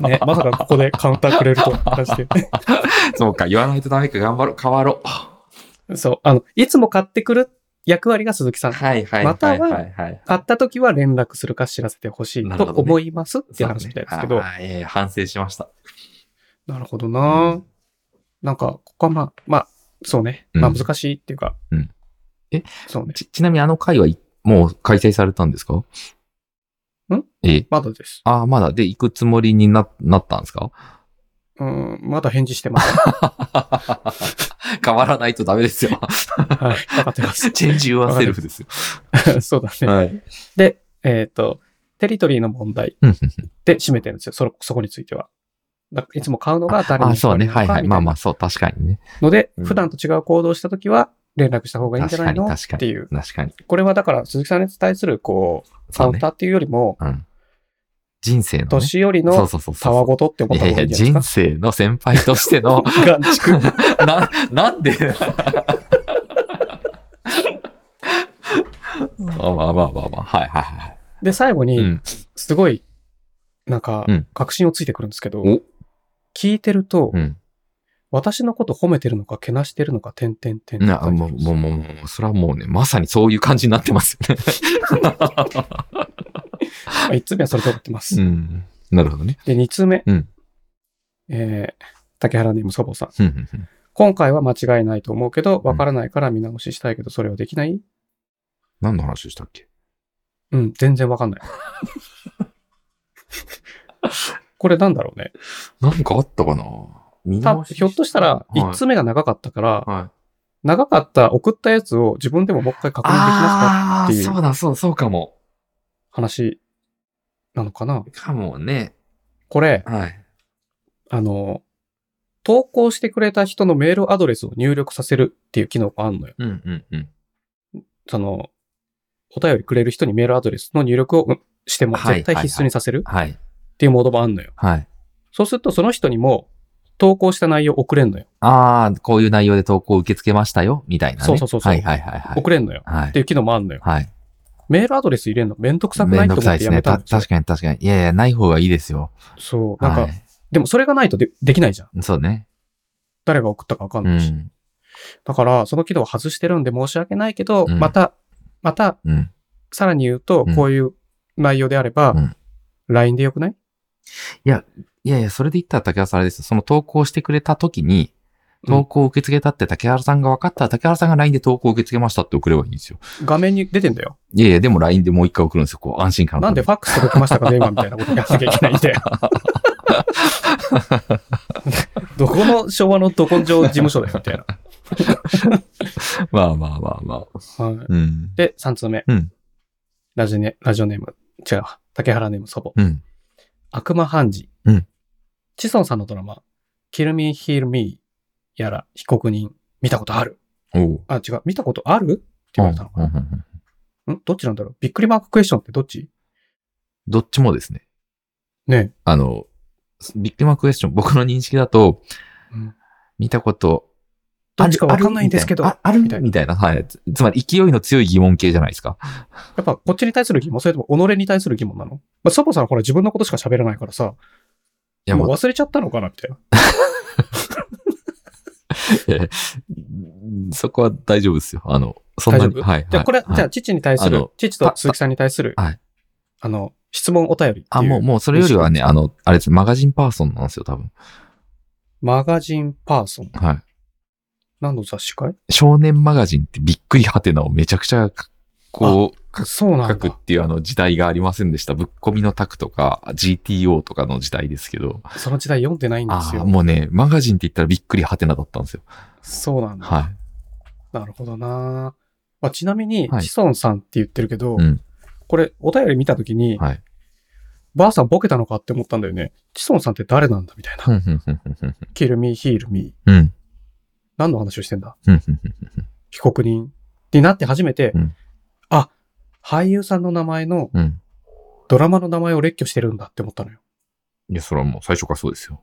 ね、まさかここでカウンターくれるとは話して。
そうか、言わないとダメか、頑張ろう、変わろう。は
そう、あの、いつも買ってくる役割が鈴木さん
い。はいはい
または
はいはい。
買った時は連絡するか知らせてほしい
な
と
るほどね
思いますっていう話みたいですけど。
あーええ反省しました。
なるほどな、
うん
なんか、ここはまあ、まあ、そうね。
うん
まあ難しいっていうか。
うんえ
そうね。
ち、ちなみにあの会はいもう開催されたんですかんええ。
まだです。
ああ、まだ。で、行くつもりにな、なったんですか
うん、まだ返事してます。
変わらないとダメです
は
よ。
い。 わかってます。
チェンジ・ユア・セルフですよ。
そうだね。
はい。
で、えっ、と、テリトリーの問題で締めてるんですよ。それ、そこについては。だいつも買うのが誰
あ
に
あ、そうね。
使われるの
はい
か
はい。
みた
まあ
い
ま
な
あ、そう。確かにね。
ので、
うん
普段と違う行動をしたときは連絡した方がいいんじ
確
ゃな
か
い
に、
の
確か
って
に
いう。。
確かに。
これはだから鈴木さんに対するこう、カ
そ
ウ
う
ン
ね
タ。ーっていうよりも、
うん。人生の、ね。
年寄り
そう
の
そうそう
たわ
そう。
ごとって思
い
った
や
方
い
がいいん
や、
じゃない
人
です
生の先輩としての、
か。眼蓄
な、 なんでまあまあまあまあまあ、はいはいはい。
で、最後
う
に、
ん。
すごい、なんか
うん、
確信をついてくるんですけど、
お
聞いてると、
うん。
私のこと褒めてるのか、けなしてるのか、てんてんてん。
な、もう、もう、もう、もうそれはもうね、まさにそういう感じになってますよね。
あ一通目はそれで終わってます。
うん。なるほどね。
で、二通目。
うん
えー竹原ネーム祖母さん。
うんうんうん
今回は間違いないと思うけど、わからないから見直ししたいけど、それはできない
何の話でしたっけ
うん、全然わかん ない。これなんだろうね。
なんかあったかな見
た
直し
ひょっとしたら、一通目が長かったから、
はい。
長かった送ったやつを自分でももう一回確認できますか
あ
って
あ
いう
ー、そうだ、そう、そうかも。
話なのかな
かもね。
これ、
はい。
あの、投稿してくれた人のメールアドレスを入力させるっていう機能があるのよ。
うんうんうん。
その、お便りくれる人にメールアドレスの入力をうんしても
はい
絶対必須にさせる
はい。
っていうモードもあんのよ。
はい。
そうするとその人にも投稿した内容送れんのよ。
ああ、こういう内容で投稿を受け付けましたよ、みたいな、ね。
そうそうそうそう
はいはいはいはい。
送れんのよ。
は
って
い。
いう機能もあんのよ。
はい。
メールアドレス入れるのめんどくさくな
め
い
ん
と思
ど
っ
くさい
て
で
や
す
め
ね。
た
た
んですよ
確かに確かに。いやいや、ない方がいいですよ。
そう。なんか、
は
でもそれがないとでできないじゃん。
い、そうね。
誰が送ったかわかん
う
ないし。
ん。
だから、その機能を外してるんで申し訳ないけど、
うん
また、また、
うん。
さらに言うと
う、ん
こういう内容であれ
う
ば
ん、
LINE でよくない
いやいや、それで言ったら竹原さんあれですよその投稿してくれた時に、
うん
投稿を受け付けたって竹原さんが分かったら、竹原さんが LINE で投稿を受け付けましたって送ればいいんですよ。
画面に出てんだよ。
いやいや、でも LINE でもう一回送るんですよ。こう、安心感の
なん
ため
で
に
ファックス届きましたか 電話みたいなことやらなきゃいけないんだよ。どこの昭和のど根性事務所だよみたいな。
まあまあまあまあ。
はい
うん。
で、3通目。
うん
ラジオネラジオネーム、違うわ。竹原ネーム祖母、
うん。
悪魔判事、
うん
チソンさんのドラマ、キルミーヒールミーやら被告人、見たことある
おう。
あ、違う、見たことあるって言われたのか
うんうんうん
な。んどっちなんだろうびっくりマーククエスチョンってどっち
どっちもですね。
ね
あの、ビッグマークエスチョン、僕の認識だと、
え、うん
見たこと、
どっちかわかんないんですけど、
あ
や
るある
み
み
た
た
い
い
な
な。はい。つつまり、勢いの強い疑問系じゃないですか。
っぱこっちに対する疑問、それとも己に対する疑問なのまあ、祖母さんはほら自分のことしか喋らないからさ、
いや、
もう
もう、
忘れちゃったのかなみたいな。
そこは大丈夫ですよ。あの、そんな
大丈
に。
夫
はい。
じゃあこれ、
はい
じゃあ父に対す
あ
る
の、
父と鈴木さんに対する、
たはい
あの、質問お便りって
あ、
い
もう、
う、
もう、それよりはね、あの、あれです。マガジンパーソンなんですよ、多分。
マガジンパーソン。
は
何の雑誌かい
い。少年マガジンってびっくりハテナをめちゃくちゃ、こう、か
そうな
書
ん
くっ
だ。
ていうあの時代がありませんでした。ぶっ込みのタクとか、GTO とかの時代ですけど。
その時代読んでないんで
あ
す
あ、
よ。
もうね、マガジンって言ったらびっくりハテナだったんですよ。
そうなんだ。
は
なるほどな。まあ、ちなみに、
はい
チソンさんって言ってるけど、
うん
これ、お便り見たときに、
い。はい。
ばあさんボケたのかって思ったんだよね。チソンさんって誰なんだみたいな。
ふんふんふんふんふん
キルミー、ヒールミー。
うん。
何の話をしてんだ
ふんふんふん
被告人になって初めて、
うん
あ、俳優さんの名前の
うん。
ドラマの名前を列挙してるんだって思ったのよ。
いや、それはもう最初からそうですよ。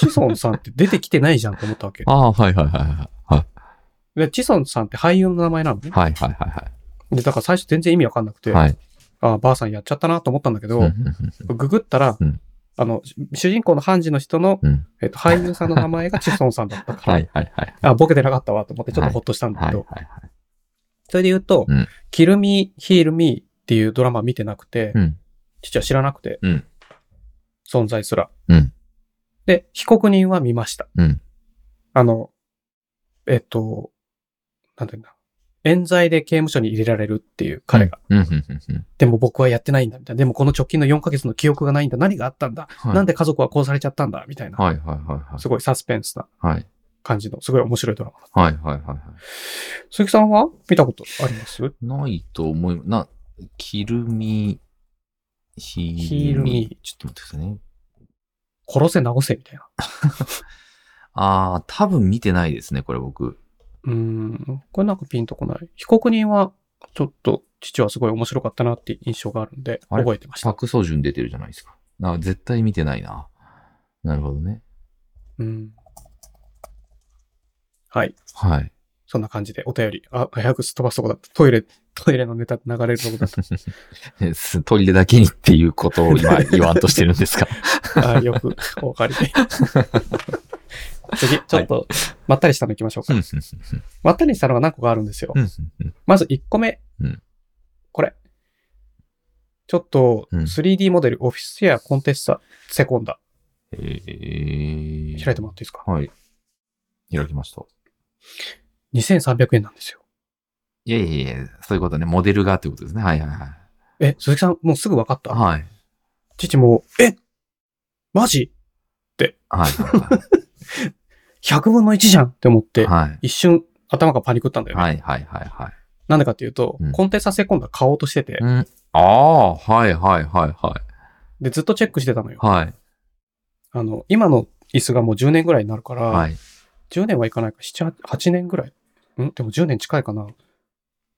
チソンさんって出てきてないじゃんと思ったわけ。
ああ、はいはいはいはい。はい
で、チソンさんって俳優の名前なのね。
はいはいは
で、だから最初全然意味わかんなくて、
いはい。はい。
あ、ばあさんやっちゃったなと思ったんだけど、
うんうんうん
ググったら、
うん
あの、し主人公の判事の人の、
うん
えっと、俳優さんの名前がチソンさんだったから、
はいはいはい。
あ、ボケてなかったわと思ってちょっとほっとしたんだけ
はい
ど、
はいはい。
それで言うと、
うん
キルミー、ヒールミーっていうドラマ見てなくて、
うん。
父は知らなくて、
うん
存在すら。
うん
で、被告人は見ました。
うん
あの、えっと、なんていうんだ。冤罪で刑務所に入れられるっていう彼が。。
うんうんうんうん。
でも僕はやってないんだ、みたいな。でもこの直近の4ヶ月の記憶がないんだ。何があったんだ、
はい
なんで家族は殺されちゃったんだみたいな。
はいはいはい
すごいサスペンスな
はい。はい
感じの、すごい面白いドラマ。
はいはいはいはい。
鈴木さんは見たことあります
ないと思い、な、キルミ、ヒ
ヒー
ー
ル
ル
ミ
ミ。
ー、ちょっ
ちょっと待ってくださいね。
と殺せ直せみたいな。
ああ、多分見てないですね、これ僕。
うーん、これなんかピンとこない。被告人は、ちょっと、父はすごい面白かったなって印象があるんで、
あれ
覚えてました。
パクソジュン出てるじゃないですか。あ絶対見てないな。なるほどね。
うん。はい。
はい。
そんな感じで、お便り。あ、早くすっ飛ばすとこだった。トイレ、トイレのネタ流れるとこだっ
すトイレだけにっていうことを今言わんとしてるんですか。
た。あーよくお分か りで。次、ちょっと、まったりしたのいきましょ うか。
うん
まったりしたのが何個かあるんですよ。
うん うん
まず1個目。
うん
これ。ちょっと、
うん
3D モデル、オフィスやコンテッサ、セコンダ、
えー、
開いてもらっていいですか
はい。開きました。
2300円なんですよ。
いやいやいや、そういうことね。モデルがってことですね。はいはいはい。
え、鈴木さん、もうすぐ分かった、
はい。
父も、えマジ
はい は
?100 分の1じゃんって思っ
い
て、
はい。
一瞬頭がパニックったんだよね。
はいはいはいはい。
なんでかっていうと、
うん
コンテンサセコンダ買おうとしてて、
うん。ああ、はいはいはいはい。
で、ずっとチェックしてたのよ。
はい。
あの、今の椅子がもう10年ぐらいになるから、
はい。
10年はいかないか、7、8年ぐらい。んでも10年近いかな。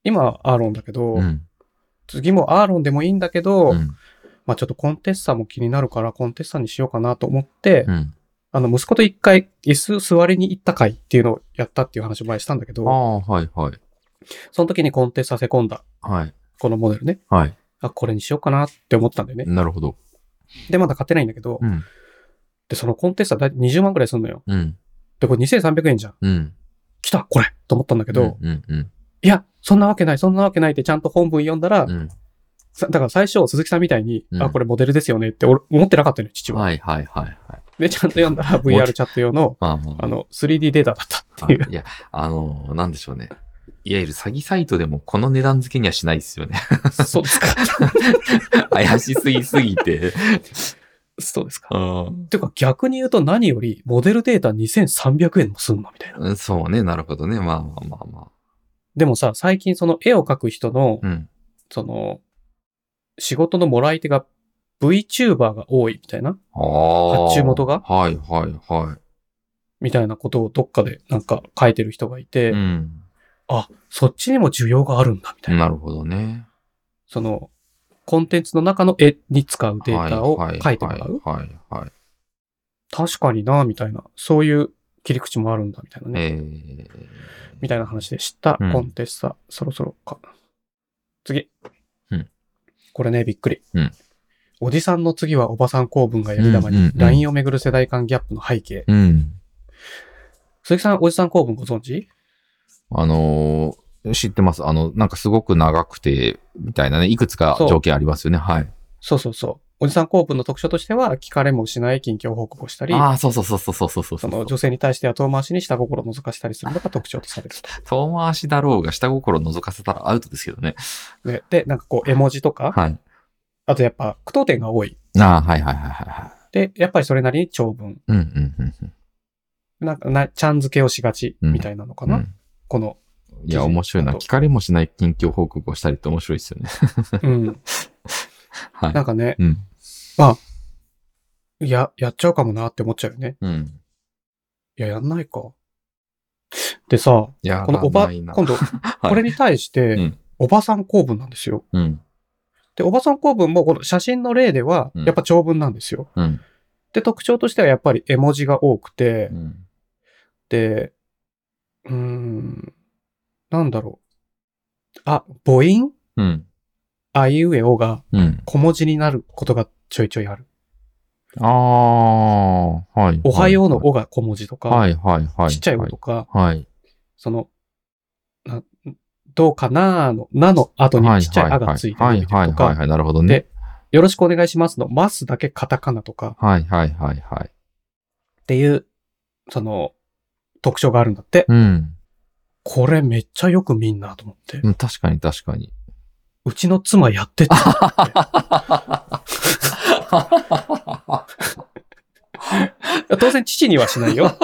今、アーロンだけど、
うん。
次もアーロンでもいいんだけど、
うん。
まあちょっとコンテッサも気になるから、コンテッサにしようかなと思って、
うん。
あの、息子と一回椅子座りに行った回っていうのをやったっていう話を前にしたんだけ
あ
ど、
あ、はいはい。
その時にコンテストセコンダ、
はい。
このモデルね。
はい。
あ、これにしようかなって思ってたんだよね。
なるほど。
で、まだ買ってないんだけど、
うん。
で、そのコンテストだいたい20万くらいすんのよ。
うん。
で、これ2300円じゃん。
うん。
来たこれと思ったんだけど、
うん。うん。
いや、そんなわけない、そんなわけないってちゃんと本文読んだら、
うん。
さだから最初、鈴木さんみたいに、
うん
あ、これモデルですよねって俺思ってなかったのよ、父は。
はいはいはいはい。
で、ちゃんと読ん だら VR チャット用の、
まあまあ。
あの、3D データだったっていう。
あいや、あの、なんでしょうね。いわゆる詐欺サイトでもこの値段付けにはしないですよね。
そうですか。
怪しすぎすぎて。
そうですか。
う
てか逆に言うと何よりモデルデータ2300円もすんのみたいな。
ん。そうね、なるほどね。まあまあまあま
でもさ、最近その絵を描く人の
あ。、うん。
その、仕事のもらい手が VTuber が多いみたいな、
ああ。
発注元が
はいはいは
みたいなことをどっかでなんか書いてる人がいて、
い。うん。
あ、そっちにも需要があるんだ、みたいな。
なるほどね。
その、コンテンツの中の絵に使うデータを書いてもらう。
はいはいはいはい。
確かにな、みたいな。そういう切り口もあるんだ、みたいなね。
え
みたいな話でした。
うん
コンテスタ、そろそろか。次。
うん
これね、びっくり。
うん
おじさんの次はおばさん構文がやり玉
うんうん
に
う、ん
LINE をめぐる世代間ギャップの背景。
ーうん。
鈴木さん、おじさん構文ご存知
あのー知ってます。あの、なんかすごく長くて、みたいなね、いくつか
そう
条件ありますよね。はい。
そうそうそう。おじさん構文の特徴としては、聞かれもしない近況報告をしたり、
ああ、そうそうそうそうそうそうそう
その女性に対しては遠回しに下心を覗かしたりするのが特徴とされる
遠回しだろうが、下心覗かせたらアウトですけどね。
と。で、でなんかこう、絵文字とか、
はい。
あとやっぱ、句読点が多い。
ああ、はいはいはいはいはい。
で、やっぱりそれなりに長文。
うんうんうんうん。
なんかな、ちゃん付けをしがち、みたいなのかな、
うん
こ の、
いや、面白いな。
記事
聞かれもしない近況報告をしたりって面白いですよね。
うん。
はい
な。んかね、
うん。
いや、やっちゃうかもなって思っちゃうよね。
うん。
いや、やんないか。でさ、
や
このおば、
らないな
今 度、これに対して、
うん
おばさん公文なんですよ。
うん。
で、おばさん公文も、この写真の例では、
うん
やっぱ長文なんですよ。
うん。
で、特徴としてはやっぱり絵文字が多くて
う、ん。
で、うーん、なんだろう。あ、母音
うん。
あいうえおが
うん。
小文字になることがちょいちょいある。
ああ、はい。
おはようの
お
おが小文字とか、
はいはいはい。
ちっちゃいおとか、
はい。
その、などうかなーの、なの後に
はい。
ちっちゃいあがついてると
はいはいはい
か、
はい。なるほどね。
よろしくお願いしますの、ますだけカタカナとか
はいはいはいはい。
っていう、その、特徴があるんだって。
うん。
これめっちゃよく見んなと思って。
うん確かに確かに。
うちの妻やって た。当然父にはしないよ。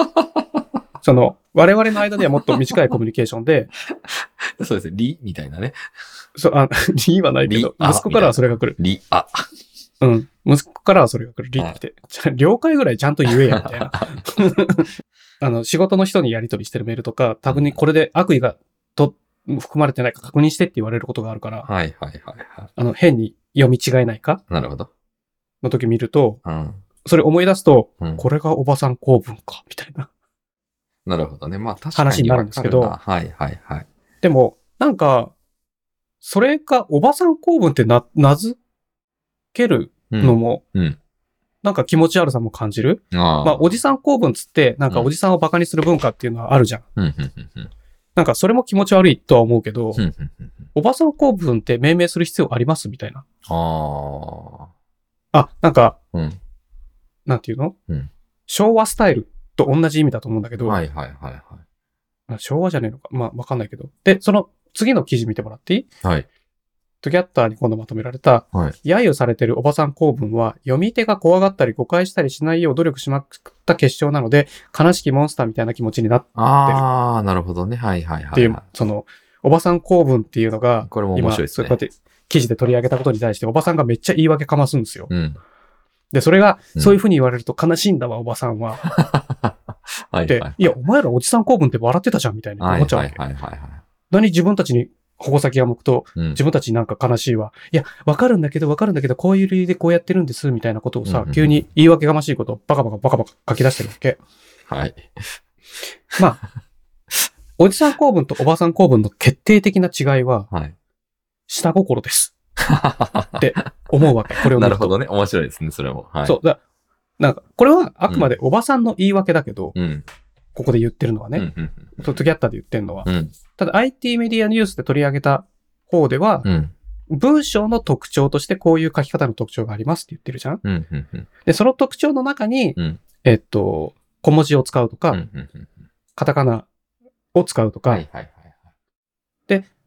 その、我々の間ではもっと短いコミュニケーションで、
そうですね。りみたいなね。
そう、あ、 理はないけど
理、あ
息子からはそれが来る。
り、あ。
うん。息子からはそれが来る。理
はい
って。ちゃ了解ぐらいちゃんと言えや、みたいな。あの、仕事の人にやり取りしてるメールとか、多分にこれで悪意がと含まれてないか確認してって言われることがあるから、
はいはいはいは
あの、変に読み違えないか
い。なるほど。
の時見ると、
うん。
それ思い出すと、
うん
これがおばさん公文か、みたいな。
なるほどね。まあ確かに
話になるんですけど
わかるなはいはいはい。
でも、なんか、それがおばさん公文ってな、名付ける
うん
のも、
うん。
なんか気持ち悪さも感じる。
ああ。
まあ、おじさん公文つって、なんか
うん
おじさんをバカにする文化っていうのはあるじゃん。
うん、うん、うんうん。
なんかそれも気持ち悪いとは思うけど
う、んうんうんうん
おばさん公文って命名する必要ありますみたいな。
あ
あ、なんか、
あ。うん。
なんていうの、
うん
昭和スタイルと同じ意味だと思うんだけど、
はいはいはいは
あ昭和じゃねえのか。まあ、わかんないけど。で、その次の記事見てもらっていい
い。はい。
トギャッターに今度まとめられた、
はい
揶揄されてるおばさん公文は、読み手が怖がったり誤解したりしないよう努力しまくった結晶なので、悲しきモンスターみたいな気持ちになっ
ああ、なるほどね。はいはいはいはい。
ていう、その、おばさん公文っていうのが、
これも面白いです
そうこ
ね
う。やって記事で取り上げたことに対して、おばさんがめっちゃ言い訳かますんですよ。
うん。
で、それが、
うん
そういうふうに言われると悲しいんだわ、おばさんは。
はい
で、いや、お前らおじさん公文って笑ってたじゃん、みたいに
はい
思っちゃう
は
わ
い
け。
はいはい。
何自分たちに矛先が向くと、
うん
自分たちになんか悲しいわ。いや、わかるんだけど、わかるんだけど、こういう理由でこうやってるんです、みたいなことを
う
さ
んうんう、ん
急に言い訳がましいことをバカバカバカバカ書き出してるわけ。
はい。
まあ、おじさん公文とおばさん公文の決定的な違いは、
はい。
下心 です。って思うわけ。これを見
な
る
る
と
ほどね。面白いですね、それも。はい。
そう。だなんか、これはあくまでおばさんの言い訳だけど、
うん。
ここで言ってるのは
うん。
ね、
うん。
トットギャッターで言ってるのは。
うん。
ただ IT メディアニュースで取り上げた方では
う、ん。
文章の特徴としてこういう書き方の特徴がありますって言ってるじゃん
うん。うん。うん。うん。
で、その特徴の中に、
うん
えっと、小文字を使うとか、
うん。うん。うん。
カタカナを使うとか、
はいはいはい。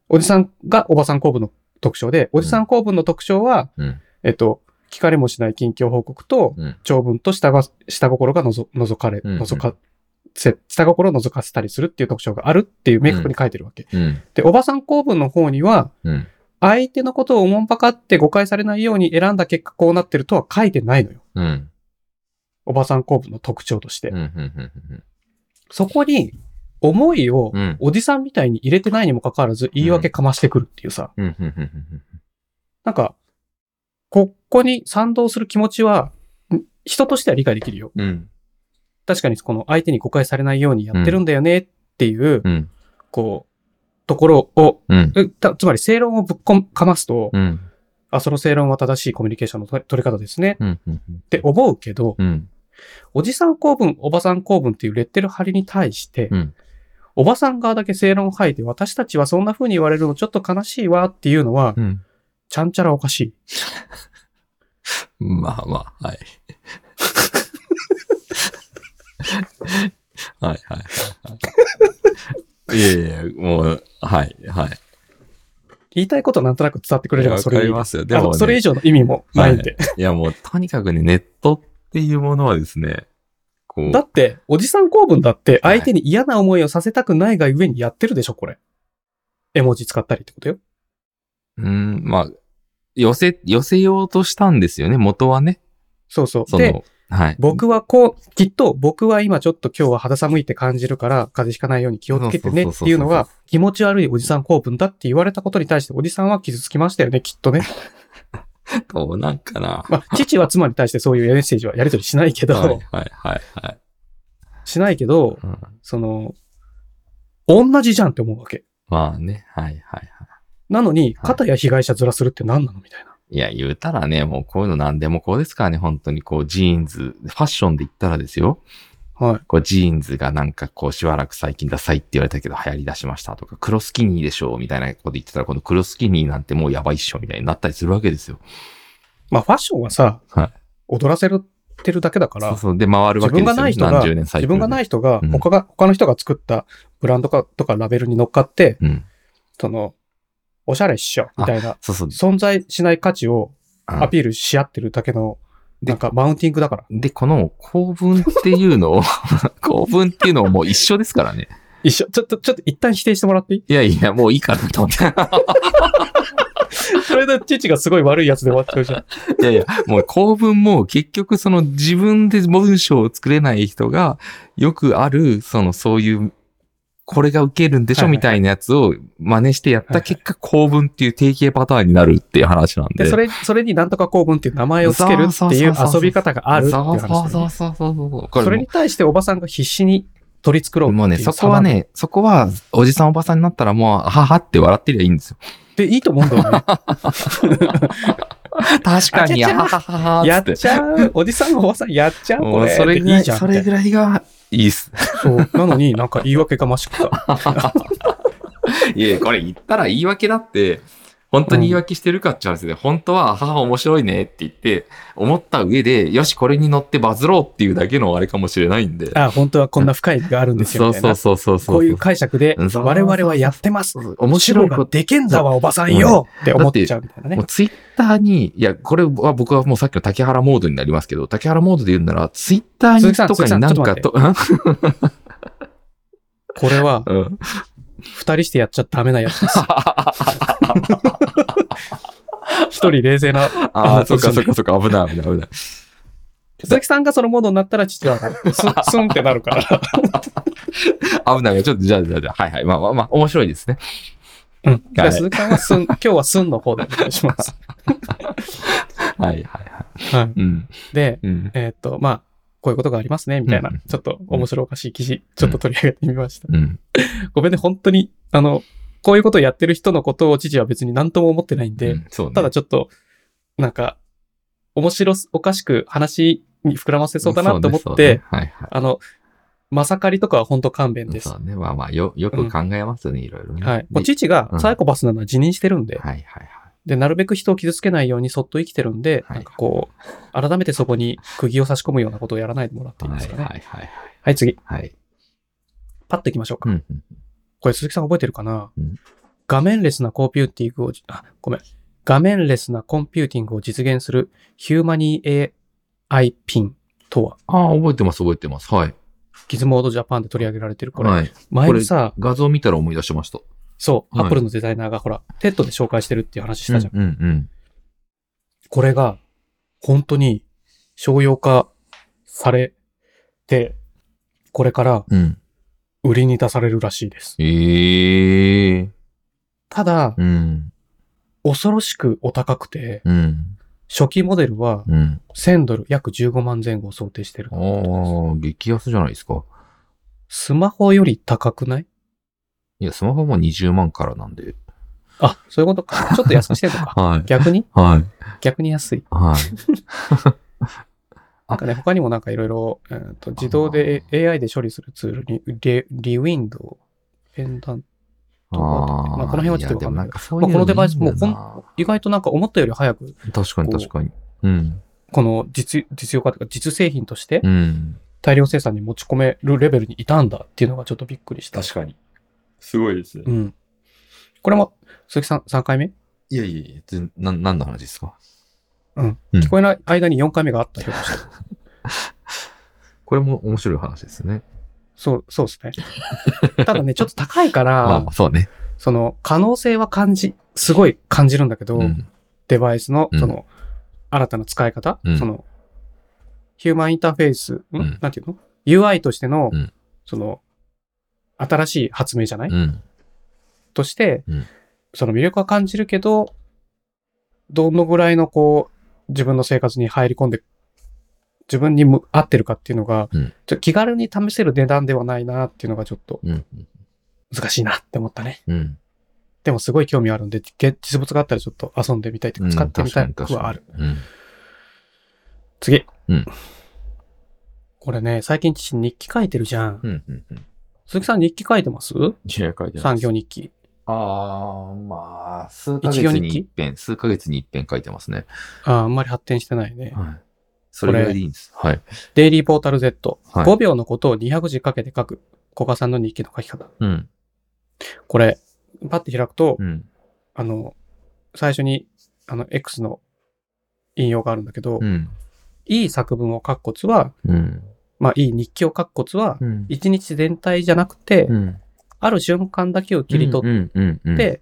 おじさんがおばさん公文の特徴で、おじさん公文の特徴は、
うん。
えっと、聞かれもしない近況報告と、
うん
長文と下が、下心がのぞ、覗かれ、
うんうん
覗かせ、下心を覗かせたりするっていう特徴があるっていう明確に書いてるわけ。
うん。
で、おばさん公文の方には、
うん。
相手のことをおもんぱかって誤解されないように選んだ結果こうなってるとは書いてないのよ。
うん。
おばさん工部の特徴として。
うん。うん。うん
そこに思いを
うん。うん。
おじさんみたいに入れてないにもかかわらず言い訳かましてくるっていうさ。
うん。うん。うん。
なんか、ここに賛同する気持ちは、ん人としては理解できるよ。
うん。
確かにこの相手に誤解されないようにやってるんだよねっていう、
うん。
こう、ところを、
うん。
えたつまり正論をぶっこんかますと、
うん。
あ、その正論は正しいコミュニケーションの取取り方ですね
うん。
って思うけど、
うん。
おじさん公文、おばさん公文っていうレッテル貼りに対して、
うん
おばさん側だけ正論吐いて、私たちはそんな風に言われるのちょっと悲しいわっていうのは、
うん。
ちゃんちゃらおかしい。
まあまあ、はい。はいはいはいはい。いやいや、もう、はいはい。
言いたいことなんとなく伝わってくれれば
わ
そ
か
れでい
り
い。
ますよ。で
あの
も、
それ以
ね、
上の意味もないんで。
いやもう、とにかくね、ネットっていうものはですね、こう
だ、って、おじさん公文だって相手に嫌な思いをさせたくないがゆえにやってるでしょ、これ。絵文字使ったりってことよ。
うん、まあ、寄せ、寄せようとしたんですよね、元はね。
そうそう。
そ
で、
の、はい。
僕はこう、きっと僕は今ちょっと今日は肌寒いって感じるから、風邪ひかないように気をつけてね
そう
って
そうそうそう
いうのが、気持ち悪いおじさん公文だって言われたことに対して、おじさんは傷つきましたよね、きっ とね。
どうなんかな。
まあ、父は妻に対してそういうメッセージはやりとりしないけど、
はいはいはいはい。
しないけど、
うん
その、同じじゃんって思うわけ。
まあね、はいはいはい。
なのに、
はい
肩や被害者ずらするって何なのみたいな。
いや、言うたらね、もうこういうの何でもこうですからね、本当にこうジーンズ、ファッションで言ったらですよ、
はい。
こうジーンズがなんかこうしばらく最近ダサいって言われたけど流行り出しましたとか、黒スキニーでしょうみたいなこと言ってたら、この黒スキニーなんてもうやばいっしょみたいになったりするわけですよ。
まあ、ファッションはさ、
はい
踊らせてるだけだか
そ
ら
う、そう、で回る
自
わけで
分
すよ、
がない人が、
何十年最。
自分がないい人が
うん、
他が、他の人が作ったブランドかとかラベルに乗っかって、
うん。
その、おしゃれっしょ、みたいな、
そうそう。
存在しない価値を
うん
アピールし合ってるだけの、
で
なんかマウンティングだから。
で、この構文っていうのを、 構文っていうのをもう一緒ですからね。
一緒、ちょっと、ちょっと一旦否定してもらって いい
いやいや、もういいかなと思って。
それで父がすごい悪いやつで終わっちゃうじゃん。
いやいや、もう構文も結局その自分で文章を作れない人がよくある、そのそういう、これが受けるんでしょ
はいはいはい
みたいなやつを真似してやった結果、構文っていう定型パターンになるっていう話なんで。
で、それ、それになんとか公文っていう名前をつけるっていう遊び方があるっていう
そう
話だよ
そう
ね
そうそうそうそう。こ
それ
れ
に対しておばさんが必死に取り繕う
も
っていう
もうね、そこはね、そこはおじさんおばさんになったらもう、ははって笑ってりゃいいんですよ。
で、いいと思うんだ よね。
確
あ
かに、
ちゃちゃ
はははは
やっ
つって。
ちゃう。おじさんおばさんやっちゃう。こ
もう
れ
それぐら
いい
い、
じゃん。
それぐらいがいいっす。
そう。なのになんか言い訳がまし くた。
いや、これ言ったら言い訳だって、本当に言い訳してるかって話で、本当は、母面白いねって言って、思った上で、よし、これに乗ってバズろうっていうだけのあれかもしれないんで。
あ、本当はこんな深い意味があるんですよ。
そ
み
う
たい
そ
な
うそうそうそう。
こういう解釈で、
そうそうそう
我々はやってます。
面白い
白
こ
が
と。
でけんだわ、おばさんよって思っちゃうみたいな
も
ね
う。ツイッターに、いや、これは僕はもうさっきの竹原モードになりますけど、竹原モードで言うなら、ツイッター
鈴
に
木さん
とかになんかと、
これは、
うんうん
二人してやっちゃダメなやつ です。一人冷静な。
あ
あ
あ、そっか
そ
そうっかそっか、危ない危ない危ない。
鈴木さんがそのモードになったら父は、 す、すんってなるから。
危ない。ちょっと、じゃあじゃあじゃあ、はいはい。まあまあまあ、面白いですね。
うん。だから鈴木さんはすん、今日はすんの方でお願いします。
はいはい は。
はい
うん。
い。で、
うん。
えーっと、まあ、こういうことがありますね、みたいな、
うん
ちょっと面白おかしい記事、ちょっと取り上げてみました。
うん。
ごめんね、本当に、あの、こういうことをやってる人のことを父は別に何とも思ってないんで、
うんそうね
ただちょっと、なんか、面白すおかしく話に膨らませそうだなと思
そ
っ
うね
て、
そうねはいはい。
あの、まさかりとかは本当勘弁です。
そうね。まあまあ、よ、よく考えますね、いろいろね。
はい。もう
で
父が
うん
サイコパスなのは辞任してるんで、
はいはいはい。
で、なるべく人を傷つけないようにそっと生きてるんで、
はい
なんかこう、改めてそこに釘を差し込むようなことをやらないでもらっていいですかね。
は
はい
はい
い、次。
はい。はい。
パッと行きましょうか。
うん。
これ鈴木さん覚えてるかな、
うん
画面レスなコンピューティングをじ、あ、ごめん。画面レスなコンピューティングを実現するヒューマニー AI ピンとは、
ああ、覚えてます、覚えてます。はい。
ギズモードジャパンで取り上げられてるこれ。
はい。
前にさ、
画像見たら思い出しました。
そう、
はい
アップルのデザイナーがほら、テッドで紹介してるっていう話したじゃん。
うんうん
これが、本当に商用化されて、これから
うん。うん。
売りに出されるらしいです。
ええ
ただ、
うん。
恐ろしくお高くて、
うん。
初期モデルは
うん。
1000ドル、約15万前後を想定してる。
ああ、激安じゃないですか。
スマホより高くない
いや、スマホも20万からなんで。
あ、そういうことか。ちょっと安くしてるのか。
はい。
逆に
はい。
逆に安い。
はい。
なんかね、他にもなんかいろいろ、うんと自動で AI で処理するツールに、リリウィンドウ、ペンダント、
あ
まあこの辺はちょっとわかんない
やでもなんかそういうの
まあこのデバイスもう
いいんだよな
意外となんか思ったより早く、
確かに確かに。うん。
この実実用化というか、実製品として
うん。
大量生産に持ち込めるレベルにいたんだっていうのがちょっとびっくりした。
かに。すごいですね
うん。これも、鈴木さん3回目
いやいやいや、全な、何の話ですか
聞こえない間に4回目があったよう でした。
これも面白い話ですね。
そう、そうですね。ただね、ちょっと高い から
あ、あ、そうね。
その可能性は感じ、すごい感じるんだけど、
うん。
デバイスの
うん
その新たな使い方、
うん
そのヒューマンインターフェース、ん
うん
なんていうの ?UI としての、
うん
その新しい発明じゃない、
うん。
として、
うん
その魅力は感じるけど、どのぐらいのこう自分の生活に入り込んで、自分にむ合ってるかっていうのが、
うん
ちょっと気軽に試せる値段ではないなっていうのがちょっと
うん。
難しいなって思ったね。
うん。
でもすごい興味あるんで、げ実物があったらちょっと遊んでみたいという
う
か、
ん
使ってみたい
確
く
かに確かに
はある。
うん。
次。
うん
これね、最近父日記書いてるじゃん。
うん。うん。うん
鈴木さん日記書いてます
いや書いてな
産
いです
業日記。
ああ、まあ、数ヶ
一
月
行日記
に一遍、数ヶ月に一遍書いてますね。
あーあんまり発展してないね。
はい。それぐらいでいいんです。はい。
デイリーポータル Z。
はい
5秒のことを200字かけて書く。古賀さんの日記の書き方。
うん。
これ、パッて開くと、
うん。
あの、最初に、あの、X の引用があるんだけど、
うん。
いい作文を書くコツは、
うん。
まあ、いい日記を書くコツは
う、ん。
一日全体じゃなくて、
うん。
ある瞬間だけを切り取っ
うん。うん。うん、
で、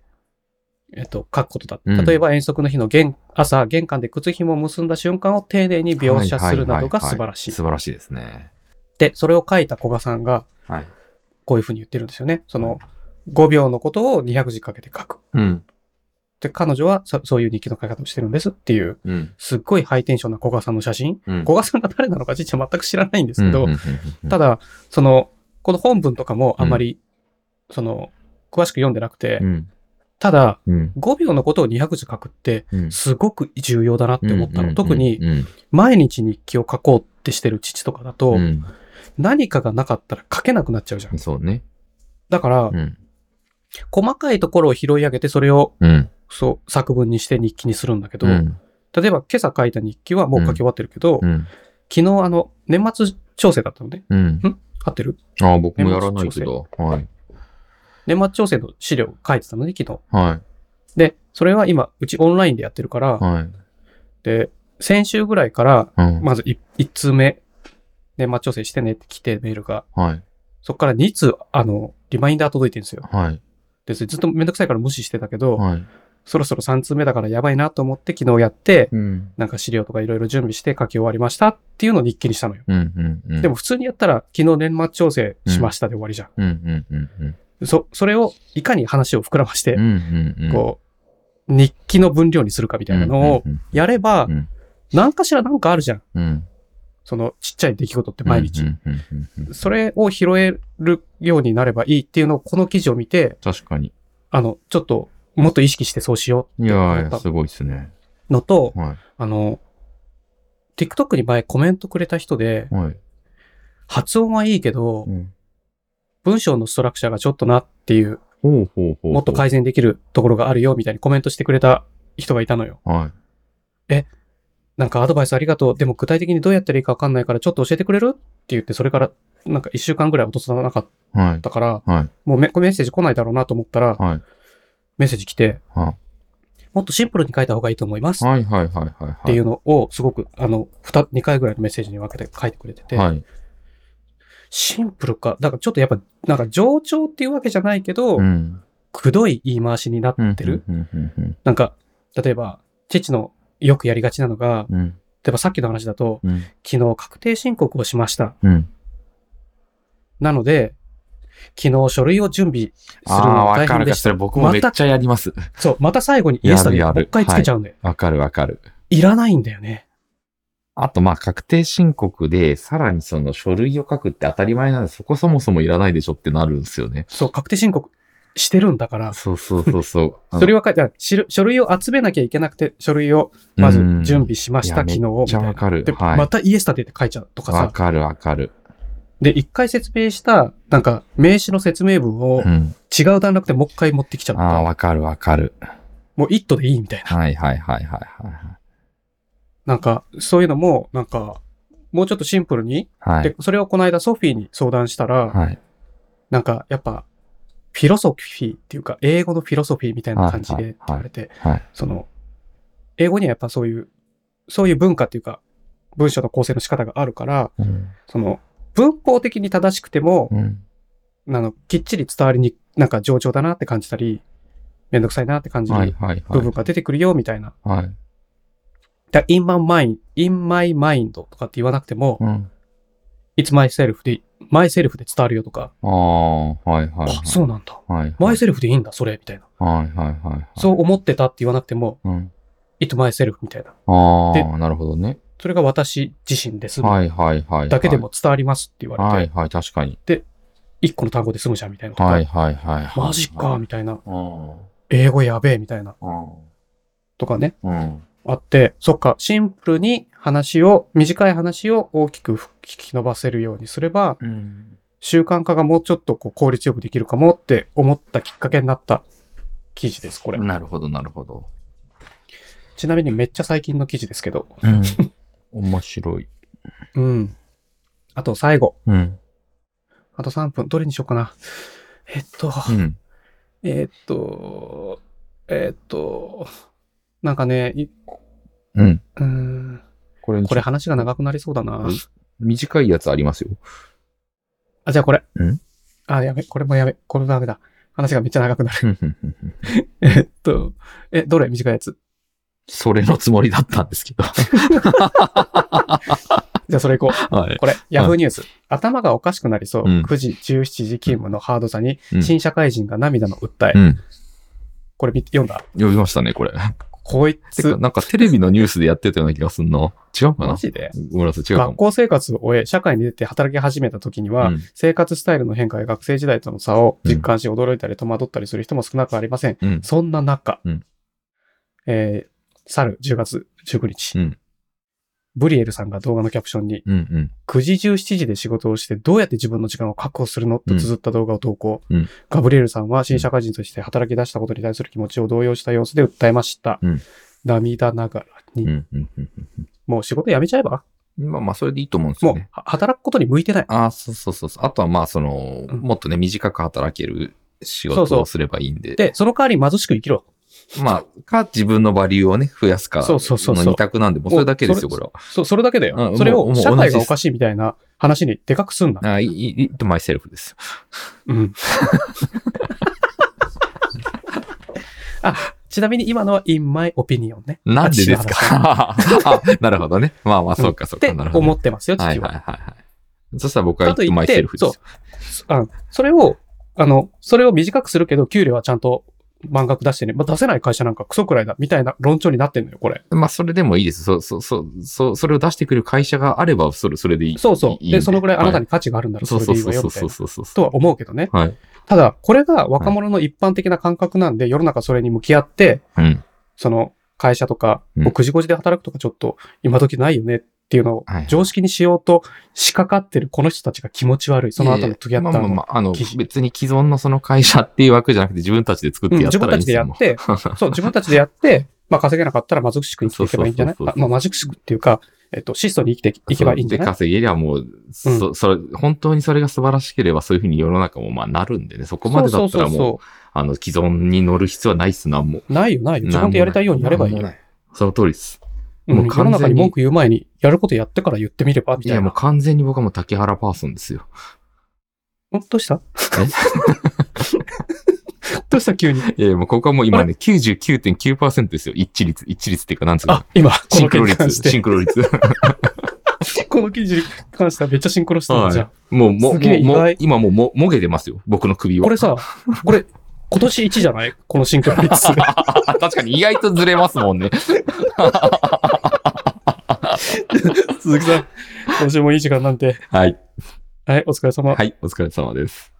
えっと、書くことだ。
うん
例えば遠足の日の玄朝、玄関で靴紐を結んだ瞬間を丁寧に描写するなどが素晴らしい。
素晴らしいですね。
で、それを書いた古賀さんが
はい。
こういうふうに言ってるんですよね。その、5秒のことを200字かけて書く。
うん。
で、彼女はそそういう日記の書き方をしてるんですっていう、
うん。
すっごいハイテンションな古賀さんの写真。
うん。
古賀さんが誰なのか実は全く知らないんですけど
うん、、
ただ、その、この本文とかもあんまり、その、詳しく読んでなくて
う、ん。
ただ、
うん。
5秒のことを200字書くって、
うん。
すごく重要だなって思ったの。特に
うん、
毎日日記を書こうってしてる父とかだと、
うん。
何かがなかったら書けなくなっちゃうじゃ
うんん。。そうね。
だから、
うん。
細かいところを拾い上げて、それを
うん。
そう作文にして日記にするんだけど、
うん。
例えば今朝書いた日記はもう書き終わってるけど、
うん。
昨日あの、年末調整だったのね。
うん。
合ってる
ああ、僕もやらないけど。はい。
年末調整の資料書いてたのね、昨日。
は
で、それは今、うちオンラインでやってるから、
い。はい。
で、先週ぐらいから、
うん。
まず 1, 一通目、年末調整してねって来てメールが。
はい。
そこから2通、あの、リマインダー届いてるんですよ。
はい。
で、それずっとめんどくさいから無視してたけど、
はい。
そろそろ3通目だからやばいなと思って昨日やって、
うん。
なんか資料とかいろいろ準備して書き終わりましたっていうのを日記にしたのよ。
うん。うん。
でも、普通にやったら、昨日年末調整しましたで終わりじゃん。
うん。うん。うん。
そ、それをいかに話を膨らまして
う、ん。うん。
こう、日記の分量にするかみたいなのを
うん
やれば
うん、
何かしらなんかあるじゃん。
うんうん
そのちっちゃい出来事って毎日。
うんうんうんうん
それを拾えるようになればいいっていうのをこの記事を見て、
確かに。
あの、ちょっと、もっと意識してそうしよ
いや
思っ
ー、
た
すごいですね。
うのと、
は
あの、TikTok に前コメントくれた人で
い。、はい。
発音はいいけど
う、ん
文章のストラクチャーがちょっとなっていう、
ほうほうほう。
もっと改善できるところがあるよみたいにコメントしてくれた人がいたのよ。
はい。
なんかアドバイスありがとう。でも具体的にどうやったらいいかわかんないからちょっと教えてくれるって言って、それからなんか一週間ぐらい落とさなかっ
はい。
たから、
はい。
もうメメッセージ来ないだろうなと思ったら、
はい。
メッセージ来て、
は
もっとシンプルに書いた方がいいと思います。
はいはいはいはいはい。っ
っていうのを、すごく、あの、二二回ぐらいのメッセージに分けて書いてくれてて、
はい。
シンプルか。だからちょっとやっぱ、なんか冗長っていうわけじゃないけど、
うん。
くどい言い回しになってる。
うんうん
なんか、例えば、父のよくやりがちなのが、
うんうん
例えばさっきの話だと、
うん
昨日確定申告をしました。
うん
なので、昨日書類を準備する
あ
の
あ、
が
わ
大
か
変
る
で
か。
した。
それ僕もめっちゃやります。
そう、また最後にイエスだけ
や
も
るや
う
る
一回つけちゃうんだよ。
わかるわかる。
いらないんだよね。
あと、まあ、確定申告で、さらにその書類を書くって当たり前なんで、そこそもそもいらないでしょってなるんですよね。
そう、確定申告してるんだから、。
そうそうそう そう
それは書いてあるし書類を集めなきゃいけなくて、書類をまず準備しました、
うん
昨日。
めっ
み
ち
た
ゃ
いな
わかる
で、
はい
またイエスだけって書いちゃうとか
わ
さ。
かるわかる。
で、一回説明した、なんか、名詞の説明文を
うん。
違う段落でもう一回持ってきちゃうと
ああ、
か。
わかるわかる。
もう一途でいいみたいな。
はいはいはいはいはい
なんか、そういうのも、なんか、もうちょっとシンプルに。
はい。はい
で、それをこの間ソフィーに相談したら、
はい。
なんか、やっぱ、フィロソフィーっていうか、英語のフィロソフィーみたいな感じ
はい
で
はい
って言われて、
はい。
その、英語にはやっぱそういう、そういう文化っていうか、文章の構成の仕方があるから、
うん。
その、文法的に正しくても、
うん。
あの、きっちり伝わりに、なんか上調だなって感じたり、めんどくさいなって感じ
はい
る
はいは
部分
い。
が出てくるよ、みたいな。
はい。
だ in my mind, in my mind とかって言わなくても、
うん。
it's myself で、myself で伝わるよとか、
ああ、はいはいはい。
あ、そうなんだ。
う。はい。はい
myself でいいんだ、それ、みたいな。
はいはいはい。
そう思ってたって言わなくても、
う。うん。
it myself みたいな。
あ
で
あ、なるほどね。
それが私自身です。
はいはいはい。
だけでも。伝わりますって言わ
は
れ
い
て、
はい、確かに。
一個の単語で済むじゃんみたいなとか。
はいはいはい。
マジか、。みたいな。
うん。
英語やべえ、みたいな。
うん。
とかね。
うん。
あって、そっか、シンプルに話を、短い話を大きく引き伸ばせるようにすれば、
うん。
習慣化がもうちょっとこう効率よくできるかもって思ったきっかけになった記事です、これ。
なるほどなるほど。
ちなみにめっちゃ最近の記事ですけど。
うん。面白い。
うん。あと最後。
うん。
あと3分。どれにしようかな。えっと、
うん。
えっと、えっと、なんかね、いう
うん。
ーん、
これ、
これ話が長くなりそうだな
うん。短いやつありますよ。
あ、じゃあこれ。
ん
あ、やべ、これもやべ、これもダメだ。話がめっちゃ長くなる。えっと、え、どれ短いやつ。
それのつもりだったんですけ ど。
じゃあそれ行こう。
はい。
これ、ヤフーニュース。頭がおかしくなりそう。
うん
9時、17時勤務のハードさに、
うん
新社会人が涙の訴え。
うん。
これ見読んだ。
呼びましたね、これ。
こい
てか、
つ、
なんかテレビのニュースでやってたような気がすんな。違うか
マ
な
ジで
ごめんなさい、違うか
学
も。
校生活を終え、社会に出て働き始めた時には、
うん
生活スタイルの変化や学生時代との差を実感し、驚いたり戸惑ったりする人も少なくありません。
うん。
そんな中、
うん
えー去る10月19日、
うん
ブリエルさんが動画のキャプションに、
うんうん。
9時17時で仕事をしてどうやって自分の時間を確保するのと綴った動画を投稿、
うん
ガブリエルさんは新社会人として働き出したことに対する気持ちを動揺した様子で訴えました。
うん
涙ながらに、
うんうんうん
もう仕事辞めちゃえば
うん。まあまあ、それでいいと思うんです
も
よ
う
ね。
は働くことに向いてない。
ああ、そうそうそうそう。あとはまあ、その、
うん
もっとね、短く働ける仕
そうそ
事
う
をすればいいんで。
で、その代わり貧しく生きろ。
まあ、か、自分のバリューをね、増やすか、
そうそうそうそう
の二択なんで、もうそれだけですよ、
も
こ
う
れは。
そそれだけだ
う
よ。
ん
それ
もうも
を
う
社
同
会
じ
が
で
お
す
かしいみたいな話にでかくすんな。
ああ、いい、いい、とマイセルフです。
うん。 あ、ちなみに今のは in my opinion ね。
なんでですか あなるほどね。まあまあ、そうか、そう
っ
か。
て
なるほど、
思
ね。
ってますよ、
は
父
いは
は。
いはいはい。そしたら僕は
かといって
マイセルフですよ。
あそれを、あの、それを短くするけど、給料はちゃんと満額出してね、まあ、出せない会社なんかクソくらいだ、みたいな論調になってんのよ、これ。
まあ、それでもいいです。そう、そう、そう、そう、それを出してくる会社があれば、それ、それでいい。
そうそう。
いいんで
で、そのくらいあなた
は
に価値があるんだら、
いそ
そうれ
そ
でいい
う
わ
そう
よ、
そ
み
う
たい
そ
な
う。そうそう
とは思うけどね。
はい。
ただ、これが若者の一般的な感覚なんで、世の中それに向き合って、
うん。
その会社とか、
うん
もう9時5時で働くとかちょっと今時ないよねっていうのを
はいはい
常識にしようと仕掛かってるこの人たちが気持ち悪い。その後のトゥギャッタ
まあ
ー
まあま
の。
あ、あの
記事、
別に既存のその会社っていう枠じゃなくて、自分たちで作っ
うん
てやっ
自
た
分
らい
た
いん
ち
で
ですや
よ。
って、 そう、自分たちでやって、まあ稼げなかったら貧しく生きていけばいいんじゃない
そうそうそうそう
あまあ貧しくっていうか、えっと、質素に生きていけばいいんじゃ
で
ない
稼げりゃもう、そ、それ、本当にそれが素晴らしければ、そういうふうに世の中もまあなるんでね、そこまでだったら
そうそう
もう、
そ
あの、既存に乗る必要はないっすな、もう。
う。ないよないよ。自分でやりたいようにやればいい
なんも
よ
な。その通りです。
うん
もう
世の
完
中
全
に
に
文句言う前に、やることやってから言ってみれば、み
い
たい
や、もう
な。
完全に僕はもう竹原パーソンですよ。
んどうしたどどうした急に。
いやいや、もうここはもう今ね、99.9%ですよ。一致率。一致率っていうか、なんつう
あ
か。、
今、こ
シン
の
ク
件
ロ
に
率。
関し
シン
て。
ク ロ率。
この記事に関してはめっちゃシンクロしてるじゃん。
もう、もう、
すげえ意
もう
外、
今もうも、もげてますよ。僕の首は。
これさ、これ、今年1じゃないこのシンクロ 率。
あ 確かに意外とずれますもんね。
鈴木さん、今週もいい時間なんで。
はい。
はい、お疲れ様。
はい、お疲れ様です。